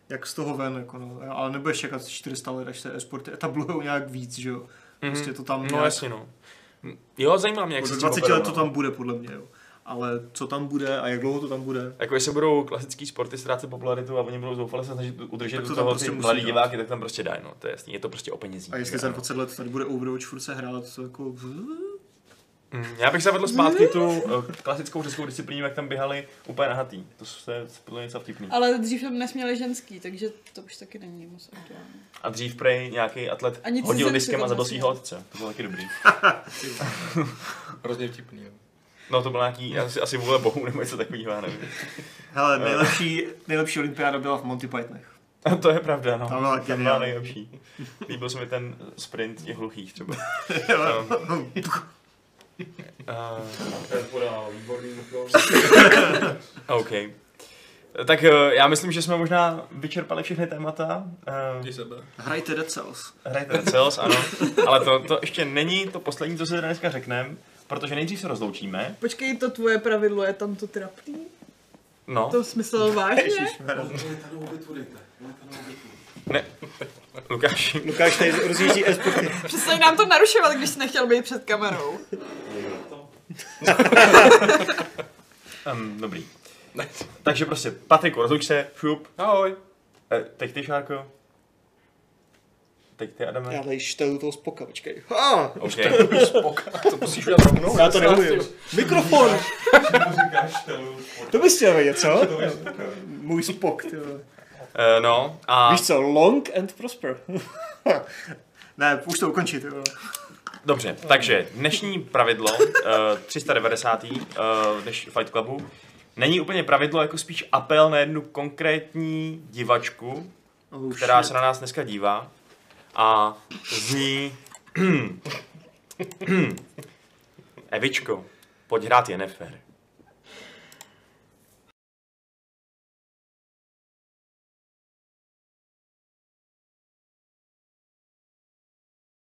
jak z toho ven, jako no. Ale nebudeš čekat 400 let, až se e-sporty etablujou nějak víc, že jo.
Mhm.
Prostě to tam
No
nějak,
jasně no. Jo, zajímá mě, jak
no,
se
do
s tím
20
poperou,
let to
no.
tam bude, podle mě, jo. Ale co tam bude a jak dlouho to tam bude?
Jako jestli budou klasický sporty ztrácet popularitu a oni budou zoufale se snažit udržet
Tak to
u
tam
toho
prostě
ty
musí
mladý
dělat.
diváky, tak tam prostě daj, no, to je jasný, je to prostě o penězích.
A jestli
že
za
ano.
20 let tady bude Overwatch furt se hrát, to jako...
Mm, Já bych se vedl zpátky tu eh, klasickou českou disciplínu, jak tam běhali úplně nahatý. To se bylo něco vtipný.
Ale dřív tam nesměli ženský, takže to už taky není moc aktuální.
A dřív prej nějaký atlet
A nic
hodil
jsem si
diskem
tam
a zabil
nesměl.
svýho otce. To bylo taky dobrý.
Hrozně vtipný. jo.
No to byl nějaký, asi, asi vůle bohu nebo něco takového, já nevím.
Hele, nejlepší, nejlepší olympiáda byla v Monty Pythonech.
to je pravda, no.
Tam byla
tam byla
geniální.
nejlepší. Líbil se mi ten sprint těch hluchých třeba. Um, uh,
Ten podal výborný úkol.
OK. Tak eh, já myslím, že jsme možná vyčerpali všechny témata. Eh,
Jdi sebe.
Hrajte Dead Cells.
Hrajte Dead Cells, ano. Ale to, to ještě není to poslední, co se teda dneska řekneme, protože nejdřív se rozloučíme.
Počkej, to tvoje pravidlo je tam to trapný?
No,
To smysl vážně?
Lukáši.
Lukáš tady rozjíždí e-sporty.
Přestaň nám to narušovat, když jsi nechtěl být před kamerou.
Někdo to.
Um, dobrý. Takže prostě, Patriku, rozluč se, šup.
Ahoj.
Eh, teď ty, Šárko. Teď ty, Adame.
Já tady štelu toho spoka, počkej. Ha!
OK.
Spok. To musíš udělat rovnou.
Já to neumím. Mikrofon!
Říkáš telu.
To bys chtěl vědět, co? Můj spok, ty vole.
Eh, no, a
Víš co, long and prosper. ne, už to ukončit, ty vole.
dobře, takže dnešní pravidlo, eh, 390. eh, dneš Fight Clubu, není úplně pravidlo, jako spíš apel na jednu konkrétní divačku,
Oh,
která
shit.
se na nás dneska dívá a zní Evičko, pojď hrát je nefér.